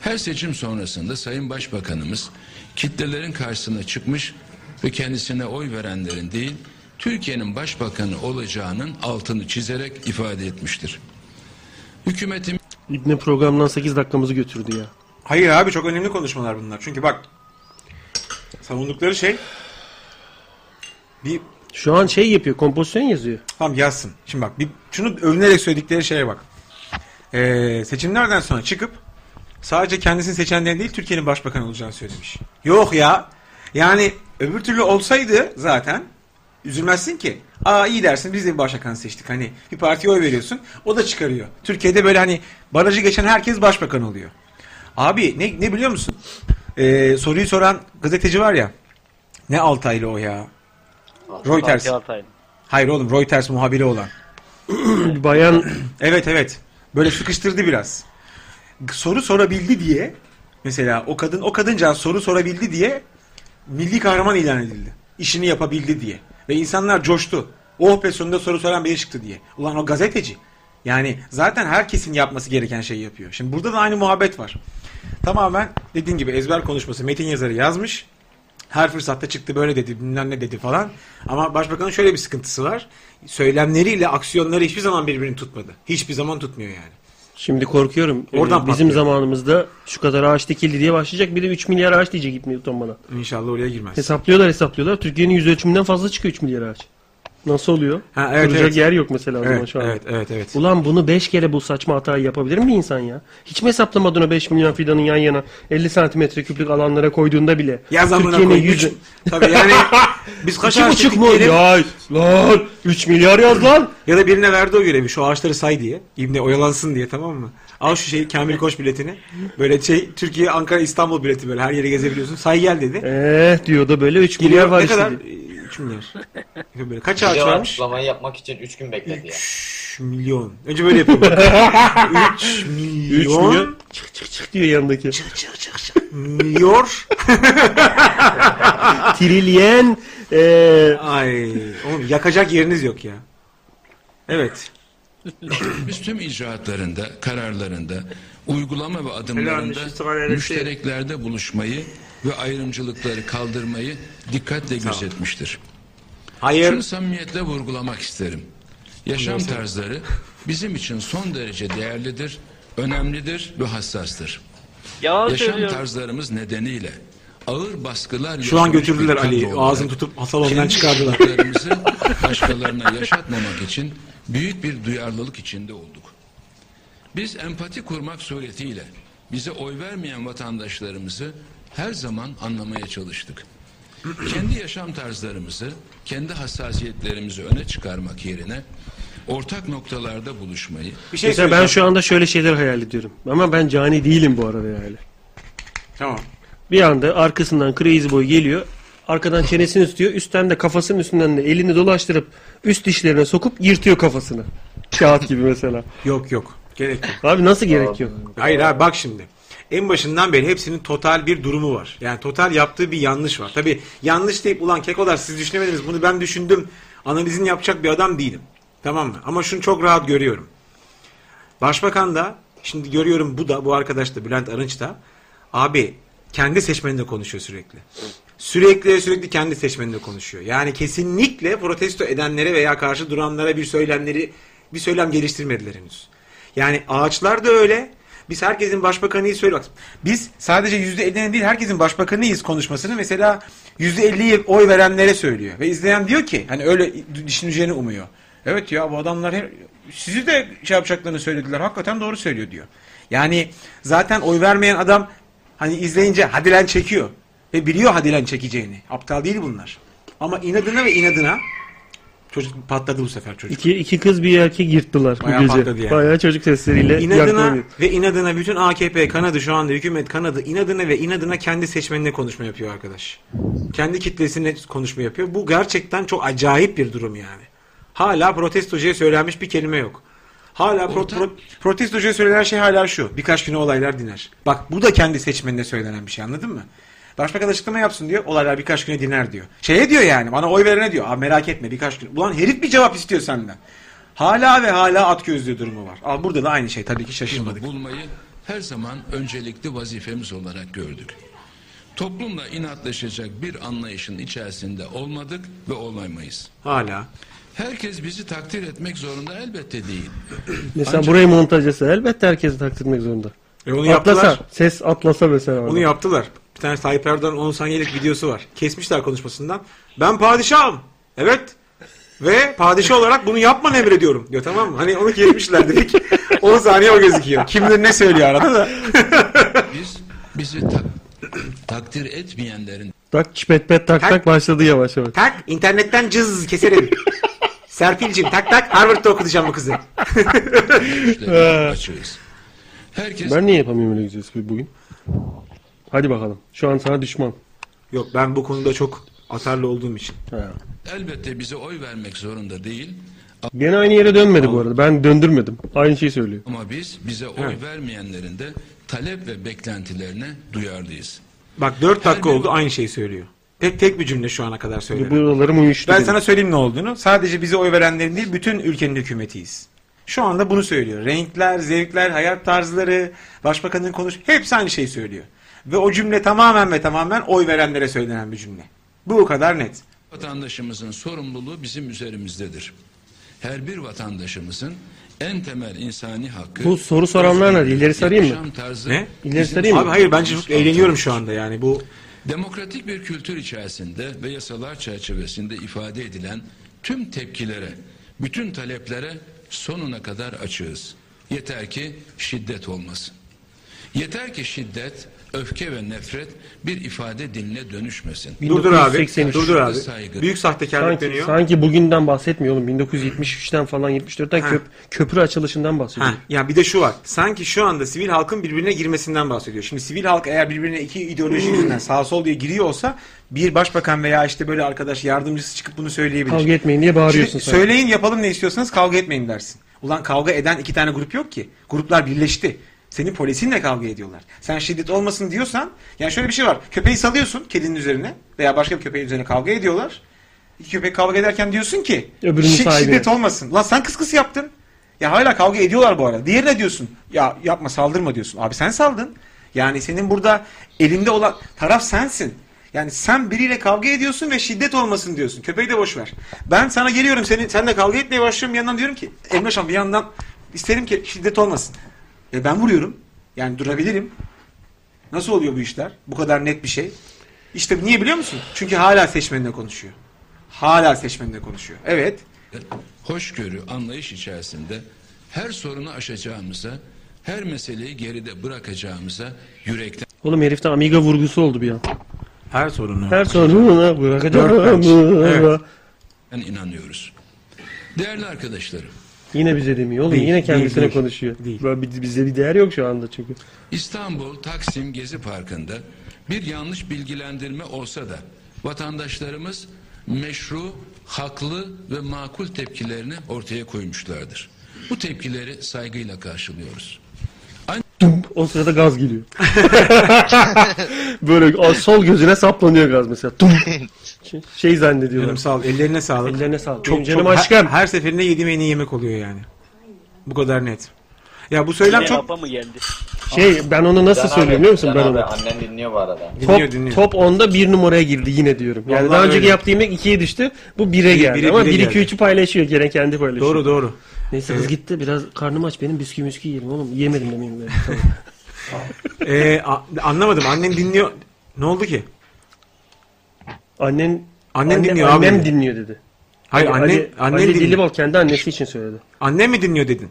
H: Her seçim sonrasında Sayın Başbakanımız kitlelerin karşısına çıkmış ve kendisine oy verenlerin değil Türkiye'nin başbakanı olacağının altını çizerek ifade etmiştir. Hükümetimiz
B: İbne programdan 8 dakikamızı götürdü ya.
C: Hayır abi çok önemli konuşmalar bunlar. Çünkü bak savundukları şey bir
B: Şu an şey yapıyor. Kompozisyon yazıyor.
C: Tamam yazsın. Şimdi bak bir, şunu övünerek söyledikleri şeye bak. Ee, seçimlerden sonra çıkıp sadece kendisini seçenlerin değil Türkiye'nin başbakanı olacağını söylemiş. Yok ya. Yani öbür türlü olsaydı zaten üzülmezsin ki. Aa iyi dersin biz de bir başbakan seçtik. Hani bir partiye oy veriyorsun o da çıkarıyor. Türkiye'de böyle hani barajı geçen herkes başbakan oluyor. Abi ne, ne biliyor musun? Ee, soruyu soran gazeteci var ya. Ne Altaylı o ya? Reuters.
A: Fatih Altaylı.
C: Hayır oğlum Reuters muhabiri olan.
B: Bir bayan
C: Evet evet. Böyle sıkıştırdı biraz. Soru sorabildi diye mesela o kadın o kadınca soru sorabildi diye milli kahraman ilan edildi. İşini yapabildi diye. Ve insanlar coştu. Oh be sonunda soru soran biri çıktı diye. Ulan o gazeteci. Yani zaten herkesin yapması gereken şeyi yapıyor. Şimdi burada da aynı muhabbet var. Tamamen dediğin gibi ezber konuşması metin yazarı yazmış. Her fırsatta çıktı böyle dedi bilmem ne dedi falan. Ama başbakanın şöyle bir sıkıntısı var. Söylemleriyle aksiyonları hiçbir zaman birbirini tutmadı. Hiçbir zaman tutmuyor yani.
B: Şimdi korkuyorum.
C: Oradan
B: Ee, bizim
C: patlıyor.
B: zamanımızda şu kadar ağaç dikildi diye başlayacak. Bir de 3 milyar ağaç diyecek İbn Newton bana.
C: İnşallah oraya girmez.
B: Hesaplıyorlar hesaplıyorlar. Türkiye'nin yüz ölçümünden fazla çıkıyor 3 milyar ağaç. Nasıl oluyor?
C: Ha, evet,
B: Duracak
C: evet.
B: yer yok mesela o zaman
C: Evet,
B: şu an.
C: evet, evet, evet.
B: Ulan bunu 5 kere bu saçma hatayı yapabilir mi insan ya? Hiç mi hesaplamadın o 5 milyon fidanın yan yana 50 santimetre küplük alanlara koyduğunda bile?
C: Yaz amına
B: Türkiye'nin
C: koyayım.
B: yüz...
C: Üç- Tabii yani biz kaç
B: İki
C: ağaç
B: buçuk
C: diktik
B: mu?
C: diyelim?
B: Ya lan 3 milyar yaz lan.
C: Ya da birine verdi o görevi. Şu ağaçları say diye. İbne oyalansın diye tamam mı? Al şu şeyi Kamil Koç biletini. Böyle şey Türkiye, Ankara, İstanbul bileti böyle her yere gezebiliyorsun. Say gel dedi.
B: Eee Eh, diyor da böyle 3 milyar
C: Geliyor
B: var
C: ne
B: işte.
C: kadar?
B: diyor.
C: 3 milyar. Böyle kaç
E: Bir
C: ağaç
E: de o
C: varmış?
E: açıklamayı yapmak için 3 gün bekledi ya.
C: 3 milyon. Önce böyle yapalım. 3
B: 3 milyon
C: milyon.
B: çık çık çık diyor yanındaki.
C: Miyor.
B: Trilyen e, eee
C: Ay. Oğlum yakacak yeriniz yok ya. Evet.
H: Biz tüm icraatlarında, kararlarında, uygulama ve
I: Helal olsun, sana helal
H: adımlarında
I: olsun.
H: müştereklerde buluşmayı ve ayrımcılıkları kaldırmayı dikkatle gözetmiştir.
C: Hayır.
H: Şunu samimiyetle vurgulamak isterim. Yaşam tarzları bizim için son derece değerlidir, önemlidir ve hassastır.
A: Yalan
H: Yaşam
A: söylüyorum.
H: tarzdlarımız nedeniyle ağır baskılar
C: Şu an
H: yaşamış bir
C: götürdüler
H: kadro
C: Ali.
H: olarak
C: Ağzını tutup salondan
H: kendi
C: çıkardılar.
H: yaşadıklarımızı başkalarına yaşatmamak için büyük bir duyarlılık içinde olduk. Biz empati kurmak suretiyle bize oy vermeyen vatandaşlarımızı her zaman anlamaya çalıştık. kendi yaşam tarzlarımızı, kendi hassasiyetlerimizi öne çıkarmak yerine ortak noktalarda buluşmayı,
C: Bir şey
B: mesela ben
C: söyleyeceğim.
B: şu anda şöyle şeyler hayal ediyorum. Ama ben cani değilim bu arada yani.
C: Tamam.
B: Bir anda arkasından Crazy Boy geliyor. Arkadan çenesini tutuyor. Üstten de kafasının üstünden de elini dolaştırıp üst dişlerine sokup yırtıyor kafasını. Kağıt gibi mesela.
C: Yok yok. Gerek yok.
B: Abi nasıl gerek yok?
C: Hayır abi bak şimdi. En başından beri hepsinin total bir durumu var. Yani total yaptığı bir yanlış var. Tabi yanlış deyip ulan kekolar siz düşünemediniz bunu ben düşündüm. Analizini yapacak bir adam değilim. Tamam mı? Ama şunu çok rahat görüyorum. Başbakan da şimdi görüyorum bu da bu arkadaş da Bülent Arınç da abi kendi seçmeninde konuşuyor sürekli. Sürekli sürekli kendi seçmeninde konuşuyor. Yani kesinlikle protesto edenlere veya karşı duranlara bir söylemleri bir söylem geliştirmediler henüz. Yani ağaçlar da öyle. Biz herkesin başbakanıyız söyle bak. Biz sadece %50'nin değil herkesin başbakanıyız konuşmasını mesela %50'yi oy verenlere söylüyor. Ve izleyen diyor ki hani öyle düşüneceğini umuyor. Evet ya bu adamlar her- sizi de şey yapacaklarını söylediler. Hakikaten doğru söylüyor diyor. Yani zaten oy vermeyen adam hani izleyince hadilen çekiyor. Ve biliyor hadilen çekeceğini. Aptal değil bunlar. Ama inadına ve inadına çocuk patladı bu sefer çocuk.
B: İki, iki kız bir erkek yırttılar bu
C: Bayağı
B: gece.
C: patladı yani.
B: Bayağı çocuk sesleriyle
C: İnadına
B: yargılanıyor.
C: ve inadına bütün AKP kanadı şu anda hükümet kanadı inadına ve inadına kendi seçmenine konuşma yapıyor arkadaş. Kendi kitlesine konuşma yapıyor. Bu gerçekten çok acayip bir durum yani. Hala protestocuya söylenmiş bir kelime yok. Hala pro- pro- protestocuya söylenen şey hala şu. Birkaç güne olaylar diner. Bak bu da kendi seçmenine söylenen bir şey anladın mı? Başbakan açıklama yapsın diyor. Olaylar birkaç güne diner diyor. Şeye diyor yani bana oy verene diyor. Abi merak etme birkaç gün. Ulan herif bir cevap istiyor senden. Hala ve hala at gözlüğü durumu var. Al burada da aynı şey tabii ki şaşırmadık.
H: Bulmayı her zaman öncelikli vazifemiz olarak gördük. Toplumla inatlaşacak bir anlayışın içerisinde olmadık ve olamayız.
C: Hala.
H: Herkes bizi takdir etmek zorunda elbette değil.
B: Mesela
H: Ancak-
B: burayı montaj etse elbette herkesi takdir etmek zorunda.
C: E onu
B: atlasa,
C: yaptılar.
B: ses atlasa mesela.
C: Onu yaptılar. Bir tane Tayyip Erdoğan 10 saniyelik videosu var. Kesmişler konuşmasından. Ben padişahım. Evet. Ve padişah olarak bunu yapmanı emrediyorum diyor tamam mı? Hani onu kesmişler dedik. 10 saniye o gözüküyor. Kim bilir ne söylüyor arada da.
H: Biz bizi tak- takdir etmeyenlerin
B: Tak çipet pet tak
C: Tak.
B: tak başladı yavaş yavaş.
C: Tak internetten cız keserim. Serpil'cim tak tak Harvard'da okutacağım bu kızı.
H: görüşlerine açığız. Herkes
B: Ben niye yapamıyorum öyle güzel espri bugün? Hadi bakalım. Şu an sana düşman.
C: Yok ben bu konuda çok atarlı olduğum için.
B: Ha.
H: elbette bize oy vermek zorunda değil
B: Gene aynı yere dönmedi bu arada. Ben döndürmedim. Aynı şeyi söylüyor.
H: ama biz bize oy
C: Evet.
H: vermeyenlerin de talep ve beklentilerine duyarlıyız.
C: Bak 4 dakika oldu aynı şeyi söylüyor. Tek tek bir cümle şu ana kadar söylüyor.
B: Buralarım uyuştu.
C: Ben
B: benim.
C: sana söyleyeyim ne olduğunu. Sadece bize oy verenlerin değil, bütün ülkenin hükümetiyiz. Şu anda bunu söylüyor. Renkler, zevkler, hayat tarzları, başbakanın konuş, hepsi aynı şeyi söylüyor. Ve o cümle tamamen ve tamamen oy verenlere söylenen bir cümle. Bu o kadar net.
H: Vatandaşımızın sorumluluğu bizim üzerimizdedir. Her bir vatandaşımızın en temel insani hakkı...
B: Bu soru soranlar nerede? İleri sarayım mı?
H: yaşam tarzı
C: Ne?
B: İleri
H: bizim
B: sarayım mı?
C: Abi hayır bence çok eğleniyorum şu anda yani bu
H: Demokratik bir kültür içerisinde ve yasalar çerçevesinde ifade edilen tüm tepkilere, bütün taleplere sonuna kadar açığız. Yeter ki şiddet olmasın. Yeter ki şiddet, öfke ve nefret bir ifade diline dönüşmesin.
C: durdur abi.
B: 1983.
C: Durdur abi.
H: Saygı.
C: Büyük sahtekarlık
B: Sanki,
C: dönüyor.
B: sanki bugünden bahsetmiyor oğlum. 1973'ten falan 74'ten
C: Ha.
B: köp, köprü açılışından bahsediyor.
C: Ha, ya bir de şu var. Sanki şu anda sivil halkın birbirine girmesinden bahsediyor. Şimdi sivil halk eğer birbirine iki ideoloji
B: Hmm.
C: yüzünden sağ sol diye giriyor olsa bir başbakan veya işte böyle arkadaş yardımcısı çıkıp bunu söyleyebilir.
B: Kavga etmeyin diye bağırıyorsun
C: Şimdi
B: sen.
C: söyleyin yapalım ne istiyorsanız kavga etmeyin dersin. Ulan kavga eden iki tane grup yok ki. Gruplar birleşti. Senin polisinle kavga ediyorlar. Sen şiddet olmasın diyorsan yani şöyle bir şey var. Köpeği salıyorsun kedinin üzerine veya başka bir köpeğin üzerine kavga ediyorlar. İki köpek kavga ederken diyorsun ki
B: Öbürünün
C: "Şi-
B: sahibi."
C: şiddet olmasın. Lan sen kıskıs yaptın. Ya hala kavga ediyorlar bu arada. Diğerine diyorsun ya yapma saldırma diyorsun. Abi sen saldın. Yani senin burada elinde olan taraf sensin. Yani sen biriyle kavga ediyorsun ve şiddet olmasın diyorsun. Köpeği de boş ver. Ben sana geliyorum seni senle kavga etmeye başlıyorum bir yandan diyorum ki Emre Şan bir yandan isterim ki şiddet olmasın. E ben vuruyorum. Yani durabilirim. Nasıl oluyor bu işler? Bu kadar net bir şey. İşte niye biliyor musun? Çünkü hala seçmenle konuşuyor. Hala seçmenle konuşuyor. Evet.
H: hoşgörü, anlayış içerisinde her sorunu aşacağımıza, her meseleyi geride bırakacağımıza yürekten
B: Oğlum herifte Amiga vurgusu oldu bir an.
C: Her sorunu.
B: Her sorununa bırakacağım.
C: Evet.
H: inanıyoruz. Değerli arkadaşlarım,
B: Yine bize demiyor oğlum.
C: Değil,
B: Yine kendisine
C: değil, değil.
B: konuşuyor.
C: Değil.
B: Böyle bir- Bize bir değer yok şu anda çünkü.
H: İstanbul Taksim Gezi Parkı'nda bir yanlış bilgilendirme olsa da vatandaşlarımız meşru, haklı ve makul tepkilerini ortaya koymuşlardır. Bu tepkileri saygıyla karşılıyoruz.
B: O sırada gaz geliyor. Böyle o sol gözüne saplanıyor gaz mesela. Tum. Şey
C: Canım
B: zannediyorlar.
C: sağ ol. Ellerine sağlık.
B: Ellerine sağlık.
C: Çok,
B: Benim canım
C: çok- her-
B: aşkım.
C: Her, seferinde yediğim en iyi yemek oluyor yani. Bu kadar net. Ya bu söylem
A: Yine
C: çok
A: hapa mı geldi?
B: Şey ben onu nasıl
E: Can abi,
B: söylüyorum biliyor musun
E: Can
B: ben
E: abi,
B: onu?
E: Annem dinliyor bu arada.
C: dinliyor
B: Top,
C: dinliyor.
B: top 10'da 1 numaraya girdi yine diyorum. Yani
C: Vallahi
B: daha önceki
C: öyle.
B: yaptığım yemek 2'ye düştü. Bu 1'e
C: Bir-
B: geldi
C: bire-
B: ama
C: bire
B: 1 2
C: geldi.
B: 3'ü paylaşıyor gene kendi paylaşıyor.
C: doğru doğru.
B: Neyse kız gitti biraz karnım aç benim bisküvi miskü yiyelim oğlum. Yemedim demeyeyim ben. Tamam.
C: Ee, a- anlamadım. Annem dinliyor. Ne oldu ki?
B: Annen
C: Annen
B: anne-
C: dinliyor abi.
B: annem dinliyor dedi.
C: Hayır
B: Ali-
C: anne,
B: Ali,
C: annen
B: Ali
C: dinliyor.
B: Dilibal kendi annesi için söyledi.
C: Annem mi dinliyor dedin?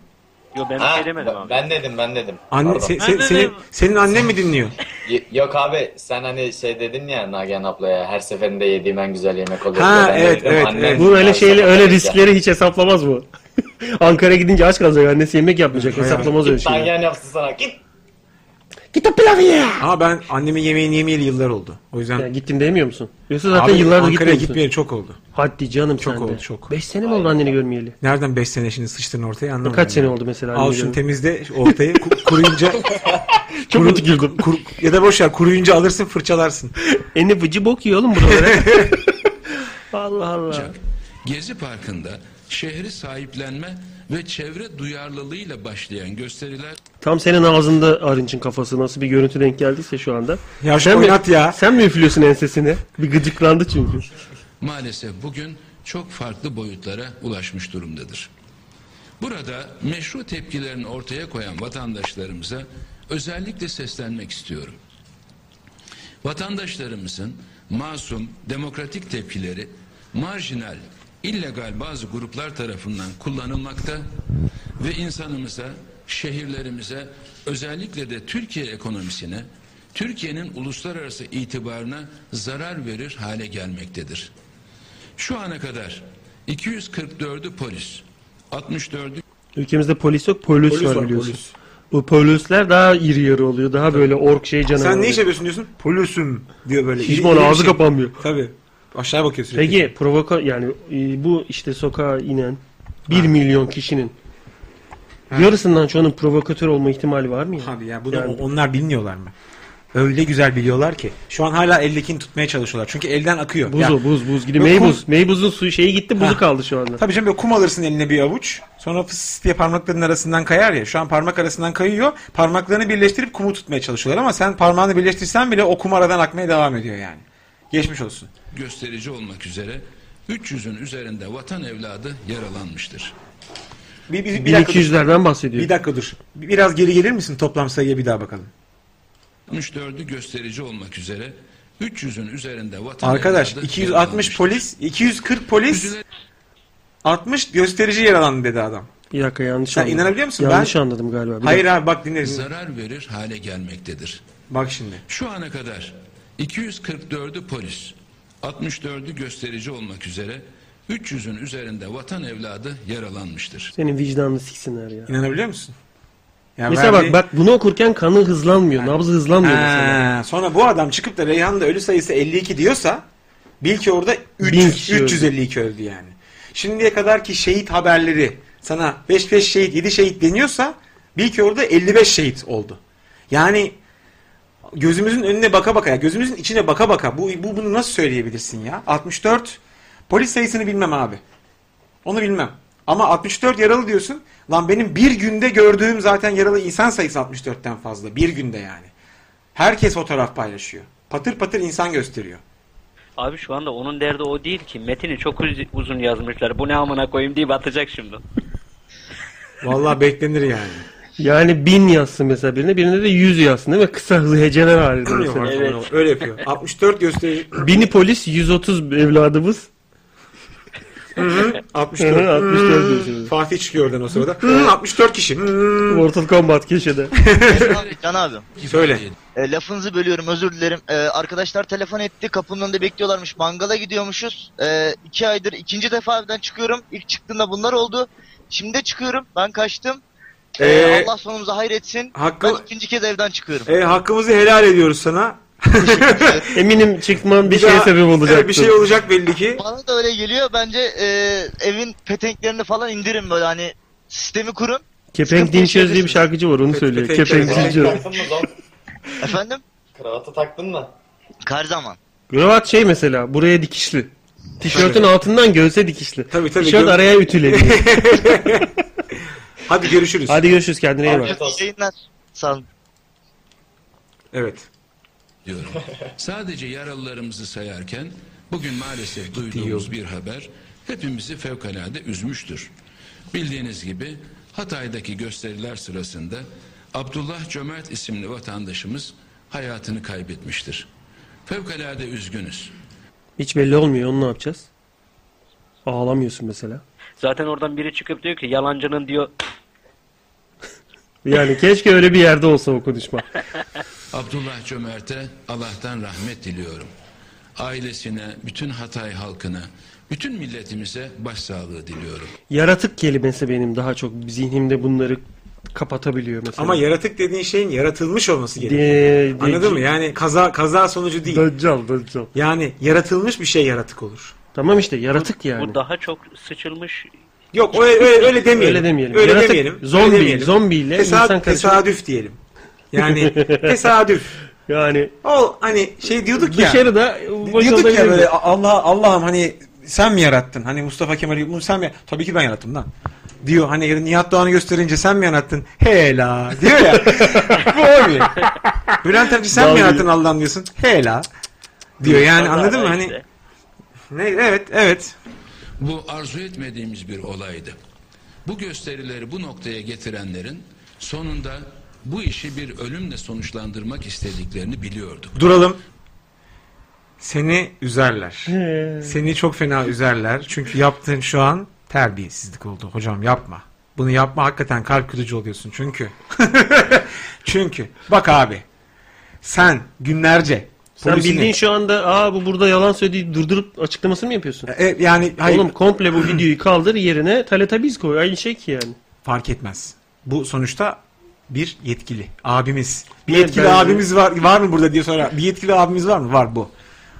A: Yo ben bir
E: Ha,
A: şey demedim abi.
E: ben dedim ben dedim.
C: Anne,
E: Pardon.
C: se- se-
A: Ben
C: senin,
A: dedim.
C: senin annen mi dinliyor?
E: Y- Yok abi sen hani şey dedin ya Nagihan ablaya her seferinde yediğim en güzel yemek oluyor.
C: Ha,
E: Ben de
C: evet,
E: dedim,
C: evet,
E: annem
C: evet.
B: Bu öyle şeyle
E: her seferinde
B: öyle
E: yiyeceğim.
B: riskleri hiç hesaplamaz bu. Ankara'ya gidince aç kalacak annesi yemek yapmayacak hesaplamaz öyle
E: Git
B: şeyleri.
E: Nagihan yapsın sana git.
B: Git o pilavı ye.
C: Ama ben annemin yemeğini yemeyeli yıllar oldu. O yüzden
B: Ya gittim demiyor musun? Yoksa zaten
C: Abi,
B: yıllardır
C: Ankara'ya
B: gitmiyorsun.
C: gitmeyeli çok oldu.
B: Hadi canım
C: Çok
B: sen
C: oldu,
B: de.
C: çok.
B: 5 sene mi oldu anneni görmeyeli?
C: Nereden 5 sene şimdi sıçtın ortaya anlamadım.
B: Kaç sene
C: yani.
B: oldu mesela?
C: Al
B: anneni
C: şunu
B: görmeyeli?
C: temizle ortayı ku- kuruyunca
B: Çok kötü girdim.
C: kur, ya da boş ver kuruyunca alırsın fırçalarsın.
B: Eni bıcı bok yiyor oğlum buralara. Allah Allah.
H: Gezi Parkı'nda şehri sahiplenme ve çevre duyarlılığıyla başlayan gösteriler
B: Tam senin ağzında Arınç'ın kafası nasıl bir görüntü denk geldiyse şu anda.
C: Ya şu oynat
B: mi,
C: ya.
B: Sen mi üflüyorsun ensesine? Bir gıcıklandı çünkü.
H: maalesef bugün çok farklı boyutlara ulaşmış durumdadır. Burada meşru tepkilerini ortaya koyan vatandaşlarımıza özellikle seslenmek istiyorum. Vatandaşlarımızın masum, demokratik tepkileri marjinal, illegal bazı gruplar tarafından kullanılmakta ve insanımıza, şehirlerimize, özellikle de Türkiye ekonomisine, Türkiye'nin uluslararası itibarına zarar verir hale gelmektedir. Şu ana kadar 244'ü polis, 64'ü
B: Ülkemizde polis yok, polis,
C: Polis
B: var
C: var,
B: biliyorsun.
C: polis.
B: Bu polisler daha iri yarı oluyor. Daha böyle ork şey canavar.
C: Sen ne iş
B: oluyor.
C: yapıyorsun diyorsun? Polüsüm diyor böyle.
B: Hiç
C: İri-
B: bana
C: iri bir şey.
B: ağzı kapanmıyor.
C: Tabii. Aşağı bakıyor sürekli.
B: Peki provoka yani e, bu işte sokağa inen 1 milyon kişinin yarısından çoğunun provokatör olma ihtimali var mı ya?
C: Abi ya bunu
B: Yani-
C: o- onlar bilmiyorlar mı? Öyle güzel biliyorlar ki. Şu an hala eldekini tutmaya çalışıyorlar. Çünkü elden akıyor.
B: Buz
C: Ya-
B: o buz buz gibi
C: Yok,
B: meybuz. Meybuzun suyu şeyi gitti buzu
C: Ha.
B: kaldı şu anda.
C: Tabii canım böyle kum alırsın eline bir avuç. Sonra fıs diye parmakların arasından kayar ya. Şu an parmak arasından kayıyor. Parmaklarını birleştirip kumu tutmaya çalışıyorlar ama sen parmağını birleştirsen bile o kum aradan akmaya devam ediyor yani. Geçmiş olsun.
H: gösterici olmak üzere 300'ün üzerinde vatan evladı yaralanmıştır.
C: Bir, bir, bir, dakika, dur.
B: 1200'lerden bahsediyor.
C: bir dakika dur. Biraz geri gelir misin toplam sayıya bir daha bakalım.
H: 64'ü gösterici olmak üzere 300'ün üzerinde vatan
C: Arkadaş
H: evladı
C: 260
H: yaralanmıştır.
C: polis, 240 polis, 60 gösterici yaralandı dedi adam.
B: Bir dakika yanlış
C: Sen
B: anladım.
C: inanabiliyor musun?
B: Yanlış
C: Ben-
B: anladım galiba. Bir
C: Hayır
B: dakika.
C: abi bak dinleriz.
H: zarar verir hale gelmektedir.
C: Bak şimdi.
H: Şu ana kadar 244'ü polis, 64'ü gösterici olmak üzere 300'ün üzerinde vatan evladı yaralanmıştır.
B: Senin vicdanını siksinler ya.
C: İnanabiliyor musun? Ya
B: Mesela
C: verdiği-
B: bak bak bunu okurken kanı hızlanmıyor. Nabzı hızlanmıyor mesela.
C: Ha, sonra bu adam çıkıp da Reyhan'da ölü sayısı 52 diyorsa bil ki orada 300,
B: Bin kişi öldü.
C: 352 öldü yani. Şimdiye kadar ki şehit haberleri sana 5-5 şehit 7 şehit deniyorsa bil ki orada 55 şehit oldu. Yani gözümüzün önüne baka baka ya gözümüzün içine baka baka bu, bu bunu nasıl söyleyebilirsin ya? 64 polis sayısını bilmem abi. Onu bilmem. Ama 64 yaralı diyorsun. Lan benim bir günde gördüğüm zaten yaralı insan sayısı 64'ten fazla. Bir günde yani. Herkes fotoğraf paylaşıyor. Patır patır insan gösteriyor.
A: Abi şu anda onun derdi o değil ki. Metini çok uz- uzun yazmışlar. Bu ne amına koyayım diye batacak şimdi.
C: Vallahi beklenir yani.
B: Yani bin yazsın mesela birine. Birine de yüz yazsın değil mi? Kısa hızlı heceler halinde mesela.
C: evet. Öyle yapıyor. 64 gösteri.
B: Bini polis 130 evladımız.
C: 64.
B: 64 diyorsunuz.
C: Hmm. Fatih çıkıyor oradan o sırada. Hı, 64 kişi. Hı.
B: Mortal Kombat köşede.
D: Can abi.
C: Söyle.
D: E, lafınızı bölüyorum özür dilerim. E, arkadaşlar telefon etti kapının önünde bekliyorlarmış. Mangala gidiyormuşuz. E, iki aydır ikinci defa evden çıkıyorum. İlk çıktığımda bunlar oldu. Şimdi de çıkıyorum. Ben kaçtım. E,
C: Ee,
D: Allah sonumuza hayretsin. Ben
C: hakkı,
D: ikinci kez evden çıkıyorum.
C: e, hakkımızı helal ediyoruz sana.
B: Eminim çıkman bir, şeye
C: daha-
B: sebep
C: Evet,
B: olacaktır.
C: bir şey olacak belli ki.
D: Bana da öyle geliyor. Bence e, evin petenklerini falan indirin böyle hani sistemi kurun.
B: Kepenk Dinçöz diye bir şarkıcı var onu
C: Peki,
B: söylüyor.
C: peki,
B: Kepenk
C: peki.
B: Dinçöz.
E: Taktın mı lan?
D: Efendim?
E: Kravatı taktın mı?
D: Her zaman.
B: Kravat şey mesela buraya dikişli. Tişörtün
C: Tabii.
B: altından göğse dikişli.
C: Tabii, tabii,
B: Tişört
C: gö-
B: araya ütüleniyor.
C: Hadi görüşürüz.
B: Hadi görüşürüz kendine iyi bak.
D: Evet, iyi yayınlar. Sağ olun.
C: Evet.
H: diyorum. Sadece yaralılarımızı sayarken bugün maalesef duyduğumuz bir haber hepimizi fevkalade üzmüştür. Bildiğiniz gibi Hatay'daki gösteriler sırasında Abdullah Cömert isimli vatandaşımız hayatını kaybetmiştir. Fevkalade üzgünüz.
B: Hiç belli olmuyor onu ne yapacağız? Ağlamıyorsun mesela.
A: Zaten oradan biri çıkıp diyor ki yalancının diyor
B: Yani keşke öyle bir yerde olsa o konuşma.
H: Abdullah Cömert'e Allah'tan rahmet diliyorum. Ailesine, bütün Hatay halkına, bütün milletimize başsağlığı diliyorum.
B: Yaratık kelimesi benim daha çok zihnimde bunları kapatabiliyor mesela.
C: Ama yaratık dediğin şeyin yaratılmış olması gerekiyor.
B: Diye- diye-
C: Anladın mı? Yani kaza kaza sonucu değil.
B: Daccal, daccal.
C: Yani yaratılmış bir şey yaratık olur.
B: Tamam işte yaratık yani.
A: Bu daha çok sıçılmış
C: Yok öyle öyle, öyle demeyelim.
B: Öyle demeyelim.
C: Öyle
B: Yaratık,
C: demeyelim. Öyle
B: zombi,
C: demeyelim.
B: zombiyle
C: Tesa-
B: insan karışımı-
C: tesadüf diyelim. Yani tesadüf.
B: Yani
C: O hani şey diyorduk ya.
B: dışarıda boş
C: diyorduk ya
B: olabilir
C: böyle
B: mi?
C: Allah Allah'ım hani sen mi yarattın? Hani Mustafa Kemal bunu sen mi? Tabii ki ben yarattım lan. Diyor hani Nihat Doğan'ı gösterince sen mi yarattın? Hela diyor ya. Bu olmuyor. Bülent Erci sen mi
B: Vallahi.
C: yarattın Allah'ım diyorsun? Hela diyor yani anladın mı? Hani
A: İşte.
C: ne, evet evet.
H: Bu arzu etmediğimiz bir olaydı. Bu gösterileri bu noktaya getirenlerin sonunda bu işi bir ölümle sonuçlandırmak istediklerini biliyorduk.
C: Duralım. Seni üzerler. Seni çok fena üzerler. Çünkü yaptığın şu an terbiyesizlik oldu. Hocam yapma. Bunu yapma hakikaten kalp kırıcı oluyorsun çünkü. çünkü bak abi. Sen günlerce
B: Sen
C: polisini-
B: bildiğin şu anda aa bu burada yalan söylediği durdurup açıklamasını mı yapıyorsun?
C: E, yani hayır
B: şey- Oğlum komple bu videoyu kaldır yerine Teletubbies koy. Aynı şey ki yani.
C: fark etmez. Bu sonuçta bir yetkili abimiz. Bir
B: Evet,
C: yetkili
B: ben-
C: abimiz var var mı burada diye sonra bir yetkili abimiz var mı? Var bu.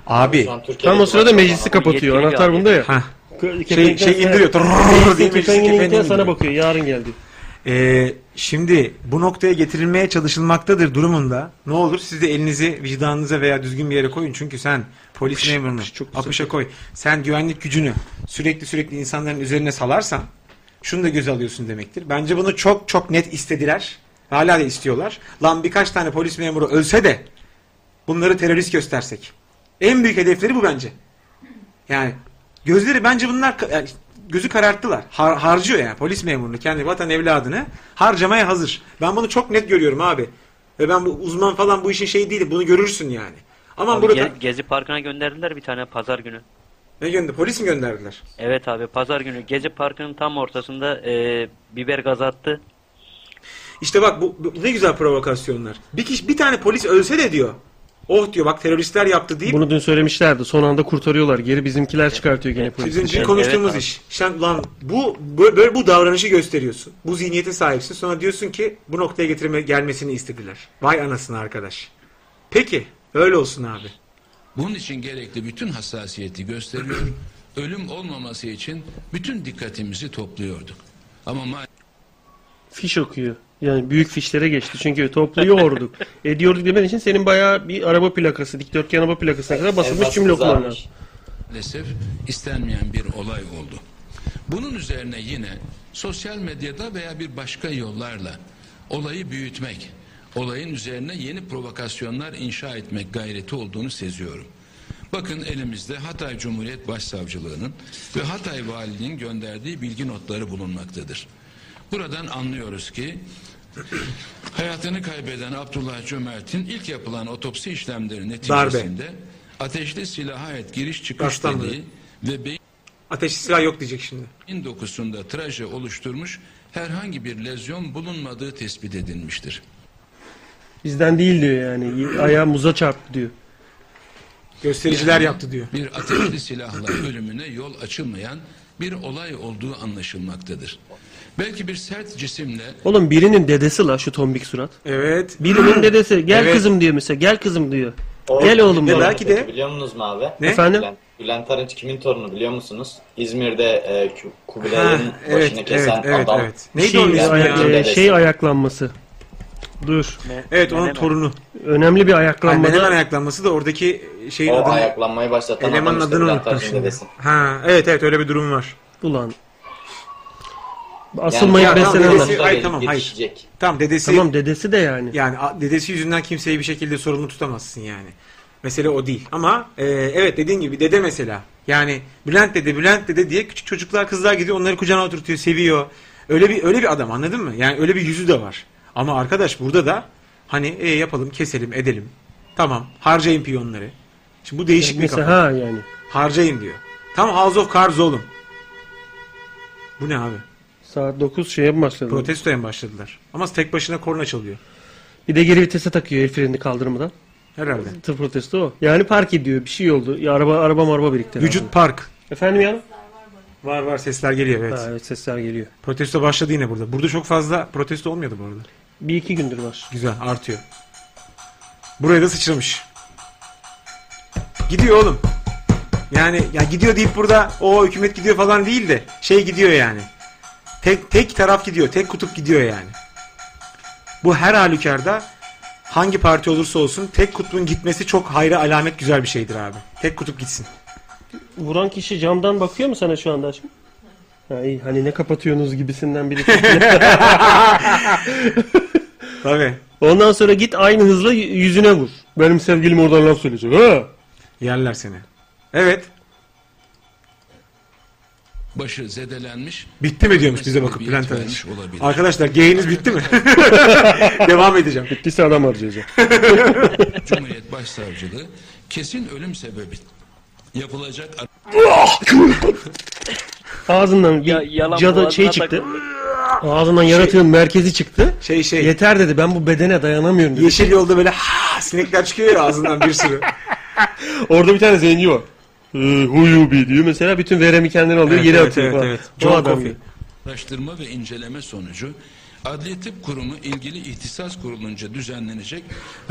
C: Abi.
E: Şu an Türkiye'de
B: Tam o sırada
E: bir-
B: meclisi kapatıyor.
A: Yetkili
B: Anahtar
A: abi.
B: bunda ya.
C: Hah.
B: Ke-
C: Şey,
B: kepenkten
C: şey
B: sana-
C: indiriyor. Trrrr diye
B: Kepenkten
C: meclis
B: kepenkini
C: kepeğini
B: indiriyor, sana
C: indiriyor.
B: bakıyor. Yarın geldi.
C: Ee, şimdi bu noktaya getirilmeye çalışılmaktadır durumunda. Ne olur siz de elinizi vicdanınıza veya düzgün bir yere koyun. Çünkü sen polis memurunu
B: pış, çok güzel.
C: apışa koy. Sen güvenlik gücünü sürekli sürekli insanların üzerine salarsan şunu da göz alıyorsun demektir. Bence bunu çok çok net istediler. Hala da istiyorlar. Lan birkaç tane polis memuru ölse de bunları terörist göstersek. En büyük hedefleri bu bence. Yani gözleri bence bunlar ka- yani gözü kararttılar. Har- harcıyor yani polis memurunu kendi vatan evladını harcamaya hazır. Ben bunu çok net görüyorum abi. Ve ben bu uzman falan bu işin şeyi değil. Bunu görürsün yani. Ama
A: Abi
C: burada
A: Ge- Gezi Parkı'na gönderdiler bir tane pazar günü.
C: ne gönderdi? Polis mi gönderdiler?
A: Evet abi pazar günü Gezi Parkı'nın tam ortasında e, biber gazı attı.
C: İşte bak bu, bu ne güzel provokasyonlar. Bir kişi bir tane polis ölse de diyor. Oh diyor bak teröristler yaptı deyip
B: Bunu dün söylemişlerdi. Son anda kurtarıyorlar. Geri bizimkiler çıkartıyor gene polisi.
C: Bizim dün
A: Evet,
C: konuştuğumuz
A: evet abi.
C: iş. Sen lan bu böyle, böyle bu davranışı gösteriyorsun. Bu zihniyete sahipsin. Sonra diyorsun ki bu noktaya getirme gelmesini istediler. Vay anasını arkadaş. Peki öyle olsun abi.
H: Bunun için gerekli bütün hassasiyeti gösteriyor. Ölüm olmaması için bütün dikkatimizi topluyorduk. Ama ma-
B: Fiş okuyor. Yani büyük fişlere geçti. Çünkü topluyorduk. Ediyorduk demen için senin bayağı bir araba plakası, dikdörtgen araba plakasına kadar basılmış
E: Elmas
B: cümle okuman
E: kızarmış.
B: lazım.
H: maalesef istenmeyen bir olay oldu. Bunun üzerine yine sosyal medyada veya bir başka yollarla olayı büyütmek, olayın üzerine yeni provokasyonlar inşa etmek gayreti olduğunu seziyorum. Bakın elimizde Hatay Cumhuriyet Başsavcılığı'nın ve Hatay Valiliğin gönderdiği bilgi notları bulunmaktadır. Buradan anlıyoruz ki hayatını kaybeden Abdullah Cömert'in ilk yapılan otopsi işlemleri neticesinde ateşli silaha ait giriş çıkış
C: Baştan
H: deliği ve beyin
C: Ateşli silah yok diyecek şimdi.
H: beyin dokusunda traje oluşturmuş herhangi bir lezyon bulunmadığı tespit edilmiştir.
B: Bizden değil diyor yani. Ayağı muza çarptı diyor.
C: Göstericiler yaptı diyor.
H: Bir ateşli silahla ölümüne yol açılmayan bir olay olduğu anlaşılmaktadır. Belki bir sert cisimle
B: Oğlum birinin dedesi la şu tombik surat.
C: Evet.
B: Birinin dedesi gel
C: Hmm. Evet.
B: kızım diyor mesela. Gel kızım diyor.
E: O-
B: Gel oğlum
C: Ve
B: diyor.
C: belki de-
E: Biliyor musunuz mu abi?
C: Ne?
B: Efendim?
E: Bülent, Bülent Arınç kimin torunu biliyor musunuz? İzmir'de e, Kü- Kubilay'ın
C: Ha,
E: başını kesen adam.
C: Neydi
B: şey,
C: onun ismi
B: ayak-
C: ya?
E: ya?
B: e, şey ayaklanması. Dur.
C: Evet onun
A: Menemen.
C: torunu.
B: Önemli bir
C: Yani
B: ayaklanmada.
C: Menemen ayaklanması da oradaki şeyin
E: O
C: adını.
E: ayaklanmayı başlatan
C: Elemanın
E: adam işte
C: adını
E: Bülent
C: unuttum
E: Arınç'ın
C: şimdi.
E: dedesi.
C: Ha evet evet öyle bir durum var.
B: Ulan. Asılmayı
C: Yani-
B: beslenenler.
C: Tamam,
B: Tamam,
C: dedesi- Ay, tamam, hayır.
E: Yetişecek.
C: Tamam dedesi
B: dedesi de yani.
C: Yani a- dedesi yüzünden kimseyi bir şekilde sorumlu tutamazsın yani. Mesele o değil. Ama e, evet dediğin gibi dede mesela. Yani Bülent dede Bülent dede diye küçük çocuklar kızlar gidiyor onları kucağına oturtuyor seviyor. Öyle bir öyle bir adam anladın mı? Yani öyle bir yüzü de var. Ama arkadaş burada da hani e, yapalım keselim edelim. Tamam harcayın piyonları. Şimdi bu değişik bir
B: Mesela
C: kafa.
B: ha yani.
C: Harcayın diyor. Tam House of Cards oğlum. Bu ne abi?
B: Saat 9 şeye mi başladı?
C: Protestoya mı başladılar? Ama tek başına korna çalıyor.
B: Bir de geri vitese takıyor el frenini kaldırmadan.
C: Herhalde.
B: Tır protesto o. Yani park ediyor bir şey oldu. Ya araba araba maraba birikti. herhalde.
C: Vücut park.
B: Efendim ya?
C: Var var sesler geliyor evet.
B: Ha, evet sesler geliyor.
C: Protesto başladı yine burada. Burada çok fazla protesto olmuyordu bu arada.
B: Bir iki gündür var.
C: Güzel artıyor. Buraya da sıçramış. Gidiyor oğlum. Yani ya gidiyor deyip burada o hükümet gidiyor falan değil de şey gidiyor yani. Tek tek taraf gidiyor, tek kutup gidiyor yani. Bu her halükarda hangi parti olursa olsun tek kutbun gitmesi çok hayra alamet güzel bir şeydir abi. Tek kutup gitsin.
B: Vuran kişi camdan bakıyor mu sana şu anda aşkım? Ha, iyi. Hani ne kapatıyorsunuz gibisinden biri.
C: Tabii.
B: Ondan sonra git aynı hızla y- yüzüne vur. Benim sevgilim oradan laf söyleyecek. Ha!
C: Yerler seni. Evet.
H: Başı zedelenmiş
C: Bitti mi diyormuş bize bakıp Bülent Hanım.
H: Bitmemiş olabilir.
C: Arkadaşlar geyiniz bitti mi? Devam edeceğim.
B: Bittiyse adam harcayacak.
H: Cumhuriyet Başsavcılığı kesin ölüm sebebi yapılacak
B: Ağzından bir
A: Ya- yalan
B: cadı
A: boğazına
B: şey çıktı. Ağzından yaratığın merkezi çıktı.
C: Şey şey.
B: Yeter dedi ben bu bedene dayanamıyorum dedi.
C: Yeşil yolda böyle ha sinekler çıkıyor ya ağzından bir sürü.
B: Orada bir tane zenci var. Ee, Huyubi diyor mesela bütün veremi kendine alıyor
C: Evet,
B: geri
C: evet,
B: atıyor
C: evet,
B: falan.
C: evet.
B: O
C: John
B: adam
C: Coffey.
B: gibi.
H: araştırma ve inceleme sonucu Adli Tıp Kurumu ilgili ihtisas kurulunca düzenlenecek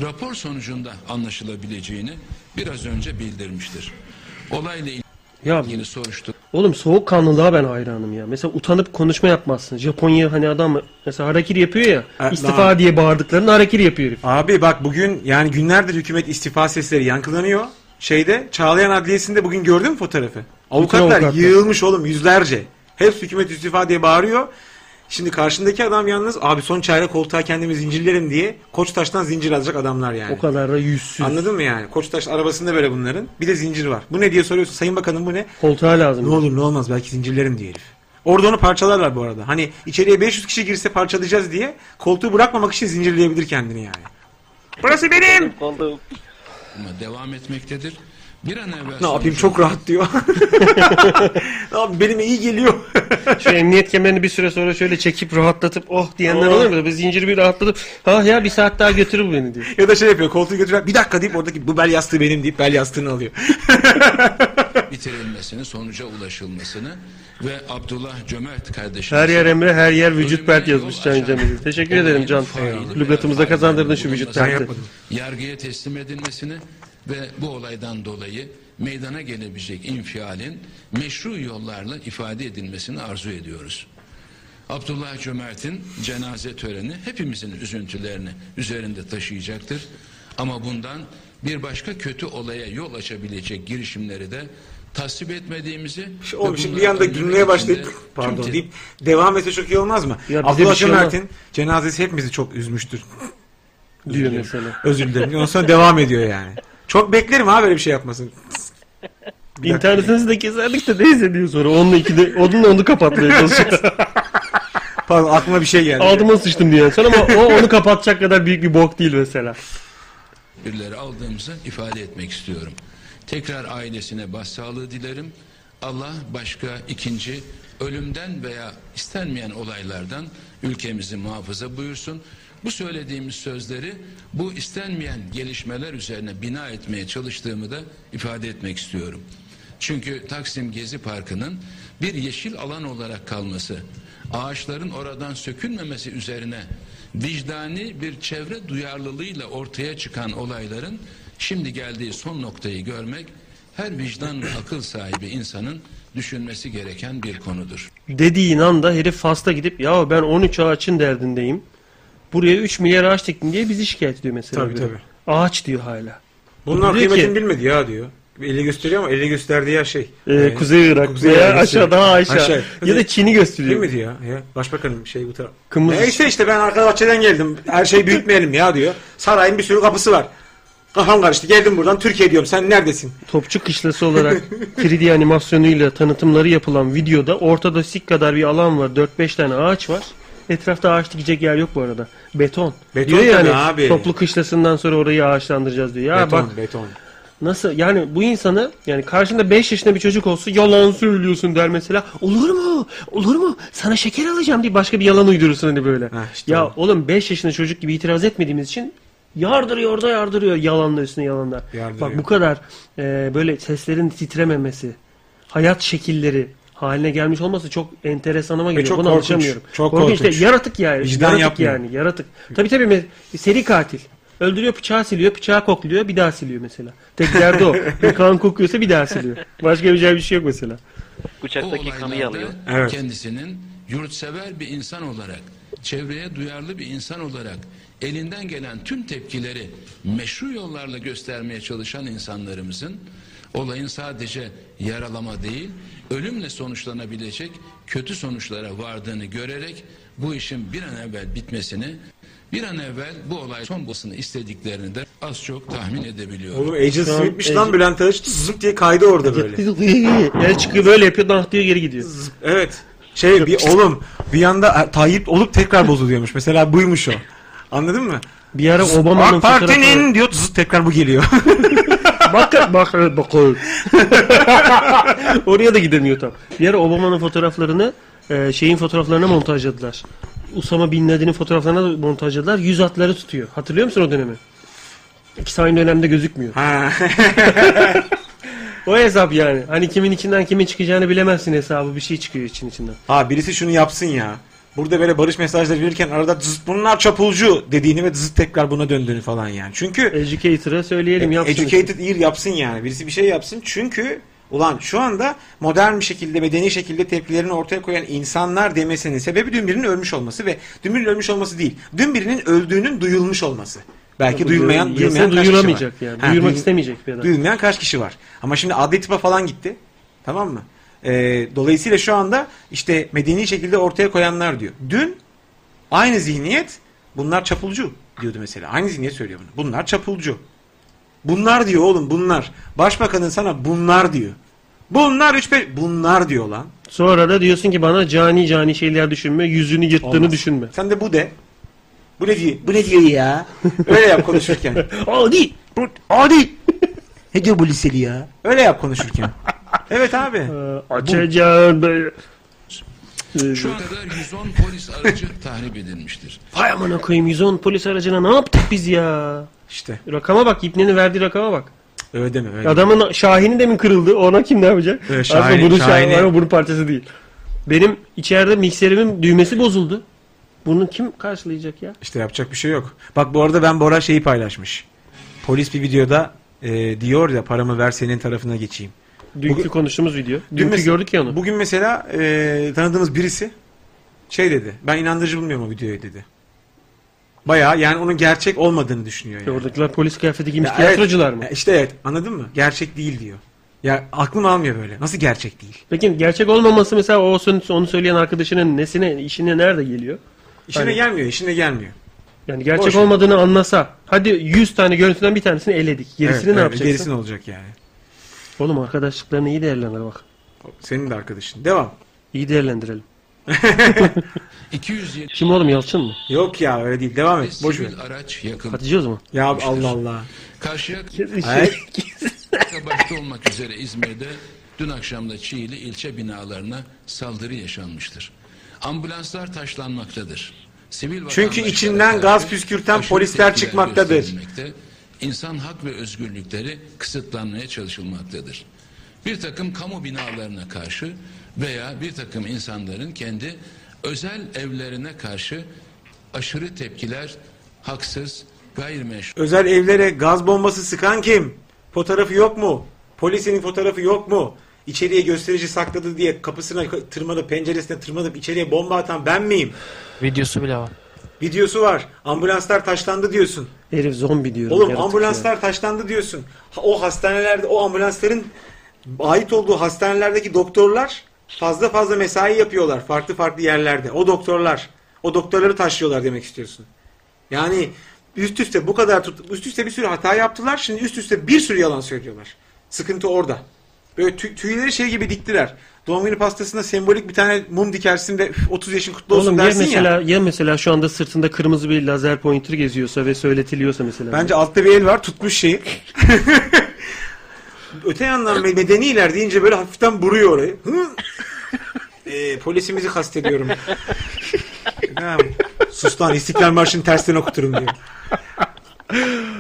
H: rapor sonucunda anlaşılabileceğini biraz önce bildirmiştir. Olayla
B: Ya
H: ilgili soruşturma
B: oğlum soğukkanlılığa ben hayranım ya. Mesela utanıp konuşma yapmazsın. Japonya hani adam mesela harakiri yapıyor ya.
C: Evet,
B: istifa
C: lan.
B: diye bağırdıklarında harakiri yapıyor herif.
C: Abi bak bugün yani günlerdir hükümet istifa sesleri yankılanıyor. Şeyde Çağlayan Adliyesi'nde bugün gördün mü fotoğrafı? Avukatlar,
B: avukatlar.
C: yığılmış oğlum yüzlerce. Hepsi hükümet istifa diye bağırıyor. Şimdi karşındaki adam yalnız abi son çare koltuğa kendimi zincirlerim diye Koçtaş'tan zincir alacak adamlar yani.
B: O kadar da yüzsüz.
C: Anladın mı yani? Koçtaş arabasında böyle bunların. Bir de zincir var. Bu ne diye soruyorsun. Sayın Bakanım bu ne?
B: Koltuğa lazım.
C: Ne olur ne olmaz belki zincirlerim diye herif. Orada onu parçalarlar bu arada. Hani içeriye 500 kişi girse parçalayacağız diye koltuğu bırakmamak için zincirleyebilir kendini yani. Burası benim.
A: Oldu.
H: devam etmektedir. Bir an evvel
C: Ne yapayım
H: sonucu-
C: çok rahat diyor. ne yapayım benim iyi geliyor.
B: Şu emniyet kemerini bir süre sonra şöyle çekip rahatlatıp oh diyenler
C: Oh.
B: olur mu? Biz zinciri bir rahatlatıp ha ya bir saat daha götürür beni diyor.
C: ya da şey yapıyor koltuğu götürüyor. Bir dakika deyip oradaki bu bel yastığı benim deyip bel yastığını alıyor.
H: bitirilmesini, sonuca ulaşılmasını ve Abdullah Cömert kardeşimiz
B: Her yer Emre, her yer vücut pert
H: Ölümüne
B: yazmış
H: yol
B: Can
H: açan-
B: Cemil. Teşekkür ederim Can.
H: Eyvallah.
B: Lügatımıza kazandırdın şu vücut
H: Ben
B: perti.
C: yapmadım.
H: yargıya teslim edilmesini ve bu olaydan dolayı meydana gelebilecek infialin meşru yollarla ifade edilmesini arzu ediyoruz. Abdullah Cömert'in cenaze töreni hepimizin üzüntülerini üzerinde taşıyacaktır. Ama bundan bir başka kötü olaya yol açabilecek girişimleri de tasvip etmediğimizi... ve
C: Oğlum şimdi bir
H: bunları
C: anda
H: önlemek
C: gülmeye başlayıp
H: için de tüm
C: pardon
H: te-
C: deyip devam etse çok iyi olmaz mı?
B: Ya bize
C: Abdullah
B: bir şey
C: Cömert'in cenazesi hepimizi çok üzmüştür.
B: Diyor mesela.
C: Özür dilerim. Ondan sonra devam ediyor yani. Çok beklerim ha böyle bir şey yapmasın.
B: İnternetinizi de keserdik de neyse diyor sonra. Onunla ikide, onunla onu kapatmaya çalışacağız.
C: Pardon aklıma bir şey geldi.
B: Altıma sıçtım diyor sen ama o onu kapatacak kadar büyük bir bok değil mesela.
H: birileri aldığımızı ifade etmek istiyorum. Tekrar ailesine başsağlığı dilerim. Allah başka ikinci ölümden veya istenmeyen olaylardan ülkemizi muhafaza buyursun. Bu söylediğimiz sözleri bu istenmeyen gelişmeler üzerine bina etmeye çalıştığımı da ifade etmek istiyorum. Çünkü Taksim Gezi Parkı'nın bir yeşil alan olarak kalması, ağaçların oradan sökülmemesi üzerine vicdani bir çevre duyarlılığıyla ortaya çıkan olayların şimdi geldiği son noktayı görmek her vicdan ve akıl sahibi insanın düşünmesi gereken bir konudur.
B: Dediğin anda herif Fas'ta gidip ya ben 13 ağaçın derdindeyim. Buraya 3 milyar ağaç diktin diye bizi şikayet ediyor mesela.
C: Tabii,
B: böyle.
C: tabii.
B: Ağaç diyor hala.
C: Bunlar
B: Diyor ki-
C: kıymetini bilmedi ya diyor. Eli gösteriyor ama eli gösterdiği yer şey.
B: Ee, Kuzey Irak
C: Kuzey
B: veya
C: Irak gösteriyor.
B: aşağı daha aşağı.
C: Aşağı.
B: Ya da Çin'i gösteriyor.
C: Değil miydi ya? ya? Başbakanım şey bu taraf.
B: Kırmızı-
C: Neyse işte ben arka bahçeden geldim. Her şeyi büyütmeyelim ya diyor. Sarayın bir sürü kapısı var. Kafam karıştı. Geldim buradan Türkiye diyorum. Sen neredesin?
B: Topçu Kışlası olarak 3D animasyonuyla tanıtımları yapılan videoda ortada sik kadar bir alan var. 4-5 tane ağaç var. Etrafta ağaç dikecek yer yok bu arada. Beton.
C: Beton
B: diyor yani
C: tabii abi.
B: toplu kışlasından sonra orayı ağaçlandıracağız diyor. Ya
C: beton,
B: bak
C: beton.
B: nasıl yani bu insanı yani karşında 5 yaşında bir çocuk olsa yalan söylüyorsun der mesela. Olur mu? Olur mu? Sana şeker alacağım diye başka bir yalan uydurursun hani böyle.
C: Heh, işte
B: ya
C: o.
B: oğlum 5 yaşında çocuk gibi itiraz etmediğimiz için yardırıyor da yardırıyor yalanlar üstüne yalanlar.
C: Yardırıyor.
B: Bak bu kadar e, böyle seslerin titrememesi, hayat şekilleri, haline gelmiş olması çok enteresanıma geliyor.
C: çok
B: Buna
C: korkunç,
B: alışamıyorum.
C: çok
B: korkunç.
C: korkunç.
B: de, yaratık yani.
C: Vicdan
B: yaratık
C: yapmıyor.
B: yani. Yaratık. Tabii tabii me- seri katil. Öldürüyor bıçağı siliyor, bıçağı kokluyor, bir daha siliyor mesela. Tek derdi o. Bir kan kokuyorsa bir daha siliyor. Başka yapacak bir şey yok mesela.
H: O
A: Bıçaktaki kanı
H: olaylarda
A: yalıyor.
C: Evet.
H: kendisinin yurtsever bir insan olarak, çevreye duyarlı bir insan olarak elinden gelen tüm tepkileri meşru yollarla göstermeye çalışan insanlarımızın olayın sadece yaralama değil, ölümle sonuçlanabilecek kötü sonuçlara vardığını görerek bu işin bir an evvel bitmesini, bir an evvel bu olay son bulmasını istediklerini de az çok tahmin edebiliyorum.
C: Oğlum Agent
B: Şu an
C: Smith'miş
B: Agent-
C: lan Bülent Arıç zıp diye kaydı orada böyle.
B: Yani çıkıyor böyle yapıyor, nah diyor geri gidiyor.
C: Evet. Şey bir oğlum bir yanda Tayyip olup tekrar bozuluyormuş. Mesela buymuş o. Anladın mı?
B: Bir ara Obama'nın
C: AK
B: fotoğrafı
C: Parti'nin diyor zıt tekrar bu geliyor.
B: Bak bak bakın. Oraya da gidemiyor tam. Bir ara Obama'nın fotoğraflarını e, şeyin fotoğraflarına montajladılar. Usama Bin Laden'in fotoğraflarına da montajladılar. Yüz atları tutuyor. Hatırlıyor musun o dönemi? İkisi aynı dönemde gözükmüyor.
C: ha.
B: O hesap yani. Hani kimin içinden kimin çıkacağını bilemezsin hesabı. Bir şey çıkıyor için içinden.
C: ha birisi şunu yapsın ya. Burada böyle barış mesajları verirken arada zıt bunlar çapulcu dediğini ve zıt tekrar buna döndüğünü falan yani. Çünkü
B: Educator'a söyleyelim E, yapsın.
C: Educated ear yapsın yani. Birisi bir şey yapsın. Çünkü ulan şu anda modern bir şekilde medeni şekilde tepkilerini ortaya koyan insanlar demesinin sebebi dün birinin ölmüş olması ve dün birinin ölmüş olması değil. Dün birinin öldüğünün duyulmuş olması. Belki
B: Tabii,
C: duyulmayan,
B: yasa
C: duyulmayan kaç kişi var?
B: duyulamayacak yani. Duyurmak
C: duyu-
B: istemeyecek bir adam.
C: Duyulmayan kaç kişi var. Ama şimdi adli tıpa falan gitti. Tamam mı? Ee, dolayısıyla şu anda işte medeni şekilde ortaya koyanlar diyor. Dün aynı zihniyet bunlar çapulcu diyordu mesela. Aynı zihniyet söylüyor bunu. Bunlar çapulcu. Bunlar diyor oğlum bunlar. Başbakanın sana bunlar diyor. Bunlar üç beş bunlar diyor lan.
B: Sonra da diyorsun ki bana cani cani şeyler düşünme. Yüzünü yırttığını
C: Olmaz.
B: düşünme.
C: Sen de bu de. Bu ne diyor? Bu ne diyor ya? Öyle yap konuşurken.
B: Adi!
C: Adi. Ne diyor bu liseli ya? Öyle yap konuşurken. Evet abi.
B: Açacağım. be- Ee,
H: Şu ana kadar 110 polis aracı tahrip edilmiştir.
B: Hay amına koyayım 110 polis aracına ne yaptık biz ya?
C: İşte
B: Rakama bak İbni'nin verdiği rakama bak.
C: öyle deme. Öyle
B: Adamın Şahin'i de mi kırıldı? Ona kim ne yapacak?
C: Evet,
B: Aslında
C: Şahin'i-
B: bunun, Şah-
C: Şahin'i-
B: ama bunun parçası değil. Benim içeride mikserimin düğmesi bozuldu. Bunu kim karşılayacak ya?
C: İşte yapacak bir şey yok. Bak bu arada ben Bora şeyi paylaşmış. Polis bir videoda e, diyor ya paramı ver senin tarafına geçeyim.
B: Dünkü
C: Bugün-
B: konuştuğumuz video.
C: Dün
B: Dünkü
C: mes-
B: gördük ya onu.
C: Bugün mesela e, tanıdığımız birisi şey dedi. Ben inandırıcı bulmuyorum o videoyu dedi. Bayağı yani onun gerçek olmadığını düşünüyor yani.
B: Oradakiler polis kıyafeti giymiş
C: Ya
B: tiyatrocular
C: evet. E-
B: mı?
C: Ya İşte evet anladın mı? Gerçek değil diyor. Ya aklım almıyor böyle. Nasıl gerçek değil?
B: Peki gerçek olmaması mesela o sön- onu söyleyen arkadaşının nesine, işine nerede geliyor?
C: İşine
B: Aynen.
C: gelmiyor, işine gelmiyor.
B: Yani gerçek
C: Boş ver.
B: olmadığını anlasa. Hadi 100 tane görüntüden bir tanesini eledik. Gerisini
C: Evet,
B: ne
C: evet,
B: yapacaksın?
C: Gerisi ne olacak yani?
B: Oğlum arkadaşlıklarını iyi değerlendir bak.
C: Senin de arkadaşın. Devam.
B: İyi değerlendirelim.
H: 270
B: Kim oğlum Yalçın mı?
C: Yok ya öyle değil. Devam et. Boş ver.
H: sivil araç yakın.
B: Hatice o zaman.
C: Ya Allah Allah.
H: Karşıya
C: Ay.
H: başta olmak üzere İzmir'de dün akşam da Çiğli ilçe binalarına saldırı yaşanmıştır. Ambulanslar taşlanmaktadır. Sivil vatandaşlara
C: içinden
H: karşı
C: gaz püskürten
H: aşırı
C: polisler
H: tepkiler
C: çıkmaktadır.
H: gösterilmekte, İnsan hak ve özgürlükleri kısıtlanmaya çalışılmaktadır. Bir takım kamu binalarına karşı veya bir takım insanların kendi özel evlerine karşı aşırı tepkiler haksız, gayrimeşru
C: Özel evlere gaz bombası sıkan kim? Fotoğrafı yok mu? Polisinin fotoğrafı yok mu? İçeriye gösterici sakladı diye kapısına tırmanıp penceresine tırmanıp içeriye bomba atan ben miyim?
I: Videosu bile var.
C: Videosu var. Ambulanslar taşlandı diyorsun.
B: Herif zombi diyorum.
C: Oğlum
B: yaratık şey.
C: ambulanslar taşlandı diyorsun. Ha- O hastanelerde o ambulansların ait olduğu hastanelerdeki doktorlar fazla fazla mesai yapıyorlar farklı farklı yerlerde. O doktorlar o doktorları taşlıyorlar demek istiyorsun. Yani üst üste bu kadar tut üst üste bir sürü hata yaptılar. Şimdi üst üste bir sürü yalan söylüyorlar. Sıkıntı orada. Böyle tü- tüyleri şey gibi diktiler. Doğum günü pastasına sembolik bir tane mum dikersin de "Üf, 30 yaşın kutlu
B: ya.
C: olsun
B: Oğlum ya
C: dersin
B: mesela
C: ya.
B: ya. mesela şu anda sırtında kırmızı bir lazer pointer geziyorsa ve söyletiliyorsa mesela.
C: Bence altta bir el var tutmuş şeyi. Öte yandan me- medeniler deyince böyle hafiften buruyor orayı. Hı? Ee, polisimizi kastediyorum. Ha, Sus lan İstiklal Marşı'nı tersten okuturum diyor.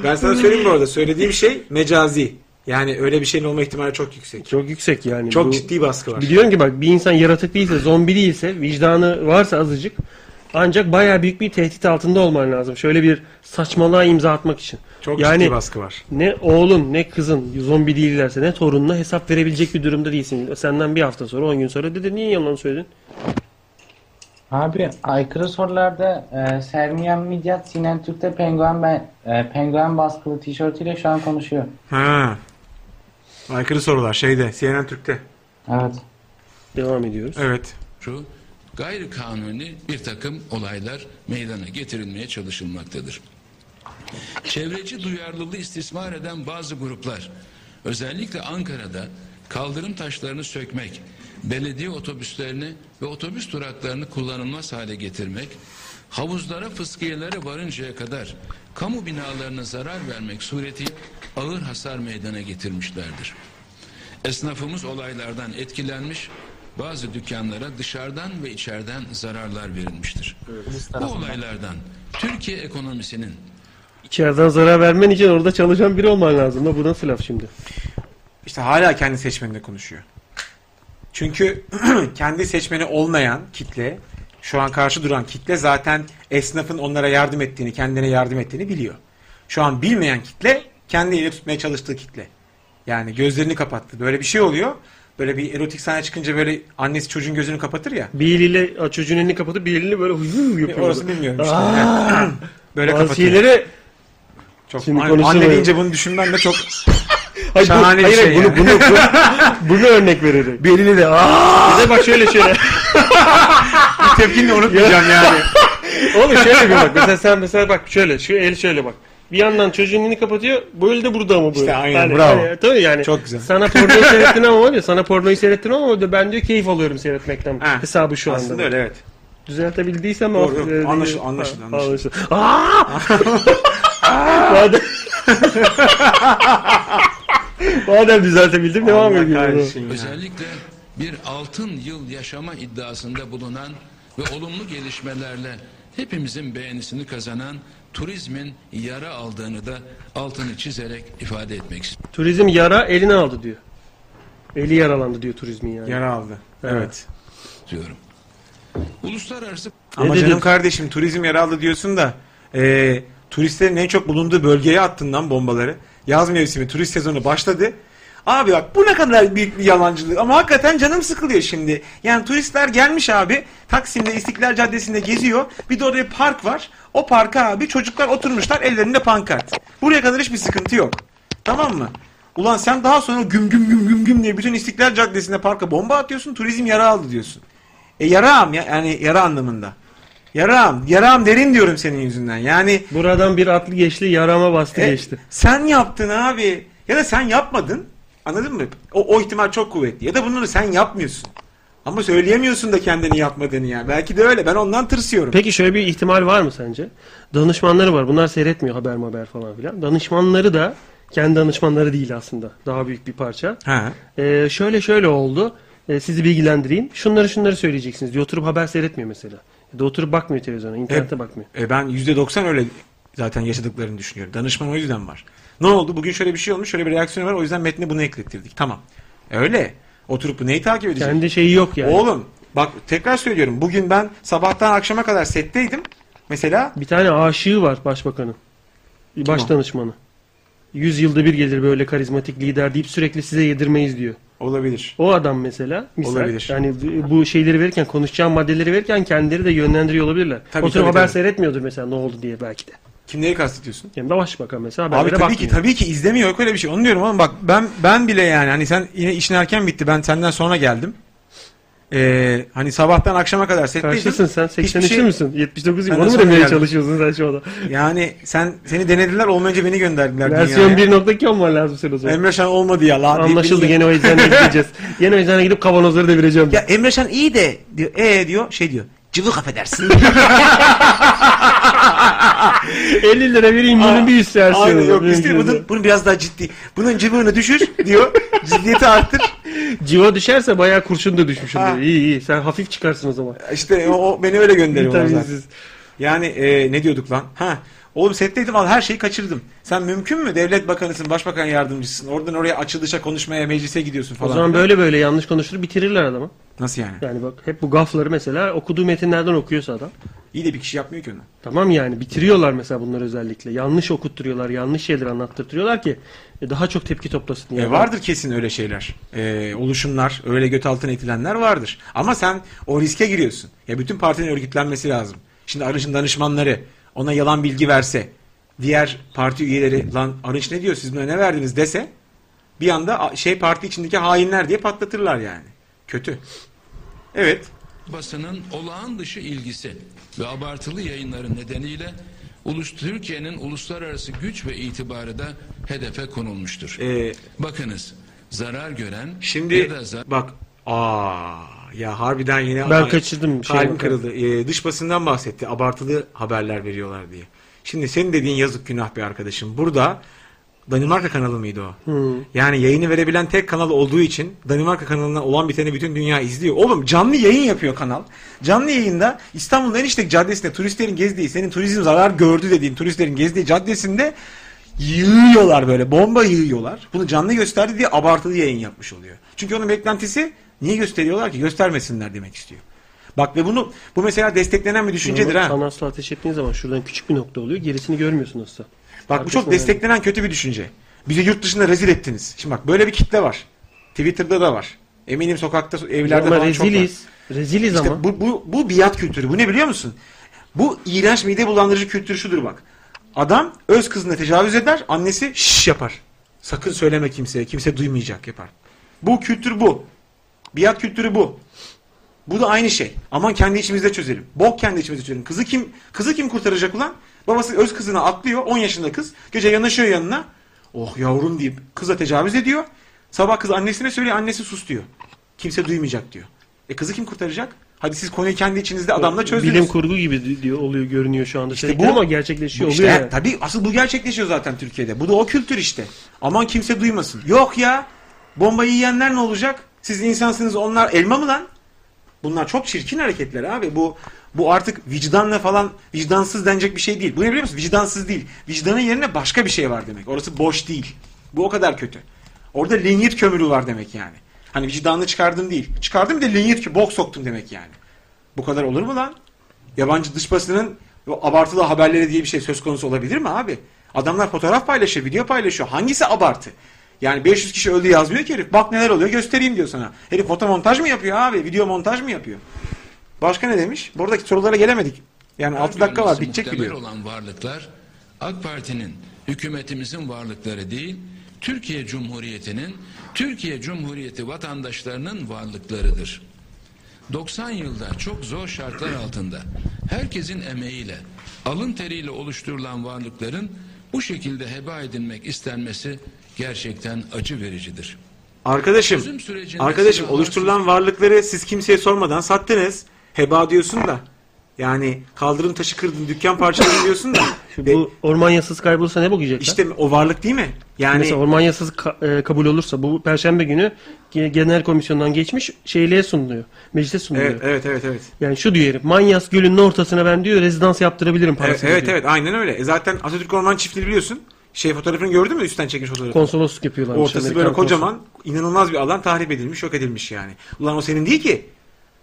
C: Ben sana söyleyeyim bu arada. Söylediğim şey mecazi. Yani öyle bir şeyin olma ihtimali çok yüksek.
B: Çok yüksek yani.
C: Çok
B: Bu-
C: ciddi baskı var.
B: Biliyorum ki bak bir insan yaratık değilse, zombi değilse, vicdanı varsa azıcık ancak bayağı büyük bir tehdit altında olman lazım. Şöyle bir saçmalığa imza atmak için.
C: Çok
B: yani
C: ciddi baskı var.
B: ne oğlun ne kızın zombi değillerse ne torununa hesap verebilecek bir durumda değilsin. Senden bir hafta sonra 10 gün sonra dedi niye yalan söyledin?
F: Abi aykırı sorularda e, Sermiyen Midyat Sinan Türk'te penguen, ben, e, penguen baskılı tişörtüyle şu an konuşuyor.
C: Ha. Aykırı sorular şeyde CNN Türk'te.
F: Evet.
B: Devam ediyoruz.
C: Evet.
H: şu gayri kanuni bir takım olaylar meydana getirilmeye çalışılmaktadır. Çevreci duyarlılığı istismar eden bazı gruplar özellikle Ankara'da kaldırım taşlarını sökmek, belediye otobüslerini ve otobüs duraklarını kullanılmaz hale getirmek, havuzlara fıskiyelere varıncaya kadar kamu binalarına zarar vermek suretiyle ağır hasar meydana getirmişlerdir. Esnafımız olaylardan etkilenmiş, bazı dükkanlara dışarıdan ve içeriden zararlar verilmiştir. Bu olaylardan Türkiye ekonomisinin
B: İçeriden zarar vermen için orada çalışan biri olman lazım. Da bu nasıl laf şimdi?
C: İşte hala kendi seçmeninde konuşuyor. Çünkü kendi seçmeni olmayan kitle, şu an karşı duran kitle zaten esnafın onlara yardım ettiğini, kendine yardım ettiğini biliyor. Şu an bilmeyen kitle kendi eli tutmaya çalıştığı kitle. Yani gözlerini kapattı. Böyle bir şey oluyor. Böyle bir erotik sahne çıkınca böyle annesi çocuğun gözünü kapatır ya.
B: Bir eliyle a, çocuğun elini kapatıp bir eliyle böyle huu yapıyor.
C: Orası bilmiyorum işte. böyle
B: Bazı
C: kapatıyor.
B: şeyleri
C: Çok
B: Şimdi
C: anne,
B: konuşalım.
C: anne deyince bunu düşünmem de çok
B: Hayır, bu-
C: Şahane bir
B: hayır,
C: şey
B: bunu,
C: yani.
B: bunu, bunu, bunu örnek vererek.
C: belini de
B: Bize bak şöyle şöyle.
C: tepkini de unutmayacağım yani.
B: Oğlum şöyle bir bak. Mesela sen mesela bak şöyle. Şu el şöyle bak. Bir yandan çocuğun elini kapatıyor. Bu el de burada ama böyle.
C: İşte aynen, bravo.
B: tabii yani.
C: Çok güzel.
B: Sana pornoyu seyrettin ama var ya. Sana pornoyu seyrettin ama diyor, ben diyor keyif alıyorum seyretmekten.
C: Ha,
B: Hesabı şu anda.
C: Aslında öyle evet.
B: Düzeltebildiysem
C: Doğru,
B: of,
C: yok.
B: e,
C: Anlaşıldı,
B: e,
C: anlaşıldı,
B: ha,
C: anlaşıldı.
B: Aa! Madem- Madem düzeltebildim devam
C: Allah
B: ediyorum.
C: kahretsin ya.
H: özellikle bir altın yıl yaşama iddiasında bulunan ve olumlu gelişmelerle hepimizin beğenisini kazanan turizmin yara aldığını da altını çizerek ifade etmek istiyorum.
B: Turizm yara eline aldı diyor. Eli yaralandı diyor turizmin yani.
C: Yara aldı.
B: Evet.
C: Evet.
H: diyorum. Uluslararası
C: Ama
B: Ne
C: canım
B: dedin?
C: kardeşim turizm yer aldı diyorsun da e, turistlerin en çok bulunduğu bölgeye attın lan bombaları. Yaz mevsimi turist sezonu başladı. Abi bak bu ne kadar büyük bir yalancılık ama hakikaten canım sıkılıyor şimdi. Yani turistler gelmiş abi Taksim'de İstiklal Caddesi'nde geziyor. Bir de orada bir park var. O parka abi çocuklar oturmuşlar ellerinde pankart. Buraya kadar hiçbir sıkıntı yok. Tamam mı? Ulan sen daha sonra güm güm güm güm güm diye bütün İstiklal Caddesi'nde parka bomba atıyorsun turizm yara aldı diyorsun. E yaram ya yani yara anlamında. Yaram, yaram derin diyorum senin yüzünden. Yani
B: Buradan bir atlı geçti yarama bastı
C: e,
B: geçti.
C: sen yaptın abi. Ya da sen yapmadın. Anladın mı? O, o ihtimal çok kuvvetli. Ya da bunları sen yapmıyorsun. Ama söyleyemiyorsun da kendini yapmadığını ya. Belki de öyle. Ben ondan tırsıyorum.
B: Peki şöyle bir ihtimal var mı sence? Danışmanları var. Bunlar seyretmiyor haber haber falan filan. Danışmanları da kendi danışmanları değil aslında. Daha büyük bir parça.
C: Ha.
B: Ee, şöyle şöyle oldu. Ee, sizi bilgilendireyim. Şunları şunları söyleyeceksiniz diye oturup haber seyretmiyor mesela. Ya da oturup bakmıyor televizyona, internete
C: E,
B: bakmıyor.
C: E ben %90 öyle zaten yaşadıklarını düşünüyorum. Danışman o yüzden var. Ne oldu? Bugün şöyle bir şey olmuş, şöyle bir reaksiyon var. O yüzden metne bunu eklettirdik. Tamam. E, Öyle. Oturup bu neyi takip edecek?
B: Kendi şeyi yok yani.
C: Oğlum bak tekrar söylüyorum. Bugün ben sabahtan akşama kadar setteydim. Mesela
B: Bir tane aşığı var başbakanın. Baş
C: o?
B: danışmanı. Yüz yılda bir gelir böyle karizmatik lider deyip sürekli size yedirmeyiz diyor.
C: olabilir.
B: O adam mesela misal,
C: Olabilir.
B: yani bu şeyleri verirken konuşacağım maddeleri verirken kendileri de yönlendiriyor olabilirler.
C: Tabii,
B: Oturup
C: tabii,
B: haber
C: tabii.
B: seyretmiyordur mesela ne oldu diye belki de.
C: Kimleri kastediyorsun?
B: Yani de başbakan mesela
C: Abi
B: haberlere
C: tabii
B: bakmıyor.
C: ki tabii ki izlemiyor yok öyle bir şey. Onu diyorum oğlum bak ben ben bile yani hani sen yine işin erken bitti. Ben senden sonra geldim. Ee, hani sabahtan akşama kadar setteydim.
B: Kaçlısın sen? 83'lü
C: Hiçbir şey-
B: müsün? 79
C: Ben
B: Onu mu
C: sonra
B: demeye
C: geldim.
B: çalışıyorsun sen şu anda?
C: Yani sen seni denediler olmayınca beni gönderdiler
B: Versiyon
C: dünyaya.
B: 1.2 olman lazım sen o zaman.
C: Emre Şan olmadı ya la. deyip
B: Anlaşıldı
C: beni-
B: gene o eczaneye gideceğiz. Yine o eczaneye gidip kavanozları devireceğim.
C: Ya Emre Şan iyi de diyor. E diyor şey diyor. Cıvık affedersin.
B: 50 lira vereyim bunun bir üst versiyonu.
C: Aynen yok
B: Bunun
C: istedim
B: bir üst-
C: bunun, bunun biraz daha ciddi. Bunun cıvığını düşür diyor. Ciddiyeti arttır.
B: Civa düşerse bayağı kurşun da düşmüş
C: Ha.
B: oluyor. İyi iyi sen hafif çıkarsın o zaman.
C: İşte o, o beni öyle gönderiyor.
B: Vitaminsiz.
C: Yani e, ne diyorduk lan? Ha Oğlum setteydim al her şeyi kaçırdım. Sen mümkün mü? Devlet bakanısın, başbakan yardımcısın. Oradan oraya açılışa, konuşmaya, meclise gidiyorsun
B: O
C: falan.
B: zaman böyle böyle yanlış konuşur bitirirler adamı.
C: Nasıl yani?
B: Yani bak hep bu gafları mesela okuduğu metinlerden okuyorsa adam.
C: İyi de bir kişi yapmıyor ki onu.
B: Tamam yani bitiriyorlar mesela bunları özellikle. Yanlış okutturuyorlar, yanlış şeyler anlattırtıyorlar ki e, daha çok tepki toplasın diye.
C: E, vardır kesin öyle şeyler. E, oluşumlar, öyle göt altına itilenler vardır. Ama sen o riske giriyorsun. Ya bütün partinin örgütlenmesi lazım. Şimdi Arınç'ın danışmanları ona yalan bilgi verse, diğer parti üyeleri lan Arınç ne diyor siz buna ne verdiniz dese bir anda a- şey parti içindeki hainler diye patlatırlar yani. Kötü. Evet.
H: basının olağan dışı ilgisi ve abartılı yayınları nedeniyle ulus Türkiye'nin uluslararası güç ve itibarı da hedefe konulmuştur.
C: E,
H: Bakınız zarar gören
C: Şimdi
H: ya da zarar
C: bak aa ya harbiden yine
B: Ben kaçırdım bir şey.
C: kalbim kırıldı. Ee, dış basından bahsetti. Abartılı haberler veriyorlar diye. Şimdi senin dediğin yazık günah bir arkadaşım. Burada Danimarka kanalı mıydı o? Yani yayını verebilen tek kanal olduğu için Danimarka kanalına olan biteni bütün dünya izliyor. Oğlum canlı yayın yapıyor kanal. Canlı yayında İstanbul'un Eniştek Caddesi'nde turistlerin gezdiği, senin turizm zarar gördü dediğin turistlerin gezdiği caddesinde yığıyorlar böyle bomba yığıyorlar. Bunu canlı gösterdi diye abartılı yayın yapmış oluyor. Çünkü onun beklentisi niye gösteriyorlar ki? Göstermesinler demek istiyor. Bak ve bunu bu mesela desteklenen bir düşüncedir ha.
B: Sana asla ateş ettiğin zaman şuradan küçük bir nokta oluyor. Gerisini görmüyorsun asla.
C: Bak bu
B: Arkasına
C: çok desteklenen kötü bir düşünce. Bizi yurt dışında rezil ettiniz. Şimdi bak böyle bir kitle var. Twitter'da da var. Eminim sokakta, evlerde
B: Ama
C: falan çok var.
B: reziliz. Reziliz
C: İşte
B: ama.
C: bu, bu, bu biat kültürü. Bu ne biliyor musun? Bu iğrenç mide bulandırıcı kültür şudur bak. Adam öz kızına tecavüz eder, annesi şş yapar. Sakın söyleme kimseye, kimse duymayacak yapar. Bu kültür bu. Biat kültürü bu. Bu da aynı şey. Aman kendi içimizde çözelim. Bok kendi içimizde çözelim. Kızı kim kızı kim kurtaracak ulan? Babası öz kızına atlıyor. 10 yaşında kız. Gece yanaşıyor yanına. Oh yavrum deyip kıza tecavüz ediyor. Sabah kız annesine söylüyor. Annesi sus diyor. Kimse duymayacak diyor. E kızı kim kurtaracak? Hadi siz konuyu kendi içinizde adamla çözdünüz.
B: Bilim kurgu gibi di- diyor oluyor görünüyor şu anda. İşte
C: bu-
B: ama gerçekleşiyor
C: Bu işte,
B: oluyor. yani.
C: Tabii asıl bu gerçekleşiyor zaten Türkiye'de. Bu da o kültür işte. Aman kimse duymasın. Yok ya. Bombayı yiyenler ne olacak? Siz insansınız onlar elma mı lan? Bunlar çok çirkin hareketler abi. Bu bu artık vicdanla falan vicdansız denecek bir şey değil. Bu ne biliyor musun? Vicdansız değil. Vicdanın yerine başka bir şey var demek. Orası boş değil. Bu o kadar kötü. Orada linyet kömürü var demek yani. Hani vicdanını çıkardım değil. Çıkardım bir de linyet kö- bok soktum demek yani. Bu kadar olur mu lan? Yabancı dış basının o abartılı haberleri diye bir şey söz konusu olabilir mi abi? Adamlar fotoğraf paylaşıyor, video paylaşıyor. Hangisi abartı? Yani 500 kişi öldü yazmıyor ki herif. Bak neler oluyor göstereyim diyor sana. Herif foto montaj mı yapıyor abi? Video montaj mı yapıyor? Başka ne demiş? Buradaki sorulara gelemedik. Yani 6 dakika var
H: görmesi
C: bitecek
H: muhtemel
C: video.
H: olan varlıklar AK Parti'nin hükümetimizin varlıkları değil Türkiye Cumhuriyeti'nin Türkiye Cumhuriyeti vatandaşlarının varlıklarıdır. 90 yılda çok zor şartlar altında herkesin emeğiyle, alın teriyle oluşturulan varlıkların bu şekilde heba edilmek istenmesi gerçekten acı vericidir.
C: Arkadaşım,
H: Çözüm sürecinde
C: arkadaşım
H: silahlar-
C: oluşturulan varlıkları siz kimseye sormadan sattınız. Heba diyorsun da. Yani kaldırım taşı kırdın, dükkan parçaladın diyorsun da.
B: Şu
C: E,
B: bu orman yasası kaybolsa ne bakacaklar?
C: işte o varlık değil mi? Yani
B: Mesela orman yasası ka- e, kabul olursa bu perşembe günü ge- genel komisyondan geçmiş şeyliğe sunuluyor. Meclise sunuluyor.
C: evet e, evet evet evet.
B: Yani şu diyor herif Manyas Gölü'nün ortasına ben diyor rezidans yaptırabilirim
C: Evet
B: parasını
C: E, evet,
B: diyor.
C: evet, aynen öyle. E zaten Atatürk Orman Çiftliği biliyorsun. Şey fotoğrafını gördün mü üstten çekmiş fotoğrafı?
B: Konsolosluk yapıyorlar.
C: Ortası böyle kocaman, inanılmaz bir alan tahrip edilmiş, yok edilmiş yani. Ulan o senin değil ki.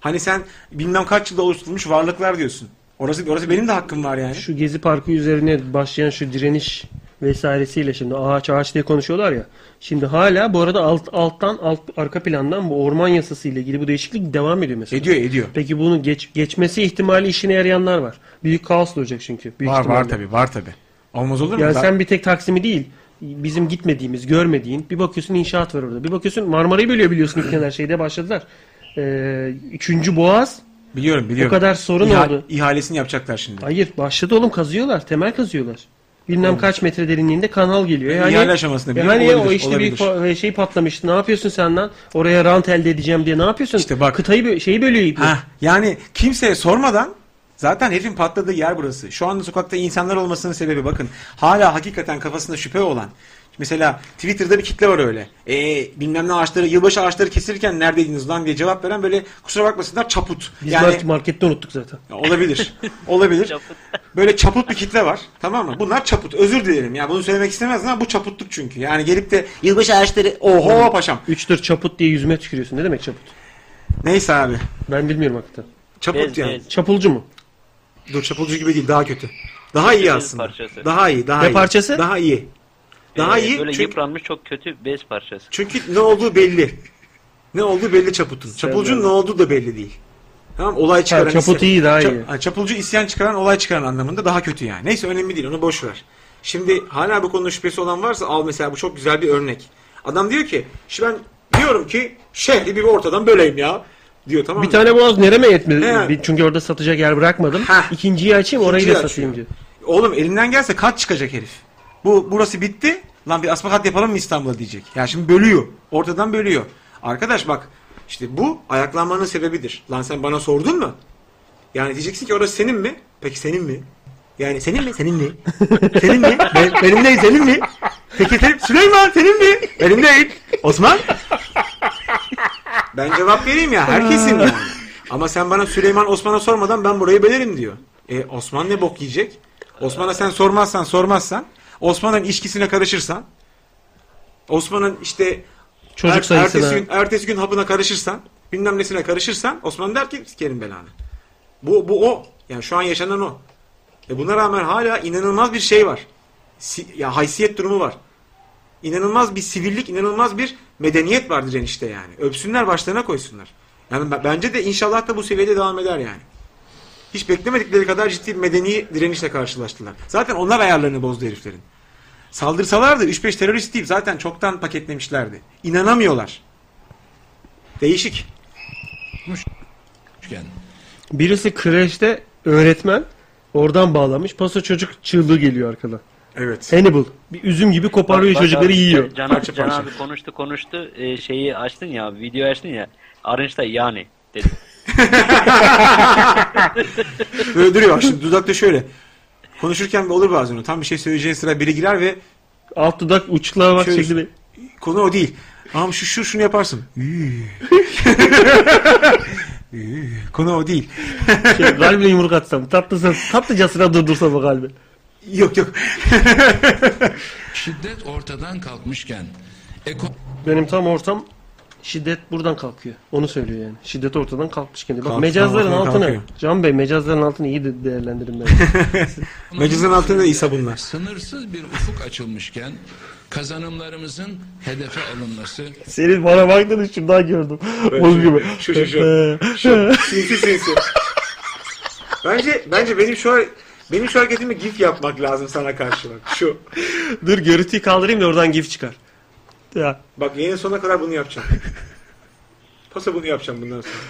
C: Hani sen bilmem kaç yılda oluşturulmuş varlıklar diyorsun. Orası orası benim de hakkım var yani.
B: Şu Gezi Parkı üzerine başlayan şu direniş vesairesiyle şimdi ağaç ağaç diye konuşuyorlar ya. Şimdi hala bu arada alt alttan alt arka plandan bu orman yasası ile ilgili bu değişiklik devam ediyor mesela.
C: Ediyor, ediyor.
B: Peki bunu geç, geçmesi ihtimali işine yarayanlar var. Büyük kaos olacak çünkü. Büyük
C: Var var
B: ihtimalle.
C: tabii, var tabii. Olmaz olur mu?
B: Yani
C: Ben-
B: sen bir tek Taksim'i değil, bizim gitmediğimiz, görmediğin, bir bakıyorsun inşaat var orada. Bir bakıyorsun Marmara'yı bölüyor biliyorsun ülkeler her şeyde başladılar. Ee, üçüncü Boğaz,
C: biliyorum, biliyorum.
B: kadar sorun
C: İha-
B: oldu.
C: İhalesini yapacaklar şimdi.
B: hayır başladı oğlum kazıyorlar, temel kazıyorlar. Bilmem kaç metre derinliğinde kanal geliyor. Yani,
C: İhale aşamasında bile
B: yani o
C: olabilir,
B: işte
C: olabilir.
B: büyük fa- şey patlamıştı. Ne yapıyorsun sen lan? Oraya rant elde edeceğim diye ne yapıyorsun?
C: İşte bak.
B: Kıtayı bö- şeyi bölüyor ipi.
C: Ha, yani kimseye sormadan zaten herifin patladığı yer burası. Şu anda sokakta insanlar olmasının sebebi bakın. Hala hakikaten kafasında şüphe olan Mesela Twitter'da bir kitle var öyle. Ee, bilmem ne ağaçları, yılbaşı ağaçları kesilirken neredeydiniz lan diye cevap veren böyle kusura bakmasınlar çaput.
B: Biz
C: yani
B: mar- markette unuttuk zaten.
C: Ya olabilir. Olabilir. Böyle çaput bir kitle var. Tamam mı? Bunlar çaput. Özür dilerim. Ya bunu söylemek istemezdim ama bu çaputluk çünkü. Yani gelip de yılbaşı ağaçları oho paşam.
B: Üçtür çaput diye yüzüme tükürüyorsun. Ne demek çaput?
C: Neyse abi.
B: Ben bilmiyorum hakikaten.
C: Çaput
A: Bez,
C: yani.
A: bez.
B: Çapulcu mu?
C: Dur çapulcu gibi değil daha kötü. Daha iyi
A: Bez
C: aslında.
A: parçası.
C: Daha iyi, daha
B: Ne
C: iyi.
B: parçası?
C: Daha iyi. Daha
A: Ee,
C: iyi
A: Böyle
C: çünkü-
A: yıpranmış çok kötü bez parçası.
C: Çünkü ne olduğu belli. Ne olduğu belli çaputun. Çapulcunun ne olduğu da belli değil. Tamam olay çıkaran
B: çaput
C: isyan-
B: iyi, daha
C: Çap-
B: iyi.
C: Ha, çapulcu isyan çıkaran olay çıkaran anlamında daha kötü yani. Neyse önemli değil onu boş ver. Şimdi hala bu konuda şüphesi olan varsa al mesela bu çok güzel bir örnek. Adam diyor ki şimdi ben diyorum ki şehri bir ortadan böleyim ya diyor tamam
B: Bir
C: mı?
B: tane boğaz nereme yetmedi.
C: He.
B: Bir- Çünkü orada satacak yer bırakmadım.
C: Heh.
B: İkinciyi açayım orayı
C: İkinciyi
B: da satayım diyor.
C: Oğlum elinden gelse kaç çıkacak herif. Bu burası bitti. Lan bir asmakat yapalım mı İstanbul'a diyecek. Ya şimdi bölüyor. Ortadan bölüyor. Arkadaş bak işte bu ayaklanmanın sebebidir. Lan sen bana sordun mu? Yani diyeceksin ki orası senin mi? Peki senin mi? Yani senin mi? Senin mi? senin mi? Ben, benim değil senin mi? Peki senin, Süleyman senin mi? Benim değil. Osman? Ben cevap vereyim ya herkesin yani. Ama sen bana Süleyman Osman'a sormadan ben burayı bölerim diyor. E Osman ne bok yiyecek? Osman'a sen sormazsan sormazsan Osman'ın içkisine karışırsan Osman'ın işte
B: Çocuk
C: er-
B: sayısına.
C: ertesi gün, ertesi gün hapına karışırsan bilmem nesine karışırsan Osman der ki sikerim belanı. Bu, bu o. Yani şu an yaşanan o. E buna rağmen hala inanılmaz bir şey var. Si- ya haysiyet durumu var. İnanılmaz bir sivillik, inanılmaz bir medeniyet vardır enişte yani. Öpsünler başlarına koysunlar. Yani b- bence de inşallah da bu seviyede devam eder yani. Hiç beklemedikleri kadar ciddi bir medeni direnişle karşılaştılar. Zaten onlar ayarlarını bozdu heriflerin. Saldırsalardı 3-5 terörist değil zaten çoktan paketlemişlerdi. İnanamıyorlar. Değişik.
H: Üçgen.
B: Birisi kreşte öğretmen. Oradan bağlamış. Paso çocuk çığlığı geliyor arkada.
C: Evet.
B: Hannibal. Bir üzüm gibi koparıyor
A: Bak- bak
B: çocukları
A: abi,
B: yiyor.
A: Can,
C: Parça
A: abi, Can
C: parça.
A: abi konuştu konuştu Ee, şeyi açtın ya video açtın ya Arınç'ta yani dedi.
C: Böyle duruyor. Şimdi dudakta şöyle. Konuşurken olur bazen o. Tam bir şey söyleyeceğin sıra biri girer ve
B: Alt dudak uçluğa bak
C: Şöyle-
B: şekli.
C: Konu o değil. Ama şu şu şunu yaparsın. Konu o değil.
B: Şey, kalbine yumruk atsam. Tatlısın, tatlıcasına durdursam o kalbi.
C: Yok yok.
H: Şiddet ortadan kalkmışken eko-
B: Benim tam ortam şiddet buradan kalkıyor. Onu söylüyor yani. Şiddet ortadan kalkmış kendi. Bak
C: Kalktı,
B: mecazların
C: ortadan
B: altını.
C: kalkıyor.
B: Can Bey mecazların altını iyi de değerlendirin ben.
C: Meclisin altında iyi sabunlar.
H: Sınırsız bir ufuk açılmışken kazanımlarımızın hedefe alınması
B: Senin bana baktığın için daha gördüm. Buz gibi.
C: Şu şu şu. şu. Sinsi sinsi. Bence bence benim şu an benim şu hareketimi gif yapmak lazım sana karşı bak. Şu.
B: Dur görüntüyü kaldırayım da oradan gif çıkar. Ya.
C: Bak yayın sonuna kadar bunu yapacağım. Pasa bunu yapacağım bundan sonra.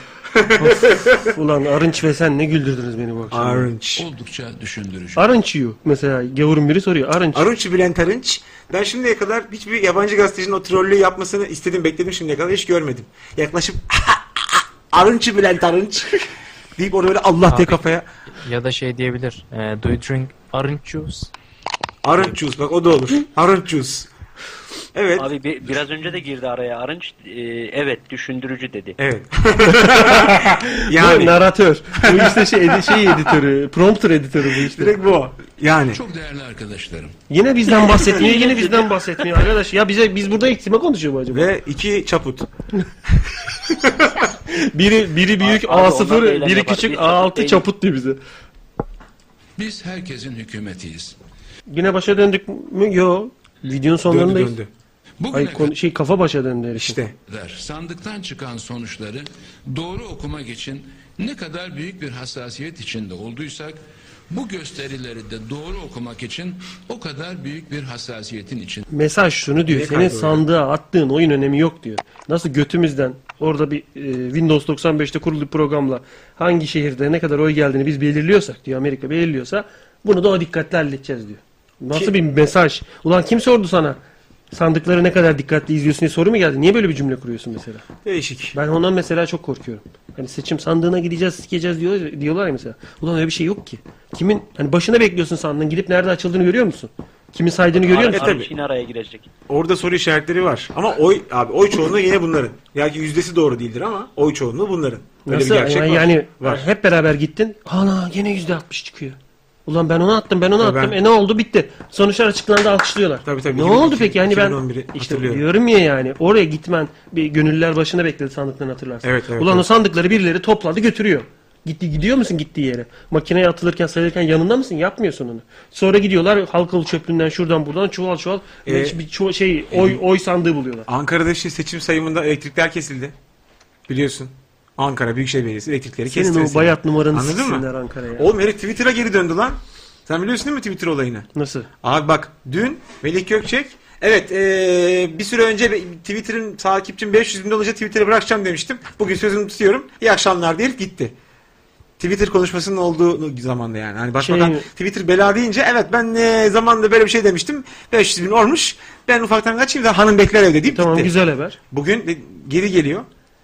B: Ulan Arınç ve sen ne güldürdünüz beni bu akşam.
C: Orange.
H: oldukça düşündürücü.
B: Arınç yiyor. Mesela gavurun biri soruyor. Arınç.
C: Arunç Bülent Arınç. Ben şimdiye kadar hiçbir yabancı gazetecinin o trollü yapmasını istedim bekledim şimdiye kadar hiç görmedim. Yaklaşıp Arunç Bülent Arınç deyip orada böyle Allah diye kafaya
I: Ya da şey diyebilir. E, do you drink orange juice?
C: Arınç Juice bak o da olur. Arınç Juice. Evet.
A: Abi bi- biraz önce de girdi araya Arınç Ee, evet düşündürücü dedi.
C: Evet.
B: yani.
C: yani
B: Naratör. Bu işte şey, edi- şey editörü. Prompter editörü bu işte.
C: direkt bu. Yani.
H: Çok değerli arkadaşlarım.
B: Yine bizden bahsetmiyor. yine bizden bahsetmiyor arkadaş. Ya bize biz burada iklime konuşuyor mu acaba?
C: Ve iki çaput.
B: Biri biri büyük
A: Abi, abi ondan da
B: A0,
A: eğlence
B: biri
A: var.
B: küçük
A: Bir çaput
B: A6
A: değil.
B: çaput diyor bize.
H: Biz herkesin hükümetiyiz.
B: Yine başa döndük mü? Yo. Videonun
C: Döndü
B: sonlarındayız.
C: döndü.
H: Bugüne
B: Ay konu, şey kafa başa döndü herif.
C: İşte.
H: kadar sandıktan çıkan sonuçları doğru okumak için ne kadar büyük bir hassasiyet içinde olduysak bu gösterileri de doğru okumak için o kadar büyük bir hassasiyetin için
B: Mesaj şunu diyor.
C: Ne
B: senin
C: kaygı o
B: sandığa attığın oyun önemi yok diyor. Nasıl götümüzden orada bir e, Windows 95'te kurulu bir programla hangi şehirde ne kadar oy geldiğini biz belirliyorsak diyor Amerika belirliyorsa bunu da o dikkatle halledeceğiz diyor. Nasıl
C: Ki-
B: bir mesaj? Ulan kim sordu sana? Sandıkları ne kadar dikkatli izliyorsun diye soru mu geldi? Niye böyle bir cümle kuruyorsun mesela?
C: Değişik.
B: Ben ondan mesela çok korkuyorum. Hani seçim sandığına gideceğiz, sikeceğiz diyor, diyorlar ya mesela. Ulan öyle bir şey yok ki. Kimin hani başına bekliyorsun sandığın gidip nerede açıldığını görüyor musun? Kimi saydığını görüyor musun?
C: tabii.
A: Arınç yine araya girecek.
C: Orada soru işaretleri var. Ama oy abi oy çoğunluğu yine bunların. Belki yüzdesi doğru değildir ama oy çoğunluğu bunların. Böyle
B: Nasıl?
C: bir gerçek
B: yani,
C: var.
B: yani
C: var.
B: hep beraber gittin. Ana gene yüzde altmış çıkıyor. Ulan ben onu attım, ben onu
C: Ya ben-
B: attım. E ne oldu? Bitti. Sonuçlar açıklandı, alkışlıyorlar.
C: Tabii, tabii.
B: Ne
C: 2012,
B: oldu peki? Yani ben
C: 2011'i
B: işte
C: hatırlıyorum.
B: diyorum ya yani oraya gitmen bir gönüllüler başında bekledi sandıklarını hatırlarsın.
C: Evet, evet,
B: Ulan o
C: evet.
B: sandıkları birileri topladı götürüyor. Gitti gidiyor musun gittiği yere? Makineye atılırken sayılırken yanında mısın? Yapmıyorsun onu. Sonra gidiyorlar halkalı çöplüğünden şuradan buradan çuval çuval
C: Ee, e,
B: bir çuval- şey oy oy sandığı buluyorlar.
C: Ankara'da işte seçim sayımında elektrikler kesildi. Biliyorsun. Ankara Büyükşehir Belediyesi elektrikleri kesti.
B: Senin o
C: resmen.
B: bayat numaranı
C: Anladın mı?
B: silsinler Ankara'ya.
C: Oğlum herif Twitter'a geri döndü lan. Sen biliyorsun değil mi Twitter olayını?
B: Nasıl?
C: Abi bak dün Melih Gökçek evet eee, bir süre önce be- Twitter'ın takipçim 500 bin olunca Twitter'ı bırakacağım demiştim. Bugün sözümü tutuyorum. İyi akşamlar deyip gitti. Twitter konuşmasının olduğu zamanda yani. Hani başbakan
B: Şey-
C: Twitter bela deyince evet ben eee, zamanında böyle bir şey demiştim. 500 bin olmuş. Ben ufaktan kaçayım da hanım bekler evde deyip
B: Tamam
C: gitti.
B: güzel haber.
C: Bugün de- geri geliyor.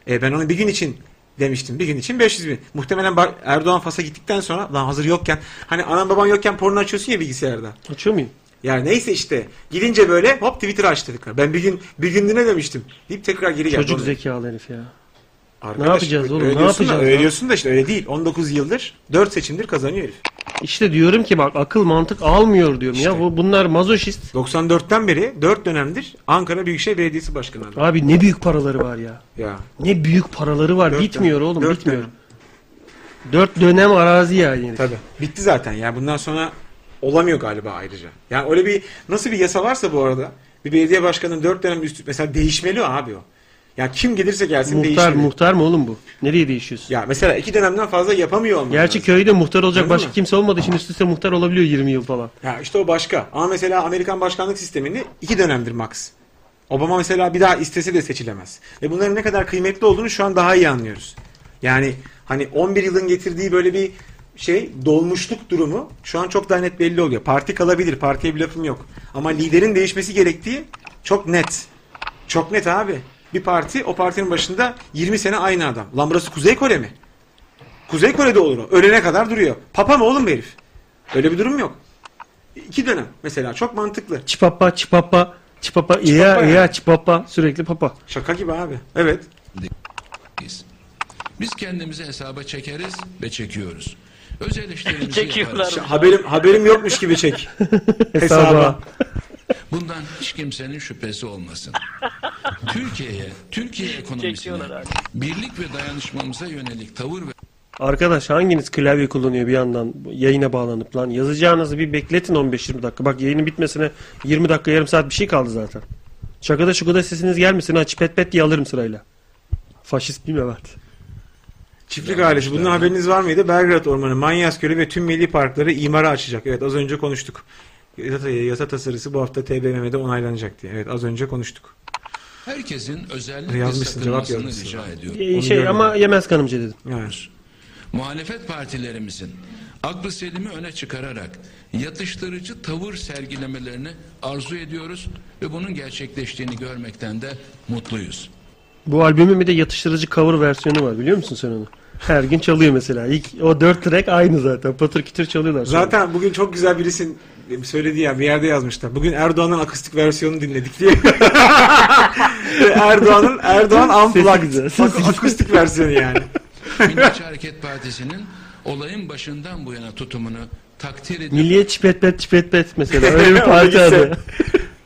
C: E, ben onu bir gün için demiştim. Bir gün için 500 bin. Muhtemelen Ba- Erdoğan Fas'a gittikten sonra lan hazır yokken hani anan baban yokken porno açıyorsun ya bilgisayarda.
B: Açıyor muyum?
C: Yani neyse işte gidince böyle hop Twitter açtı tekrar. Ben bir gün bir günde ne demiştim deyip tekrar geri geldi.
B: Çocuk
C: Onu-
B: zekalı herif ya.
C: Arkadaş,
B: Ne yapacağız oğlum,
C: öyle
B: ne
C: diyorsun da-
B: yapacağız
C: öyle
B: lan?
C: diyorsun da işte öyle değil. 19 yıldır 4 seçimdir kazanıyor herif.
B: İşte diyorum ki bak akıl mantık almıyor diyorum ya.
C: İşte.
B: Bu bunlar mazoşist.
C: 94'ten beri 4 dönemdir Ankara Büyükşehir Belediyesi Başkanı adam.
B: Abi ne büyük paraları var ya.
C: Ya.
B: Ne büyük paraları var.
C: Dört
B: bitmiyor
C: dönem,
B: oğlum,
C: dört
B: bitmiyor.
C: dönem.
B: Dört dönem arazi yani. herif.
C: Tabii. Bitti zaten ya. Bundan sonra olamıyor galiba ayrıca. Yani öyle bir nasıl bir yasa varsa bu arada bir belediye başkanının 4 dönem üstü mesela değişmeli o abi o. Ya kim gelirse gelsin
B: Muhtar
C: değişmeli.
B: muhtar mı oğlum bu? Nereye değişiyorsun?
C: ya mesela iki dönemden fazla yapamıyor olman
B: Gerçi
C: lazım.
B: köyde muhtar olacak
C: Anladın
B: başka
C: mı?
B: kimse olmadığı için üst üste muhtar olabiliyor 20 yıl falan.
C: Ya işte o başka. Ama mesela Amerikan başkanlık sistemini iki dönemdir max. Obama mesela bir daha istese de seçilemez. Ve bunların ne kadar kıymetli olduğunu şu an daha iyi anlıyoruz. Yani hani 11 yılın getirdiği böyle bir şey dolmuşluk durumu şu an çok daha net belli oluyor. Parti kalabilir, partiye bir lafım yok. Ama liderin değişmesi gerektiği çok net. Çok net abi. Bir parti o partinin başında 20 sene aynı adam. Lan burası Kuzey Kore mi? Kuzey Kore'de olur o. Ölene kadar duruyor. Papa mı oğlum bu herif? Öyle bir durum yok. İki dönem mesela çok mantıklı.
B: Çipapa çipapa çipapa ya
C: Çipapa ya.
B: ya çipapa sürekli papa.
C: Şaka gibi abi. Evet.
H: Biz. Biz kendimizi hesaba çekeriz ve çekiyoruz. Öz eleştirimizi
A: Çekiyorlar.
H: yaparız.
C: Ş- Haberim haberim yokmuş gibi çek.
B: Hesaba.
C: Hesaba.
H: Bundan hiç kimsenin şüphesi olmasın. Türkiye'ye, Türkiye ekonomisine,
A: Çekiyorlar abi.
H: birlik ve dayanışmamıza yönelik tavır ve
B: Arkadaş hanginiz klavye kullanıyor bir yandan yayına bağlanıp lan yazacağınızı bir bekletin 15-20 dakika. Bak yayının bitmesine 20 dakika yarım saat bir şey kaldı zaten. Şakada şukuda sesiniz gelmesin aç pet pet diye alırım sırayla. Faşist değil mi evet.
C: Çiftlik ailesi. Bunun haberiniz var mıydı? Belgrad Ormanı, Manyas Gölü ve tüm milli parkları imara açacak. Evet az önce konuştuk. Yasa, yasa tasarısı bu hafta TBMM'de onaylanacak diye. Evet az önce konuştuk.
H: herkesin özellikle
C: Yazmışsın, cevap
H: sakınmasını
C: yazmışsın.
H: rica ediyorum.
B: Ee, şey
C: gördüm.
B: ama yemez kanımca dedim.
C: Evet.
H: Muhalefet partilerimizin aklı selimi öne çıkararak yatıştırıcı tavır sergilemelerini arzu ediyoruz ve bunun gerçekleştiğini görmekten de mutluyuz.
B: Bu albümün bir de yatıştırıcı cover versiyonu var biliyor musun sen onu? Her gün çalıyor mesela. İlk, o 4 track aynı zaten. Patır kütür çalıyorlar. sonra.
C: Zaten bugün çok güzel birisin söyledi ya bir yerde yazmışlar. Bugün Erdoğan'ın akustik versiyonunu dinledik diye. Erdoğan'ın Erdoğan
B: Sesi
C: unplugged.
B: güzel, sesi
C: Bak,
B: güzel.
C: akustik versiyonu yani.
H: Milliyetçi Hareket Partisi'nin olayın başından bu yana tutumunu takdir ediyor
B: Milliyet çipet pet çipet pet mesela. Öyle bir parti
C: Öyle
B: adı.
C: gitse.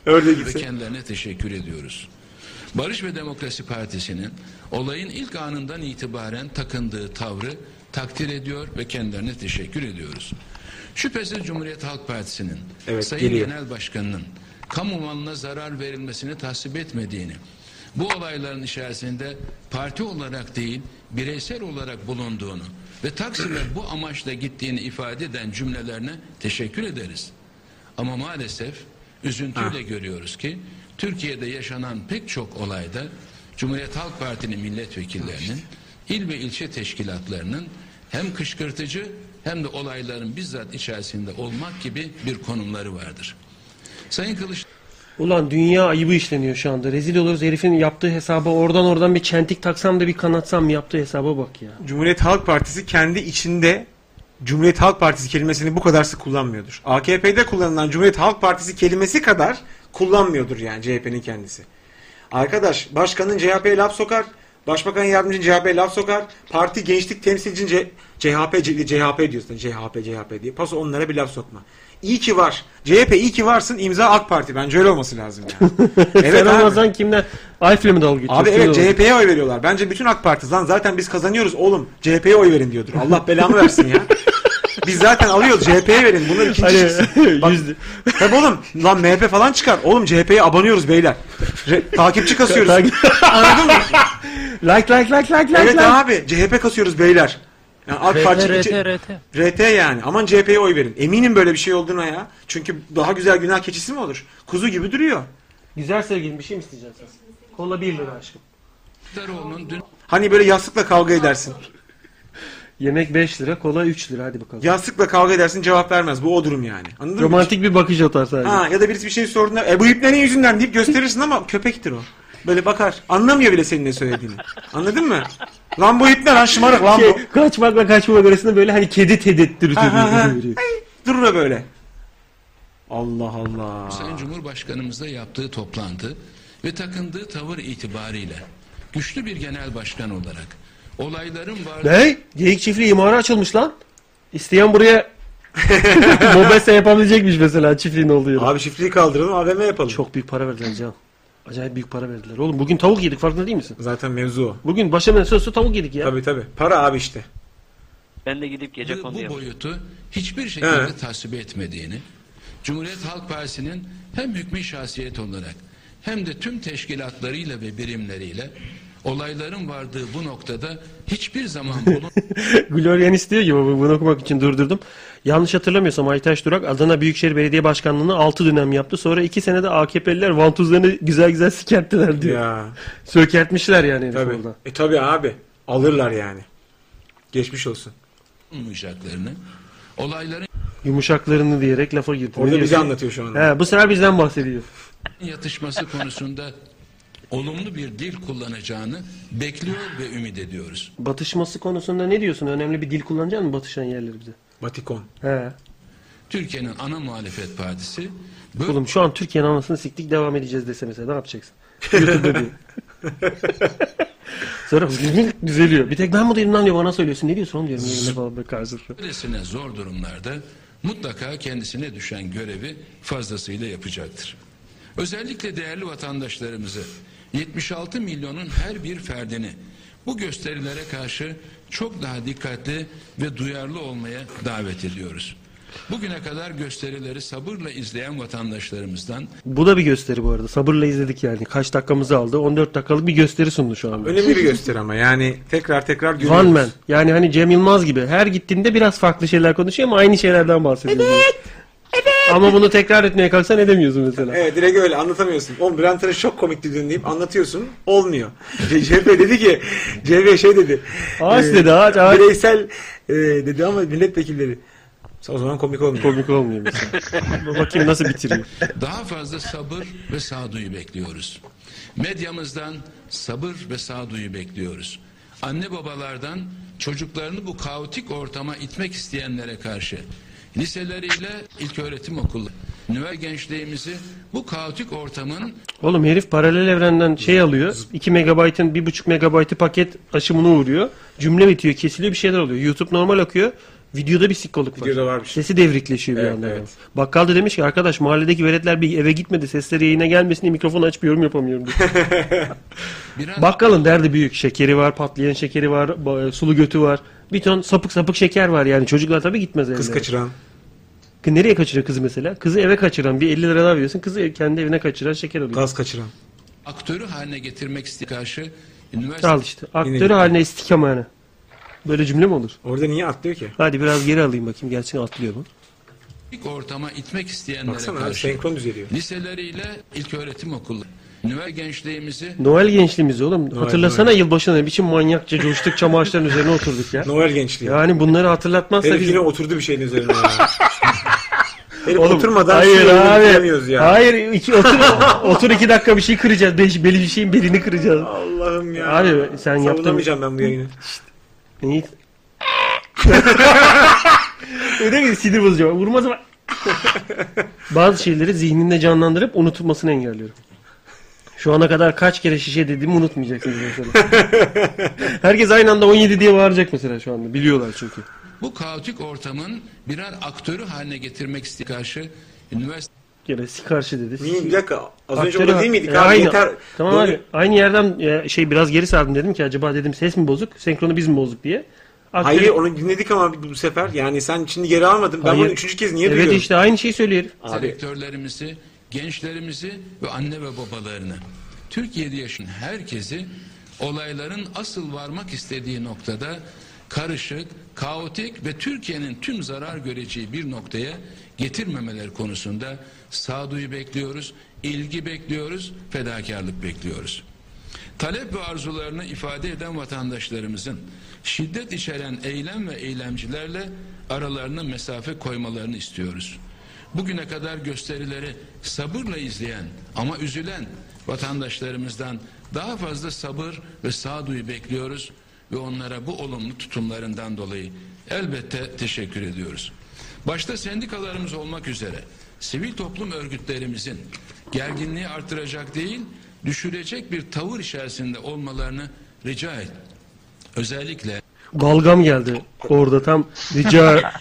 C: Öyle
H: ve
C: gitsin.
H: kendilerine teşekkür ediyoruz. Barış ve Demokrasi Partisi'nin olayın ilk anından itibaren takındığı tavrı takdir ediyor ve kendilerine teşekkür ediyoruz. Şüphesiz Cumhuriyet Halk Partisi'nin
C: Evet,
H: Sayın
C: geliyor.
H: Genel Başkanı'nın kamu malına zarar verilmesini tasvip etmediğini, bu olayların içerisinde parti olarak değil bireysel olarak bulunduğunu ve Taksim'e bu amaçla gittiğini ifade eden cümlelerine teşekkür ederiz. Ama maalesef üzüntüyle
C: Ah.
H: görüyoruz ki Türkiye'de yaşanan pek çok olayda Cumhuriyet Halk Partisi'nin milletvekillerinin,
C: Ah.
H: il ve ilçe teşkilatlarının hem kışkırtıcı hem de olayların bizzat içerisinde olmak gibi bir konumları vardır. Sayın Kılıç
B: Ulan dünya ayıbı işleniyor şu anda. Rezil oluruz herifin yaptığı hesaba oradan oradan bir çentik taksam da bir kanatsam yaptığı hesaba bak ya.
C: Cumhuriyet Halk Partisi kendi içinde Cumhuriyet Halk Partisi kelimesini bu kadar sık kullanmıyordur. AKP'de kullanılan Cumhuriyet Halk Partisi kelimesi kadar kullanmıyordur yani CHP'nin kendisi. Arkadaş başkanın CHP'ye laf sokar. Başbakan yardımcının CHP'ye laf sokar. Parti gençlik temsilcinin C- CHP, C- CHP diyorsun. CHP, CHP diye. Paso onlara bir laf sokma. İyi ki var. CHP iyi ki varsın. İmza AK Parti. Bence öyle olması lazım yani.
B: Sen
C: abi.
B: olmasan kimden? Ayfil'e mi dalga geçiyorsun?
C: Abi evet
B: Doğru.
C: CHP'ye oy veriyorlar. Bence bütün AK Parti lan zaten biz kazanıyoruz oğlum. CHP'ye oy verin diyordur. Allah belamı versin ya. Biz zaten alıyoruz CHP'ye verin. Bunlar ikinci
B: Hani
C: çıksın. Bak,
B: yüzde.
C: Tabii oğlum lan MHP falan çıkar. Oğlum CHP'ye abanıyoruz beyler. Re- takipçi kasıyoruz. Anladın mı?
B: Like like like like like.
C: evet
B: like.
C: abi CHP kasıyoruz beyler. Yani AK Parti
I: RT,
C: içi-
I: RT.
C: RT yani. Aman CHP'ye oy verin. Eminim böyle bir şey olduğuna ya. Çünkü daha güzel günah keçisi mi olur? Kuzu gibi duruyor.
B: Güzel sevgilim bir şey mi isteyeceksin? Kola 1 lira aşkım.
H: Kılıçdaroğlu'nun dün
C: Hani böyle yastıkla kavga edersin.
B: Yemek 5 lira, kola 3 lira hadi bakalım.
C: Yastıkla kavga edersin cevap vermez. Bu o durum yani. Anladın mı?
B: Romantik bir bakış atar sadece.
C: Ha ya da birisi bir şey sorduğunda e bu ip ne yüzünden deyip gösterirsin ama köpektir o. Böyle bakar. Anlamıyor bile senin ne söylediğini. Anladın mı? Lan bu ip ne lan şımarık lan bu.
B: Şey, kaçmakla kaçmamak arasında böyle hani kedi tedettir.
C: Ha, ha, ha. Ay, Durur o böyle. Allah Allah.
H: Sayın Cumhurbaşkanımızla yaptığı toplantı ve takındığı tavır itibariyle güçlü bir genel başkan olarak olayların varlığı
B: Bey, geyik çiftliği imara açılmış lan. İsteyen buraya mobese yapabilecekmiş mesela çiftliğin olduğu yere.
C: Abi çiftliği kaldıralım AVM yapalım.
B: Çok büyük para verdiler Can. Acayip büyük para verdiler. Oğlum bugün tavuk yedik farkında değil misin?
C: Zaten mevzu o.
B: Bugün başımın sözü tavuk yedik ya.
C: Tabii tabii. Para abi işte.
A: Ben de gidip gece
H: bu,
A: konu
H: bu
A: yapacağım.
H: boyutu hiçbir şekilde
C: He.
H: tasvip etmediğini, Cumhuriyet Halk Partisi'nin hem hükmü şahsiyet olarak hem de tüm teşkilatlarıyla ve birimleriyle olayların vardığı bu noktada hiçbir zaman bulun
B: Glorian istiyor ki bu- bunu okumak için durdurdum. Yanlış hatırlamıyorsam Aytaş Durak Adana Büyükşehir Belediye Başkanlığı'nı 6 dönem yaptı. Sonra 2 senede AKP'liler vantuzlarını güzel güzel sikerttiler diyor.
C: Ya.
B: Sökertmişler yani herif
C: Tabii.
B: orada.
C: E tabii abi. Alırlar yani. Geçmiş olsun.
H: bulunmayacaklarını, olayların
B: Yumuşaklarını diyerek lafa girdi. Ne
C: Orada bizi
B: diyorsun?
C: anlatıyor şu anda.
B: şey- He, bu sefer bizden bahsediyor.
H: yatışması konusunda olumlu bir dil kullanacağını bekliyor ve ümit ediyoruz.
B: Batışması konusunda ne diyorsun? Önemli bir dil kullanacak mı batışan yerleri bize?
C: Batikon.
B: He.
H: Türkiye'nin ana muhalefet partisi böyle
B: Oğlum şu an Türkiye'nin anasını siktik devam edeceğiz dese mesela ne yapacaksın? YouTube'da diyor. Sonra düzeliyor. Bir tek ben bu değilim lan diyor bana söylüyorsun. Ne diyorsun oğlum diyorum. Yerine falan böyle karşılıklı.
H: böylesine zor durumlarda mutlaka kendisine düşen görevi fazlasıyla yapacaktır. Özellikle değerli vatandaşlarımızı 76 milyonun her bir ferdini bu gösterilere karşı çok daha dikkatli ve duyarlı olmaya davet ediyoruz. Bugüne kadar gösterileri sabırla izleyen vatandaşlarımızdan
B: Bu da bir gösteri bu arada. Sabırla izledik yani. Kaç dakikamızı aldı? 14 dakikalık bir gösteri sundu şu anda.
C: Önemli bir gösteri ama yani tekrar tekrar görüyoruz.
B: One man. Yani hani Cem Yılmaz gibi. Her gittiğinde biraz farklı şeyler konuşuyor ama aynı şeylerden bahsediyor. Evet. Evet. Ama bunu tekrar etmeye kalksan edemiyorsun mesela.
C: Evet direkt öyle anlatamıyorsun. Oğlum Bülent Arınç çok komikti dün deyip anlatıyorsun. Olmuyor. CHP dedi ki CHP şey dedi.
B: Ağaç
C: e,
B: dedi, ağaç, ağaç.
C: Bireysel e, dedi ama milletvekilleri. O zaman komik olmuyor.
B: Komik olmuyor mesela. Bakayım nasıl bitiriyor.
H: daha fazla sabır ve sağduyu bekliyoruz. Medyamızdan sabır ve sağduyu bekliyoruz. Anne babalardan çocuklarını bu kaotik ortama itmek isteyenlere karşı liseleriyle ilköğretim okulu, üniversite gençliğimizi bu kaotik ortamın
B: Oğlum herif paralel evrenden şey alıyor. 2 megabaytın 1,5 megabaytı paket aşımına uğruyor. Cümle bitiyor, kesiliyor bir şeyler oluyor. YouTube normal akıyor. Videoda bir sikkolluk var.
C: Videoda var bir şey.
B: Sesi devrikleşiyor bir
C: Evet,
B: anda.
C: evet.
B: Bakkal da demiş ki arkadaş mahalledeki veletler bir eve gitmedi. Sesleri yayına gelmesin diye mikrofonu açıp yorum yapamıyorum diyor.
H: bir an
B: Bakkalın derdi büyük. Şekeri var, patlayan şekeri var, ba- e, sulu götü var. Bir ton sapık sapık şeker var yani. Çocuklar tabii gitmez
C: Kız
B: evlerine.
C: kaçıran.
B: Kı- Nereye kaçırıyor kızı mesela? Kızı eve kaçıran. Bir 50 lira daha veriyorsun. Kızı kendi evine kaçıran şeker alıyor.
C: Gaz kaçıran.
H: aktörü haline getirmek isteyen karşı
B: Al
H: üniversite
B: işte.
C: Yine-
B: Aktörü haline istikam yani. Böyle cümle mi olur?
C: Orada niye atlıyor ki?
B: Hadi biraz geri alayım bakayım. Gerçekten atlıyor mu?
H: ortama itmek isteyenlere
C: Baksana abi,
H: karşı
C: senkron düzeliyor.
H: liseleriyle ilköğretim okulu, üniversite gençliğimizi
B: Noel gençliğimiz oğlum.
C: Noel,
B: Hatırlasana yılbaşına ne biçim manyakça coştuk çam ağaçlarının üzerine oturduk ya.
C: Noel gençliği.
B: Yani bunları hatırlatmazsa
C: Herif
B: biz...
C: yine oturdu bir şeyin üzerine. ya. Herif
B: Oğlum,
C: oturmadan
B: hayır
C: şu yayını bitiremiyoruz
B: abi.
C: ya.
B: Hayır iki, otur, otur iki dakika bir şey kıracağız. Beş, beli bir şeyin belini kıracağız.
C: Allah'ım ya.
B: Abi, sen yaptın-
C: Savunamayacağım ben bu yayını.
B: Neyi? Öyle mi? Sinir bozucu. Vurmaz ama. Bazı şeyleri zihninde canlandırıp unutulmasını engelliyorum. Şu ana kadar kaç kere şişe dediğimi unutmayacaksınız mesela. Herkes aynı anda 17 diye bağıracak mesela şu anda. Biliyorlar çünkü.
H: Bu kaotik ortamın birer aktörü haline getirmek isteyen karşı üniversite
B: Gene karşı dedi.
C: Niye? Bir dakika. Az önce
B: Bakteri
C: orada
B: var.
C: değil miydik?
B: E,
C: abi
B: aynı.
C: yeter.
B: Tamam
C: Böyle-
B: abi. Aynı yerden e, şey biraz geri sardım dedim ki acaba dedim ses mi bozuk? Senkronu biz mi bozduk diye. Aktörü-
C: Hayır onu dinledik ama bu sefer. Yani sen şimdi geri almadın. Ben
B: Hayır.
C: bunu üçüncü kez niye
B: Evet
C: duyuyorum?
B: işte aynı şeyi söylüyor herif.
C: Abi
H: selektörlerimizi, gençlerimizi ve anne ve babalarını, Türkiye'de yaşayan herkesi olayların asıl varmak istediği noktada karışık, kaotik ve Türkiye'nin tüm zarar göreceği bir noktaya getirmemeleri konusunda sağduyu bekliyoruz, ilgi bekliyoruz, fedakarlık bekliyoruz. Talep ve arzularını ifade eden vatandaşlarımızın şiddet içeren eylem ve eylemcilerle aralarına mesafe koymalarını istiyoruz. Bugüne kadar gösterileri sabırla izleyen ama üzülen vatandaşlarımızdan daha fazla sabır ve sağduyu bekliyoruz ve onlara bu olumlu tutumlarından dolayı elbette teşekkür ediyoruz. Başta sendikalarımız olmak üzere sivil toplum örgütlerimizin gerginliği artıracak değil, düşürecek bir tavır içerisinde olmalarını rica et. Özellikle
B: Galgam geldi orada tam rica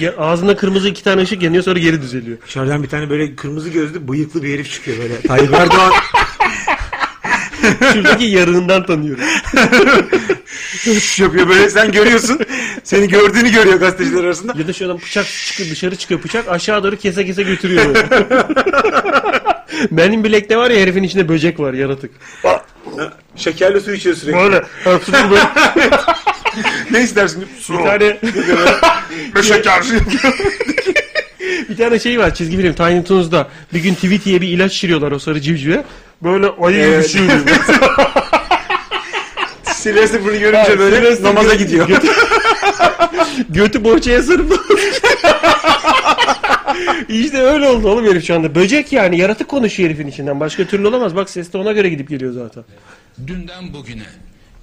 B: Ya ağzına kırmızı iki tane ışık yanıyor sonra geri düzeliyor.
C: dışarıdan bir tane böyle kırmızı gözlü bıyıklı bir herif çıkıyor böyle. Tayyip Erdoğan
B: Şuradaki yarığından tanıyorum.
C: şş yapıyor böyle. Sen görüyorsun. Seni gördüğünü görüyor gazeteciler arasında.
B: Ya da şu adam bıçak çıkıyor, dışarı çıkıyor bıçak aşağı doğru kese kese götürüyor. böyle. Benim bilekte var ya herifin içinde böcek var yaratık.
C: Şekerli su içiyor sürekli.
B: Böyle hırsızlı böyle
C: ne istersin? şey- Su.
B: bir tane
C: Ve şeker.
B: Bir tane şey var çizgi film Tiny Toons'da bir gün Tweety'ye bir ilaç şiriyorlar o sarı civcive. Böyle ayı gibi
C: Evet.
B: düşüyor.
C: Silvester bunu görünce
B: Ha,
C: böyle
B: Sylvester
C: namaza
B: gö-
C: gidiyor.
B: Götü bohçaya sarıp İşte öyle oldu oğlum herif şu anda. Böcek yani yaratık konuşuyor herifin içinden. Başka türlü olamaz. Bak ses de ona göre gidip geliyor zaten.
H: dünden bugüne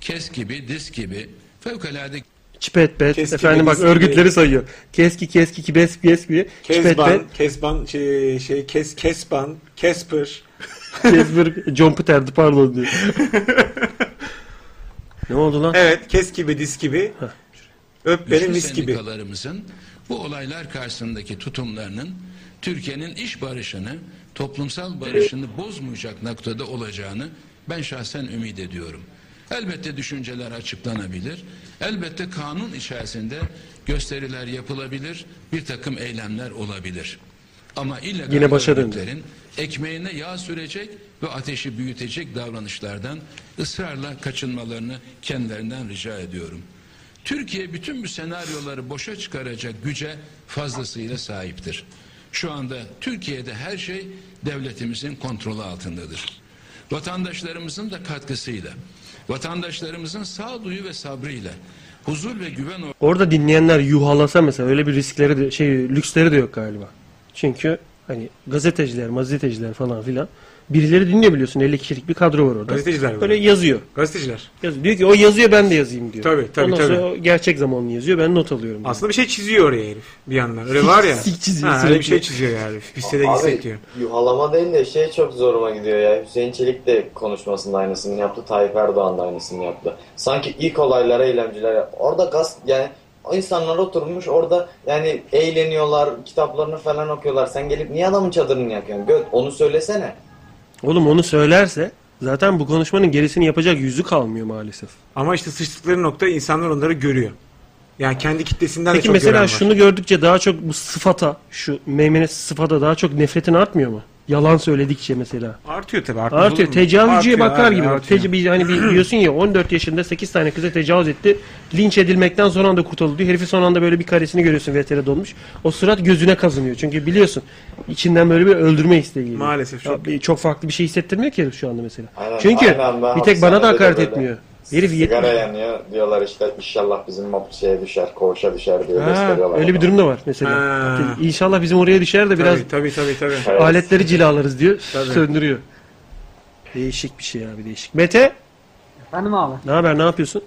H: kes gibi, dis gibi, fevkalade
B: Çipet bet.
C: Keski,
B: Efendim bak
C: keski.
B: örgütleri sayıyor. Keski keski ki bes bes diye. Çipet bet.
C: Kesban, Kesban şey, şey Kes Kesban, Kesper.
B: Kesbir John Peter'di pardon diyor. ne oldu lan?
C: Evet, kes gibi, dis gibi. Öp beni
H: Bütün
C: mis gibi.
H: sendikalarımızın bu olaylar karşısındaki tutumlarının Türkiye'nin iş barışını, toplumsal barışını bozmayacak noktada olacağını ben şahsen ümit ediyorum. Elbette düşünceler açıklanabilir. Elbette kanun içerisinde gösteriler yapılabilir, bir takım eylemler olabilir. Ama illegal
B: Yine başa döndü.
H: örgütlerin ekmeğine yağ sürecek ve ateşi büyütecek davranışlardan ısrarla kaçınmalarını kendilerinden rica ediyorum. Türkiye bütün bu senaryoları boşa çıkaracak güce fazlasıyla sahiptir. Şu anda Türkiye'de her şey devletimizin kontrolü altındadır. Vatandaşlarımızın da katkısıyla, vatandaşlarımızın sağduyu ve sabrıyla, huzur ve güven or-
B: Orada dinleyenler yuhalasa mesela öyle bir riskleri de şey lüksleri de yok galiba. Çünkü hani gazeteciler, gazeteciler falan filan birileri dinliyor biliyorsun 50 kişilik bir kadro var orada.
C: Gazeteciler var.
B: Böyle yazıyor.
C: Gazeteciler.
B: yazıyor. Diyor ki o yazıyor ben de yazayım diyor.
C: Tabii, tabii,
B: Ondan sonra
C: tabii.
B: o gerçek zamanlı yazıyor ben not alıyorum. diyor.
C: Aslında bir şey çiziyor oraya herif bir yandan. Öyle var ya.
B: Sik çiziyor
C: Ha, öyle bir
B: sürekli.
C: şey çiziyor ya herif. Bir sitede gitsek diyor.
E: Abi yuhalama değil de şey çok zoruma gidiyor ya. Hüseyin Çelik de konuşmasında aynısını yaptı. Tayyip Erdoğan da aynısını yaptı. Sanki ilk olaylara eylemciler yap- Orada gaz yani o insanlar oturmuş orada yani eğleniyorlar, kitaplarını falan okuyorlar. Sen gelip niye adamın çadırını yakıyorsun? Göt onu söylesene.
B: Oğlum onu söylerse zaten bu konuşmanın gerisini yapacak yüzü kalmıyor maalesef.
C: Ama işte sıçtıkları nokta insanlar onları görüyor. Yani kendi kitlesinden de
B: Peki
C: çok gören
B: mesela
C: var.
B: şunu gördükçe daha çok bu sıfata, şu meymene sıfata daha çok nefretin artmıyor mu? Yalan söyledikçe mesela.
C: Artıyor tabii. Artıyor.
B: Artıyor. Tecavüzcüye bakar gibi. Bak,
C: Artıyor.
B: tec- bir- hani bir diyorsun ya 14 yaşında 8 tane kıza tecavüz etti. Linç edilmekten son anda kurtuldu diyor. Herifi son anda böyle bir karesini görüyorsun VTR'de dolmuş. O surat gözüne kazınıyor. Çünkü biliyorsun içinden böyle bir öldürme isteği geliyor.
C: Maalesef çok-
B: Ya, bir- çok farklı bir şey hissettirmiyor ki herif şu anda mesela.
E: Aynen,
B: Çünkü
E: aynen. Ben
B: bir tek bana da
E: hapishanede de
B: hakaret
E: böyle
B: etmiyor. Herif
E: Sigara
B: yetmiyor.
E: yanıyor. Diyorlar işte inşallah bizim mob şeye düşer, koğuşa düşer diyor.
B: Ha,
E: gösteriyorlar
B: öyle bir
E: adamı.
B: durum da var mesela.
C: Ha.
B: İnşallah bizim oraya düşer de biraz
C: Tabii, tabii tabii tabii.
E: Evet.
B: aletleri cilalarız diyor.
C: Tabii.
B: Söndürüyor. Değişik bir şey abi değişik. Mete
J: Efendim abi.
B: ne haber ne yapıyorsun?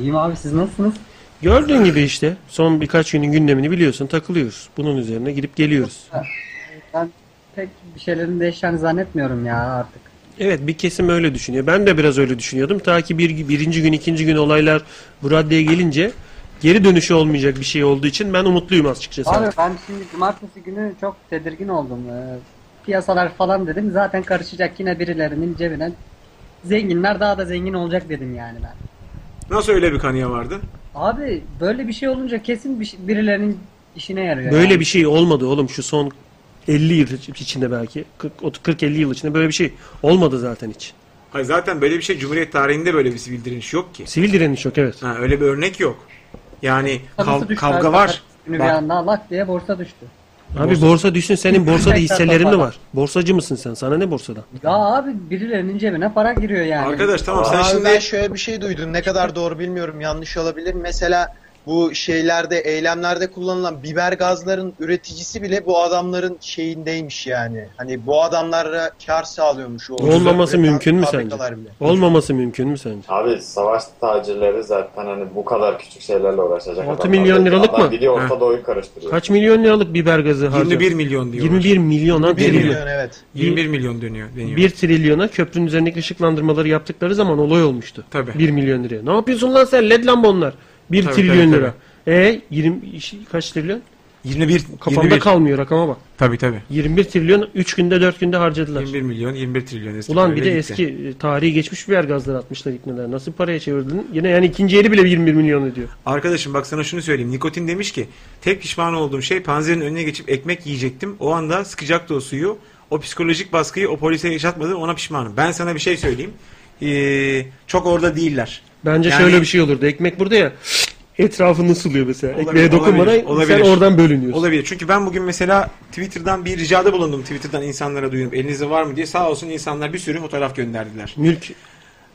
J: İyiyim abi siz nasılsınız?
B: Gördüğün gibi işte son birkaç günün gündemini biliyorsun takılıyoruz. Bunun üzerine gidip geliyoruz.
J: Pek bir şeylerin değişeceğini zannetmiyorum ya artık.
B: Evet bir kesim öyle düşünüyor. Ben de biraz öyle düşünüyordum. Ta ki bir, birinci gün ikinci gün olaylar bu raddeye gelince geri dönüşü olmayacak bir şey olduğu için ben umutluyum açıkçası.
J: Abi
B: artık.
J: ben şimdi cumartesi günü çok tedirgin oldum. Ee, piyasalar falan dedim. Zaten karışacak yine birilerinin cebine. Zenginler daha da zengin olacak dedim yani ben.
C: Nasıl öyle bir kanıya vardı?
J: Abi böyle bir şey olunca kesin bir şey- birilerinin işine yarıyor.
B: Böyle
J: yani.
B: bir şey olmadı oğlum şu son 50 yıl içinde belki 40-50 yıl içinde böyle bir şey olmadı zaten hiç.
C: Hayır zaten böyle bir şey Cumhuriyet tarihinde böyle bir sivil direniş yok ki.
B: Sivil direniş yok evet.
C: Ha, öyle bir örnek yok. Yani
J: Tadısı
C: kav-
J: düştü
C: kavga
J: abi.
C: var.
J: Günü bir
C: Bak-
J: anda lak diye borsa düştü.
B: Abi borsa, düşsün senin borsada hisselerin mi var? Borsacı mısın sen? Sana ne borsada?
J: Ya abi birilerinin cebine para giriyor yani.
C: Arkadaş tamam sen
K: Abi
C: şimdi
K: ben şöyle bir şey duydum. Ne kadar doğru bilmiyorum. Yanlış olabilir. Mesela bu şeylerde, eylemlerde kullanılan biber gazların üreticisi bile bu adamların şeyindeymiş yani. Hani bu adamlara kar sağlıyormuş. O
B: Olmaması
K: üreten
B: mümkün mü sence?
K: fabrikalar bile.
B: Olmaması mümkün mü sence?
E: Abi savaş tacirleri zaten hani bu kadar küçük şeylerle uğraşacak.
B: Altı
E: adamlar
B: milyon
E: değil.
B: liralık
E: Adam
B: mı?
E: Gidiyor Orta Doğu'yu karıştırıyor.
B: Kaç milyon liralık biber gazı harcıyor?
C: 21 milyon diyor.
B: 21 milyon lan
K: 1
B: trilyon.
K: milyon evet.
C: 21 milyon dönüyor deniyor.
B: 1 trilyona köprünün üzerindeki ışıklandırmaları yaptıkları zaman olay olmuştu.
C: Tabii.
B: 1 milyon liraya. Ne yapıyorsun lan sen? LED lamba onlar. 1
C: Tabii,
B: trilyon
C: tabii,
B: lira. E 20 iş- kaç trilyon?
C: 21
B: Kafamda
C: 21.
B: kalmıyor rakama bak.
C: Tabii tabii.
B: 21 trilyon 3 günde 4 günde harcadılar.
C: 21 milyon 21 trilyon eski.
B: Ulan bir de
C: parayla gitti.
B: eski e, tarihi geçmiş biber gazları atmışlar ikneler. Nasıl paraya çevirdin? Yine yani ikinci eli bile 21 milyon ediyor.
C: Arkadaşım bak sana şunu söyleyeyim. Nikotin demiş ki tek pişman olduğum şey panzerin önüne geçip ekmek yiyecektim. O anda sıkacaktı o suyu. O psikolojik baskıyı o polise yaşatmadım ona pişmanım. Ben sana bir şey söyleyeyim. Ee, çok orada değiller.
B: Bence
C: Yani-
B: şöyle bir şey olurdu. Ekmek burada ya. Etrafını suluyor mesela.
C: Olabilir,
B: Ekmeğe dokunmadan
C: olabilir,
B: sen
C: olabilir.
B: oradan bölünüyorsun.
C: Olabilir. Çünkü ben bugün mesela Twitter'dan bir ricada bulundum. Twitter'dan insanlara duyurup elinizde var mı diye. Sağ olsun insanlar bir sürü fotoğraf gönderdiler.
B: Mülk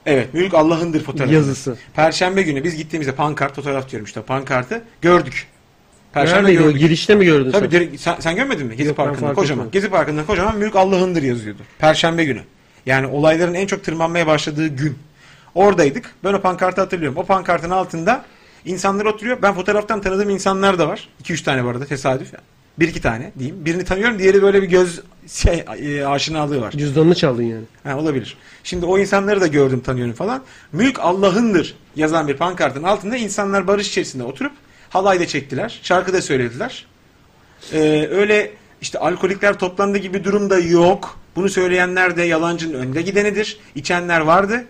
C: Evet. Mülk Allah'ındır fotoğrafı.
B: yazısı.
C: Perşembe günü biz gittiğimizde pankart fotoğraf diyorum işte. Pankartı gördük. Perşembe
B: Neredeydi o?
C: gördük.
B: Girişte mi gördün
C: Tabii
B: sen?
C: direkt- sen, sen görmedin mi? Gezi
B: Yok, ben
C: Parkı'nda
B: fark
C: kocaman.
B: etmedim.
C: Gezi Parkı'nda kocaman mülk Allah'ındır yazıyordu. Perşembe günü. Yani olayların en çok tırmanmaya başladığı gün. Oradaydık. Ben o pankartı hatırlıyorum. O pankartın altında insanlar oturuyor. Ben fotoğraftan tanıdığım insanlar da var. 2-3 tane bu arada tesadüf. Bir iki tane diyeyim. Birini tanıyorum. Diğeri böyle bir göz şey, e, aşinalığı var.
B: Cüzdanını çaldın yani.
C: Ha, olabilir. Şimdi o insanları da gördüm tanıyorum falan. Mülk Allah'ındır yazan bir pankartın altında insanlar barış içerisinde oturup halay da çektiler. Şarkı da söylediler. Ee, öyle işte alkolikler toplandı gibi durum da yok. Bunu söyleyenler de yalancının önde gidenidir. İçenler vardı.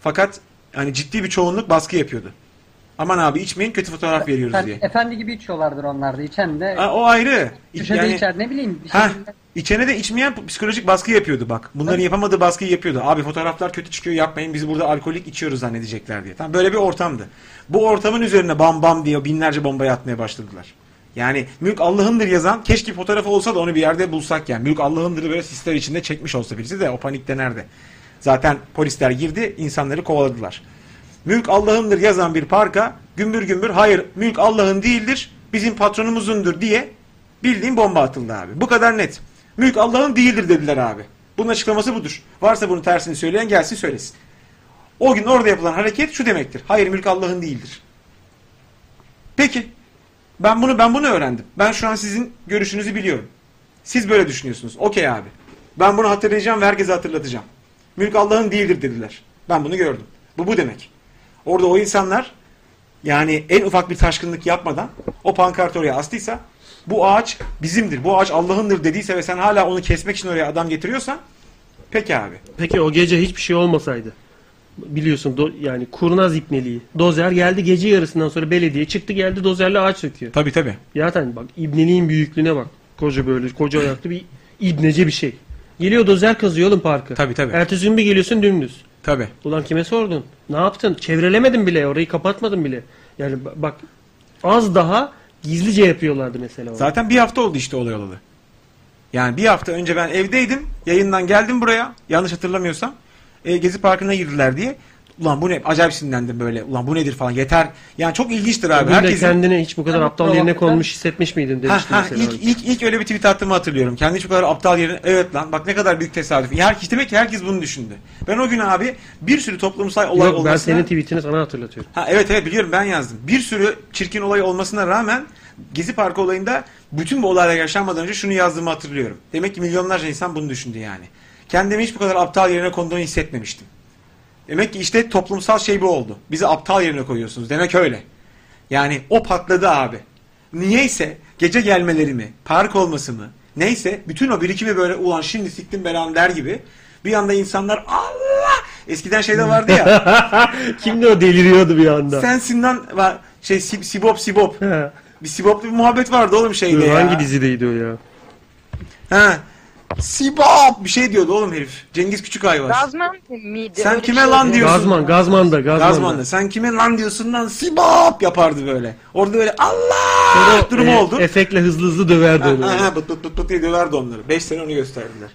C: Fakat hani ciddi bir çoğunluk baskı yapıyordu. Aman abi içmeyin kötü fotoğraf veriyoruz
J: Sen
C: diye.
J: efendi gibi içiyorlardır onlar da. İçen de
C: Ha, o ayrı. İ-
J: köşede
C: yani-
J: içer ne bileyim. Bir
C: Ha,
J: şekilde-
C: içene de içmeyen psikolojik baskı yapıyordu bak. Bunların yapamadığı baskıyı yapıyordu. Abi fotoğraflar kötü çıkıyor yapmayın biz burada alkolik içiyoruz zannedecekler diye. Tam böyle bir ortamdı. Bu ortamın üzerine bam bam diye binlerce bombayı atmaya başladılar. Yani mülk Allah'ındır yazan keşke fotoğrafı olsa da onu bir yerde bulsak yani. Mülk Allah'ındır'ı böyle sisler içinde çekmiş olsa birisi de o panikte nerede? Zaten polisler girdi insanları kovaladılar. Mülk Allah'ındır yazan bir parka gümbür gümbür hayır mülk Allah'ın değildir bizim patronumuzundur diye bildiğin bomba atıldı abi. Bu kadar net. Mülk Allah'ın değildir dediler abi. Bunun açıklaması budur. Varsa bunun tersini söyleyen gelsin söylesin. O gün orada yapılan hareket şu demektir. Hayır mülk Allah'ın değildir. Peki. Ben bunu ben bunu öğrendim. Ben şu an sizin görüşünüzü biliyorum. Siz böyle düşünüyorsunuz. Okey abi. Ben bunu hatırlayacağım ve herkese hatırlatacağım. Mülk Allah'ın değildir dediler. Ben bunu gördüm. Bu bu demek. Orada o insanlar yani en ufak bir taşkınlık yapmadan o pankartı oraya astıysa bu ağaç bizimdir, bu ağaç Allah'ındır dediyse ve sen hala onu kesmek için oraya adam getiriyorsan peki abi.
B: Peki o gece hiçbir şey olmasaydı. Biliyorsun do- yani kurnaz ipneliği. Dozer geldi gece yarısından sonra belediye çıktı geldi dozerle ağaç söküyor.
C: Tabii tabii.
B: Zaten bak ibneliğin büyüklüğüne bak. Koca böyle koca ayaklı bir ibnece bir şey. Geliyor dozer kazıyor oğlum parkı.
C: Tabii, tabii.
B: Ertesi gün bir geliyorsun dümdüz.
C: Tabii.
B: Ulan kime sordun? Ne yaptın? Çevrelemedin bile orayı kapatmadın bile. Yani ba- bak az daha gizlice yapıyorlardı mesela. onu.
C: Zaten bir hafta oldu işte olay olalı. Yani bir hafta önce ben evdeydim. Yayından geldim buraya. Yanlış hatırlamıyorsam. E, Gezi Parkı'na girdiler diye. ulan bu ne? Acayip sinirlendim böyle. Ulan bu nedir falan. Yeter. Yani çok ilginçtir abi.
B: Bugün de
C: Herkesin
B: kendini hiç bu kadar
C: Yani
B: aptal yerine
C: provokatif-
B: konmuş hissetmiş miydin demiştim
C: Ha, ha,
B: mesela.
C: ilk, ilk, ilk öyle bir tweet attığımı hatırlıyorum. Kendi şu kadar aptal yerine evet lan bak ne kadar büyük tesadüf. Her, demek ki herkes bunu düşündü. Ben o gün abi bir sürü toplumsal olay
B: Yok ben
C: olmasına...
B: senin tweetini sana hatırlatıyorum.
C: Ha, evet evet biliyorum ben yazdım. Bir sürü çirkin olay olmasına rağmen Gezi Parkı olayında bütün bu olaylar yaşanmadan önce şunu yazdığımı hatırlıyorum. Demek ki milyonlarca insan bunu düşündü yani. Kendimi hiç bu kadar aptal yerine konduğunu hissetmemiştim. Demek ki işte toplumsal şey bu oldu. Bizi aptal yerine koyuyorsunuz. Demek öyle. Yani o patladı abi. Niyeyse gece gelmeleri mi, park olması mı, neyse bütün o birikimi böyle ulan şimdi siktim belamı der gibi bir anda insanlar Allah eskiden şeyde vardı ya
B: Kimdi o deliriyordu bir anda.
C: Sensin lan var şey Sib- Sibop Sibop. bir Sibop'lu bir muhabbet vardı oğlum şeyde
B: Dur,
C: ya.
B: hangi dizideydi o ya?
C: Ha. Sibop bir şey diyordu oğlum herif. Cengiz Küçükay var.
L: Gazman mıydı?
C: Sen
L: Öyle bir
C: kime
L: şey
C: lan
L: oluyor.
C: diyorsun?
B: Gazman, Gazman da, Gazman da.
C: Gazman'da. Sen kime lan diyorsun lan Sibop yapardı böyle. Orada böyle Allah durumu
B: E,
C: oldu.
B: Efekle hızlı hızlı döverdi onu.
C: Ha, ha, bıt bıt bıt bıt diye döverdi onları. 5 sene onu gösterdiler.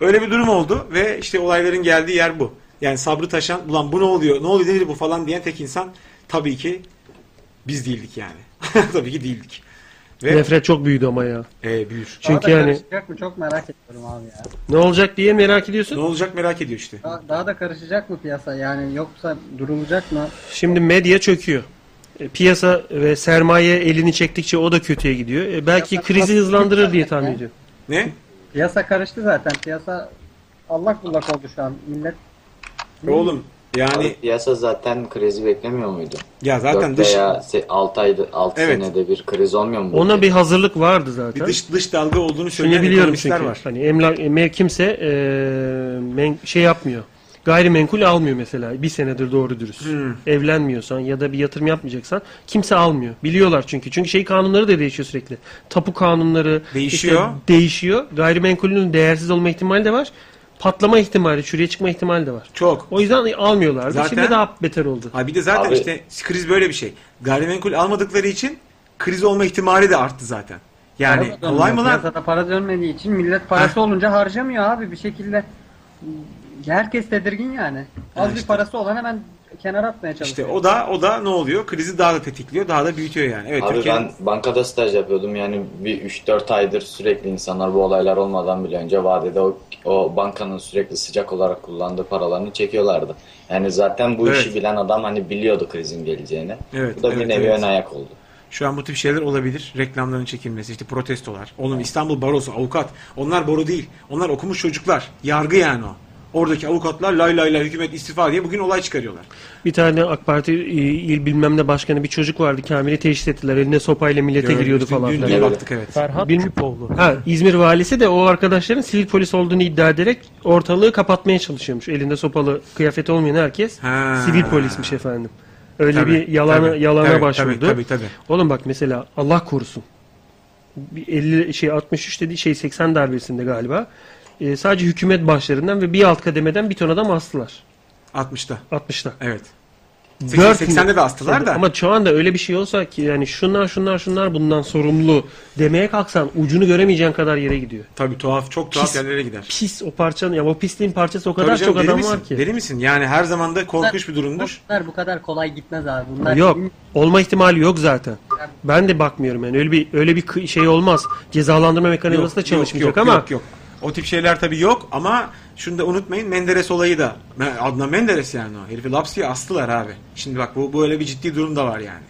C: Öyle bir durum oldu ve işte olayların geldiği yer bu. Yani sabrı taşan, ulan bu ne oluyor, ne oluyor nedir bu falan diyen tek insan tabii ki biz değildik yani. tabii ki değildik. Ve
B: Nefret çok büyüdü ama ya.
C: E, büyür.
J: Daha da
B: Çünkü yani
J: karışacak mı çok merak ediyorum abi ya.
B: ne olacak diye merak ediyorsun. Ne
C: olacak merak ediyor işte.
J: Daha, daha da karışacak mı piyasa yani yoksa durulacak mı?
B: Şimdi medya çöküyor. E, Piyasa ve sermaye elini çektikçe o da kötüye gidiyor. E, belki krizi hızlandırır diye tahmin ediyorum.
C: Ne?
J: Piyasa karıştı zaten. Piyasa allak bullak oldu şu an. Millet
C: Oğlum yani
E: Abi piyasa zaten krizi beklemiyor muydu?
C: Ya
B: zaten
E: Dört
B: dış-
E: veya 6 ayda 6
B: Evet.
E: senede bir kriz olmuyor mu?
B: Ona bir hazırlık vardı zaten.
E: Bir dış-
C: dış dalga olduğunu
B: Şunu
E: söyleyen
B: biliyorum
E: ekonomistler
B: çünkü.
E: var.
B: Hani emlak me- kimse e, men- şey yapmıyor. Gayrimenkul almıyor mesela. Bir senedir doğru dürüst.
C: Hmm.
B: Evlenmiyorsan ya da bir yatırım yapmayacaksan kimse almıyor. Biliyorlar çünkü. Çünkü şey kanunları da değişiyor sürekli. Tapu kanunları
C: Değişiyor.
B: işte değişiyor. Gayrimenkulün değersiz olma ihtimali de var. Patlama ihtimali, çürüye çıkma ihtimali de var.
C: Çok.
B: O yüzden almıyorlardı.
C: Zaten-
B: Şimdi daha beter oldu.
C: Ha bir de zaten
B: Abi-
C: işte kriz böyle bir şey. Gayrimenkul almadıkları için kriz olma ihtimali de arttı zaten. Yani
J: para da
C: kolay mı
J: dönmüyor.
C: lan?
J: Piyasada para dönmediği için millet parası olunca harcamıyor abi bir şekilde. Herkes tedirgin yani. Az bir parası olan hemen kenara atmaya
C: İşte
J: çalışıyor.
C: o da o da ne oluyor? Krizi daha da tetikliyor, daha da büyütüyor yani. Evet
E: Abi
C: Türkiye'nin-
E: ben bankada staj yapıyordum yani bir 3-4 aydır sürekli insanlar bu olaylar olmadan bile önce vadede o, o bankanın sürekli sıcak olarak kullandığı paralarını çekiyorlardı. Yani zaten bu işi
C: Evet.
E: bilen adam hani biliyordu krizin geleceğini.
C: Evet,
E: bu da
C: evet,
E: bir nevi
C: evet.
E: ön ayak oldu.
C: Şu an bu tip şeyler olabilir. Reklamların çekilmesi, işte protestolar. Oğlum İstanbul Barosu, avukat. Onlar baro değil. Onlar okumuş çocuklar. Yargı yani o. Oradaki avukatlar lay lay lay hükümet istifa diye bugün olay çıkarıyorlar.
B: Bir tane AK Parti e, il bilmem ne başkanı bir çocuk vardı. Kamil'i teşhis ettiler. Eline sopayla millete
C: Gördük,
B: giriyordu
C: dün-
B: falan.
C: dün- dün
B: filan.
C: baktık, evet. Ferhat
B: Küpoğlu. Ha, İzmir valisi de o arkadaşların sivil polis olduğunu iddia ederek ortalığı kapatmaya çalışıyormuş. Elinde sopalı kıyafeti olmayan herkes sivil polismiş efendim. Öyle
C: Tabii,
B: bir yalana
C: tabii,
B: yalana
C: tabii,
B: başvurdu.
C: tabii, tabii, tabii.
B: Oğlum bak mesela Allah korusun. Bir 50 şey 63 dedi şey 80 darbesinde galiba. E, sadece hükümet başlarından ve bir alt kademeden bir ton adam astılar.
C: 60'ta.
B: 60'ta.
C: Evet. Seksen-
B: Dört
C: 80'de de astılar
B: mil-
C: da.
B: Ama şu anda öyle bir şey olsa ki yani şunlar şunlar şunlar bundan sorumlu demeye kalksan ucunu göremeyeceğin kadar yere gidiyor.
C: Tabii tuhaf çok tuhaf yerlere gider.
B: Pis o parçanın ya o pisliğin parçası o
C: Tabii
B: kadar
C: canım,
B: çok
C: deli
B: adam
C: misin?
B: var ki.
C: Deli misin? Yani her zaman da korkunç bir durumdur.
J: Bunlar bu kadar kolay gitmez abi. Bunlar
B: Ya Yok. Olma ihtimali yok zaten. Ben de bakmıyorum yani öyle bir öyle bir kı- şey olmaz. Cezalandırma mekanizması da çalışmayacak
C: yok,
B: ama
C: yok, yok. O tip şeyler tabii yok ama şunu da unutmayın Menderes olayı da. Me- Adnan Menderes yani o. Herifi laps diye astılar abi. Şimdi bak bu böyle bir ciddi durum da var yani.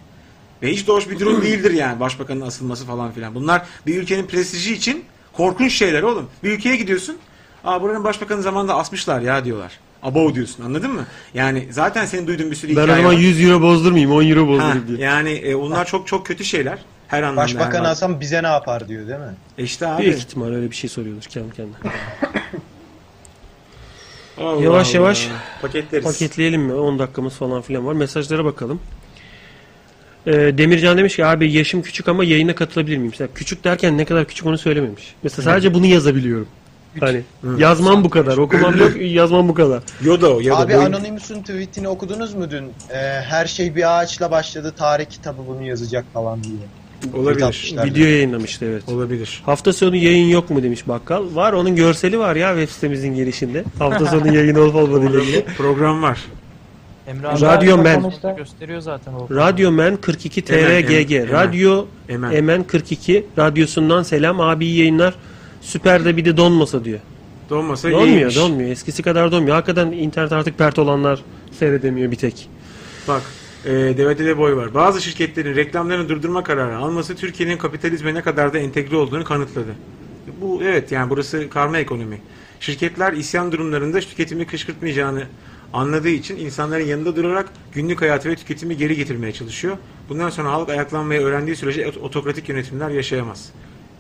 C: Ve hiç de hoş bir durum değildir yani başbakanın asılması falan filan. Bunlar bir ülkenin prestiji için korkunç şeyler oğlum. Bir ülkeye gidiyorsun. Aa buranın başbakanı zamanında asmışlar ya diyorlar. Abo diyorsun anladın mı? Yani zaten senin duyduğun bir sürü
B: ben o
C: hikaye
B: zaman
C: var.
B: 100 euro bozdurmayayım 10 euro
C: Ha,
B: bozdurayım diye.
C: yani e, onlar çok çok kötü şeyler. Her anlamda.
K: Başbakan
C: yani.
K: Hasan bize ne yapar diyor değil mi?
C: E işte abi.
B: Büyük ihtimal öyle bir şey soruyordur kendi kendine.
C: Allah
B: yavaş
C: Allah.
B: yavaş
C: Paketleriz.
B: paketleyelim mi? 10 dakikamız falan filan var. Mesajlara bakalım. Ee, Demircan demiş ki abi yaşım küçük ama yayına katılabilir miyim? Mesela küçük derken ne kadar küçük onu söylememiş. Mesela sadece bunu yazabiliyorum. Hani yazmam bu kadar, okumam yok, yazmam bu kadar.
C: Yoda o,
K: Abi Anonymous'un tweetini okudunuz mu dün? Ee, her şey bir ağaçla başladı. Tarih kitabı bunu yazacak falan diye. Tweet
B: Olabilir.
K: atmışlardı.
B: Video yayınlamıştı evet.
C: Olabilir.
B: Hafta sonu yayın yok mu demiş bakkal. Var onun görseli var ya web sitemizin girişinde. Hafta sonu yayın olup olmadığıyla ilgili.
C: Program var.
I: Emre abi
B: Radyo Men.
I: orada gösteriyor zaten o.
B: Radyo Men 42
I: Emen,
B: TRGG.
I: Emen,
B: Radyo
I: Emen.
B: Emen 42 radyosundan selam abi iyi yayınlar. Süper'de bir de donmasa diyor.
C: Donmasa
B: donmuyor,
C: iyiymiş.
B: donmuyor. Eskisi kadar donmuyor. Hakikaten internet artık pert olanlar seyredemiyor bir tek.
C: Bak e, devede de boy var. Bazı şirketlerin reklamlarını durdurma kararı alması Türkiye'nin kapitalizme ne kadar da entegre olduğunu kanıtladı. Bu evet yani burası karma ekonomi. Şirketler isyan durumlarında tüketimi kışkırtmayacağını anladığı için insanların yanında durarak günlük hayatı ve tüketimi geri getirmeye çalışıyor. Bundan sonra halk ayaklanmayı öğrendiği sürece ot- otokratik yönetimler yaşayamaz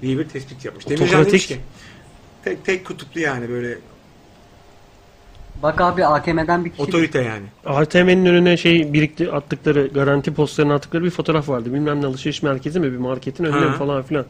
C: diye bir tespit yapmış. Demircan demiş
B: Otokratik.
C: ki tek tek kutuplu yani böyle
J: Bak abi ATM'den bir kişi
C: otorite yani.
B: ATM'nin önüne şey birikti attıkları garanti postlarına attıkları bir fotoğraf vardı. Bilmem ne alışveriş merkezi mi bir marketin önüne
C: Ha.
B: mi falan filan.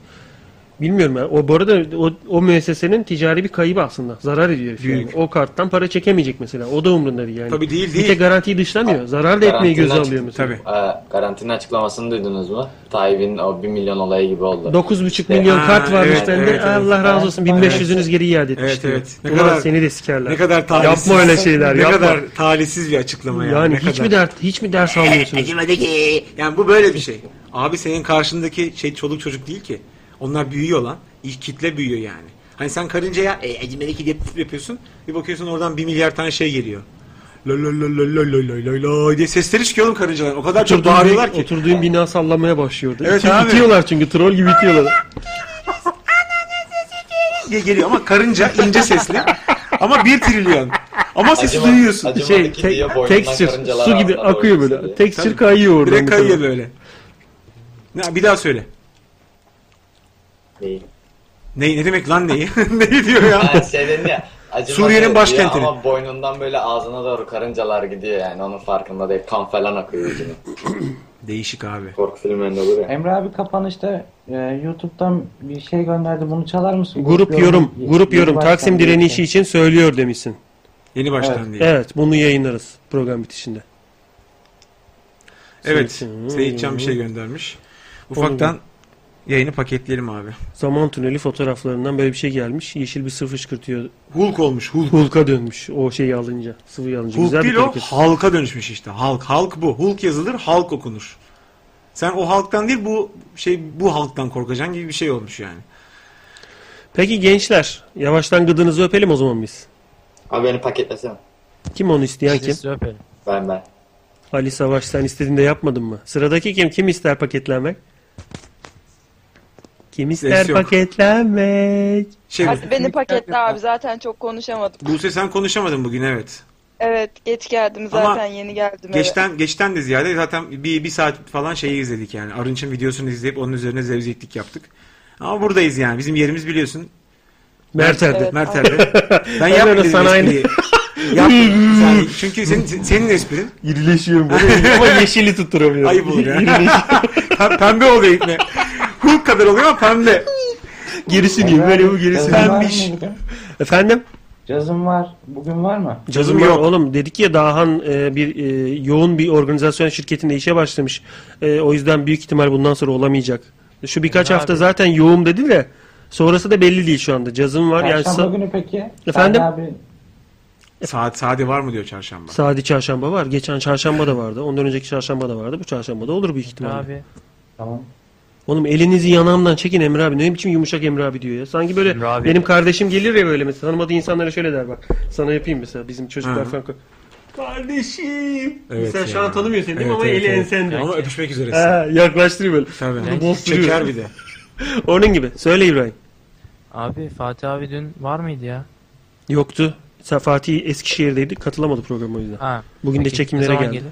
B: Bilmiyorum yani. O bu arada o, o müessesenin ticari bir kaybı aslında. Zarar ediyor. herif yani.
C: Büyük.
B: O karttan para çekemeyecek mesela. O da umrunda değil yani.
C: Tabii değil,
B: Bir
C: değil.
B: tek garantiyi dışlamıyor. Zarar da etmeyi göze
E: Karantina-
B: alıyor mesela.
E: Ee, karantina açıklamasını duydunuz mu? Tayyip'in o 1 milyon olayı gibi oldu.
B: 9,5 milyon
E: Ha,
B: kart varmış
E: evet,
B: bende.
E: evet,
B: Allah
E: evet.
B: razı olsun. 1500'ünüz geri iade etmiş.
C: Evet
B: diyor.
C: evet. Ne
B: Ulan
C: kadar
B: seni de sikerler.
C: Ne kadar talihsiz.
B: Yapma öyle şeyler.
C: Ne
B: yapma.
C: kadar talihsiz bir açıklama yani.
B: yani şey-
C: ne
B: hiç
C: kadar.
B: mi dert hiç mi ders almıyorsunuz?
C: Acımadı ki. Yani bu böyle bir şey. Abi senin karşındaki şey çoluk çocuk değil ki. Onlar büyüyor lan. İlk kitle büyüyor yani. Hani sen karıncaya e, acımadı ki diye püf yapıyorsun. Bir bakıyorsun oradan bir milyar tane şey geliyor. Lo lo lo lo lo lo lo lo lo diye sesleri çıkıyor oğlum karıncalar. O kadar çok
B: Oturduğun
C: bağırıyorlar
B: bir-
C: ki.
B: Oturduğun bina sallamaya başlıyordu.
C: Evet
B: Evet,
C: abi.
B: itiyorlar çünkü troll gibi itiyorlar.
C: diye geliyor ama karınca ince sesli. ama bir trilyon. Ama sesi
B: Acıma-
C: duyuyorsun.
B: acımadı Şey, ki te- diye boynundan texture, karıncalar su gibi ağzına akıyor doğru böyle. yükseliyor. Texture kayıyor oradan
C: Direkt
B: bir
C: kayıyor
B: tarafa.
C: böyle. Ne, bir daha söyle.
E: Neyi?
C: Neyi? Ne demek lan neyi? neyi diyor ya?
E: Ha, şey dedin ya. acımadı
C: Suriye'nin
E: diyor
C: başkenti.
E: Ama boynundan böyle ağzına doğru karıncalar gidiyor yani. Onun farkında değil. Kan falan akıyor yüzüne.
C: Değişik abi.
E: Korku filmlerinde olur ya.
F: Emre abi kapanışta e, YouTube'dan bir şey gönderdi. Bunu çalar mısın?
B: grup yorum, grup yorum. Taksim
F: şey.
B: direnişi için söylüyor demişsin.
C: Yeni baştan
B: evet.
C: diye.
B: Evet, bunu yayınlarız program bitişinde.
C: Evet.
B: Seyitcan-
C: Seyitcan bir şey göndermiş. Ufaktan yayını paketleyelim abi.
B: Zaman tüneli fotoğraflarından böyle bir şey gelmiş. Yeşil bir sıfır çıkartıyor.
C: Hulk olmuş. Hulk.
B: Hulk'a dönmüş o şeyi alınca. Sıvıyı alınca.
C: Hulk
B: Güzel
C: değil
B: bir
C: o
B: hareket.
C: halka dönüşmüş işte. Halk. Halk bu. Hulk yazılır, halk okunur. Sen o halktan değil bu şey bu halktan korkacaksın gibi bir şey olmuş yani.
B: Peki gençler yavaştan gıdınızı öpelim o zaman biz.
E: Abi beni paketlesene.
B: Kim onu isteyen kim?
I: öpelim.
E: Ben ben.
B: Ali Savaş sen istediğinde yapmadın mı? Sıradaki kim? Kim ister paketlenmek? Kim ister
C: Ses yok.
B: paketlenmek?
C: Şey
L: Hadi beni paketle abi zaten çok konuşamadım.
C: Buse sen konuşamadın bugün evet.
L: Evet geç geldim zaten yeni geldim eve.
C: Geçten geçten de ziyade zaten bir, bir saat falan şeyi izledik yani. Arınç'ın videosunu izleyip onun üzerine zevzeklik yaptık. Ama buradayız yani. Bizim yerimiz biliyorsun.
B: Merter'de. Evet,
C: Merter'de.
B: aynen.
C: ben
B: Ben öyle
C: yapmadım
B: sanayi-
C: espriyi. Yapmadım. Sen- çünkü senin, senin esprin.
B: İrileşiyorum böyle. Ama yeşili tutturamıyorum.
C: Ayıp olur ya.
B: İrileşiyorum.
C: Pem- pembe oluyor ipne. Hulk kadar oluyor ama pembe.
B: Gerisini yiyeyim. Böyle bu gerisini. Pembiş. Efendim?
F: Cazım var. Bugün var mı?
B: Cazım yok. Oğlum dedik ya Dahan e, bir e, yoğun bir organizasyon şirketinde işe başlamış. E, o yüzden büyük ihtimal bundan sonra olamayacak. Şu birkaç
F: Emre
B: hafta
F: abi.
B: zaten yoğun dedi de sonrası da belli değil şu anda. Cazım var. Yani
F: Perşembe
B: sa-
F: günü peki?
B: Efendim?
F: Ben de abi
C: Saat sade var mı diyor çarşamba.
B: Sadi çarşamba var. Geçen çarşamba da vardı. Ondan önceki çarşamba da vardı. Bu çarşamba da olur büyük ihtimalle.
I: Abi.
F: Tamam.
B: Oğlum elinizi yanağımdan çekin Emre abi. Ne biçim yumuşak Emre abi diyor ya. Sanki böyle
I: abi.
B: benim kardeşim gelir ya böyle mesela. Tanımadığı insanlara şöyle der bak. Sana yapayım mesela bizim çocuklar
C: Hı.
B: falan. Kardeşim.
C: Evet
B: Sen
C: ya.
B: şu an tanımıyorsun değil mi?
C: Evet,
B: Ama
C: evet,
B: eli
C: evet.
B: ensende.
C: Ama öpüşmek üzeresin.
B: Ha, yaklaştırıyor böyle.
C: Tabii.
B: Bastırıyor.
C: Çeker bir de.
B: Onun gibi. Söyle İbrahim.
I: Abi Fatih abi dün var mıydı ya?
B: Yoktu. Sa- Fatih Eskişehir'deydi. Katılamadı programa o yüzden.
I: Ha,
B: Bugün
I: peki.
B: de
I: Ne
B: çekimlere
I: zaman
B: geldi.
I: gelir?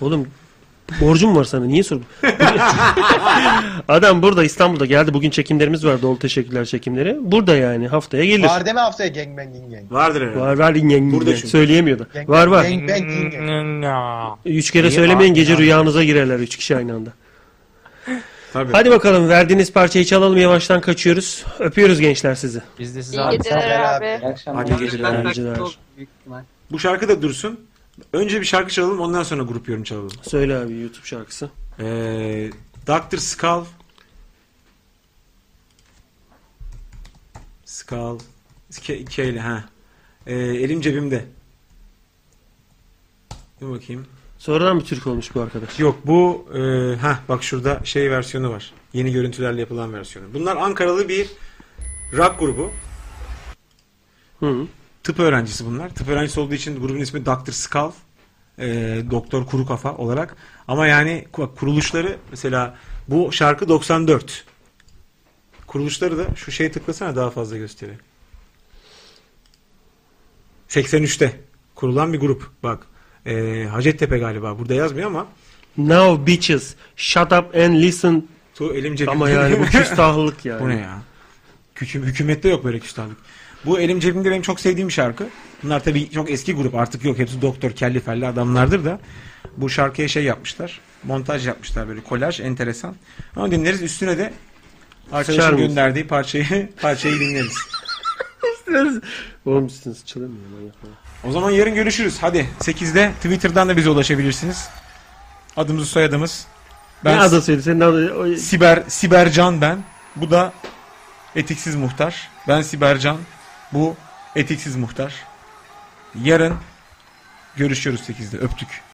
B: Oğlum borcum var sana. Niye sordun? Adam burada İstanbul'da geldi. Bugün çekimlerimiz var. Dolu teşekkürler çekimleri. Burada yani haftaya gelir.
K: Var deme haftaya gangbang gang.
C: Vardır herhalde.
B: Var var yenge, yenge.
K: Burada çünkü.
B: söyleyemiyor da.
K: Yenge,
B: Var var.
K: yenge,
B: Üç kere
I: İyi
B: söylemeyin
I: abi
B: gece
I: ya.
B: rüyanıza girerler üç kişi aynı anda.
C: Tabii.
B: Hadi bakalım verdiğiniz parçayı çalalım yavaştan kaçıyoruz. Öpüyoruz gençler sizi.
I: Biz de size
L: İyi geceler abi.
C: Hadi iyi geceler.
B: İyi geceler.
C: Bu şarkı da dursun. Önce bir şarkı çalalım ondan sonra grup yorum çalalım.
B: Söyle abi YouTube şarkısı.
C: Ee, Dr. Skull Skull Ke- Keyle ha. Ee, elim cebimde. Dur bakayım.
B: Sonradan bir Türk olmuş bu arkadaş.
C: Yok bu e, ha bak şurada şey versiyonu var. Yeni görüntülerle yapılan versiyonu. Bunlar Ankaralı bir rock grubu. Tıp öğrencisi bunlar. Tıp öğrencisi olduğu için grubun ismi Dr. Skull. e, Doktor Kuru Kafa olarak. Ama yani bak, kuruluşları mesela bu şarkı 94. Kuruluşları da şu şeye tıklasana daha fazla gösteriyor. 83'te kurulan bir grup. Bak e, Hacettepe galiba burada yazmıyor ama
B: Now bitches shut up and listen.
C: Tu elim cebimde.
B: Ama yani bu küstahlık yani.
C: Bu ne ya? Küçü- hükümette yok böyle küstahlık. Bu elim cebimde benim çok sevdiğim şarkı. Bunlar tabii çok eski grup artık yok. Hepsi doktor, kelli felli adamlardır da. Bu şarkıya şey yapmışlar. Montaj yapmışlar böyle kolaj enteresan. Ama dinleriz üstüne de
B: Sıçar
C: arkadaşın
B: mısın?
C: gönderdiği parçayı parçayı dinleriz.
B: Oğlum sizin sıçılamıyor manyak.
C: O zaman yarın görüşürüz. Hadi 8'de Twitter'dan da bize ulaşabilirsiniz. Adımızı soyadımız.
B: Ben ne adı söyledi? Senin adı... o-
C: Siber Sibercan ben. Bu da etiksiz muhtar. Ben Sibercan. Bu etiksiz muhtar. Yarın görüşüyoruz 8'de. Öptük.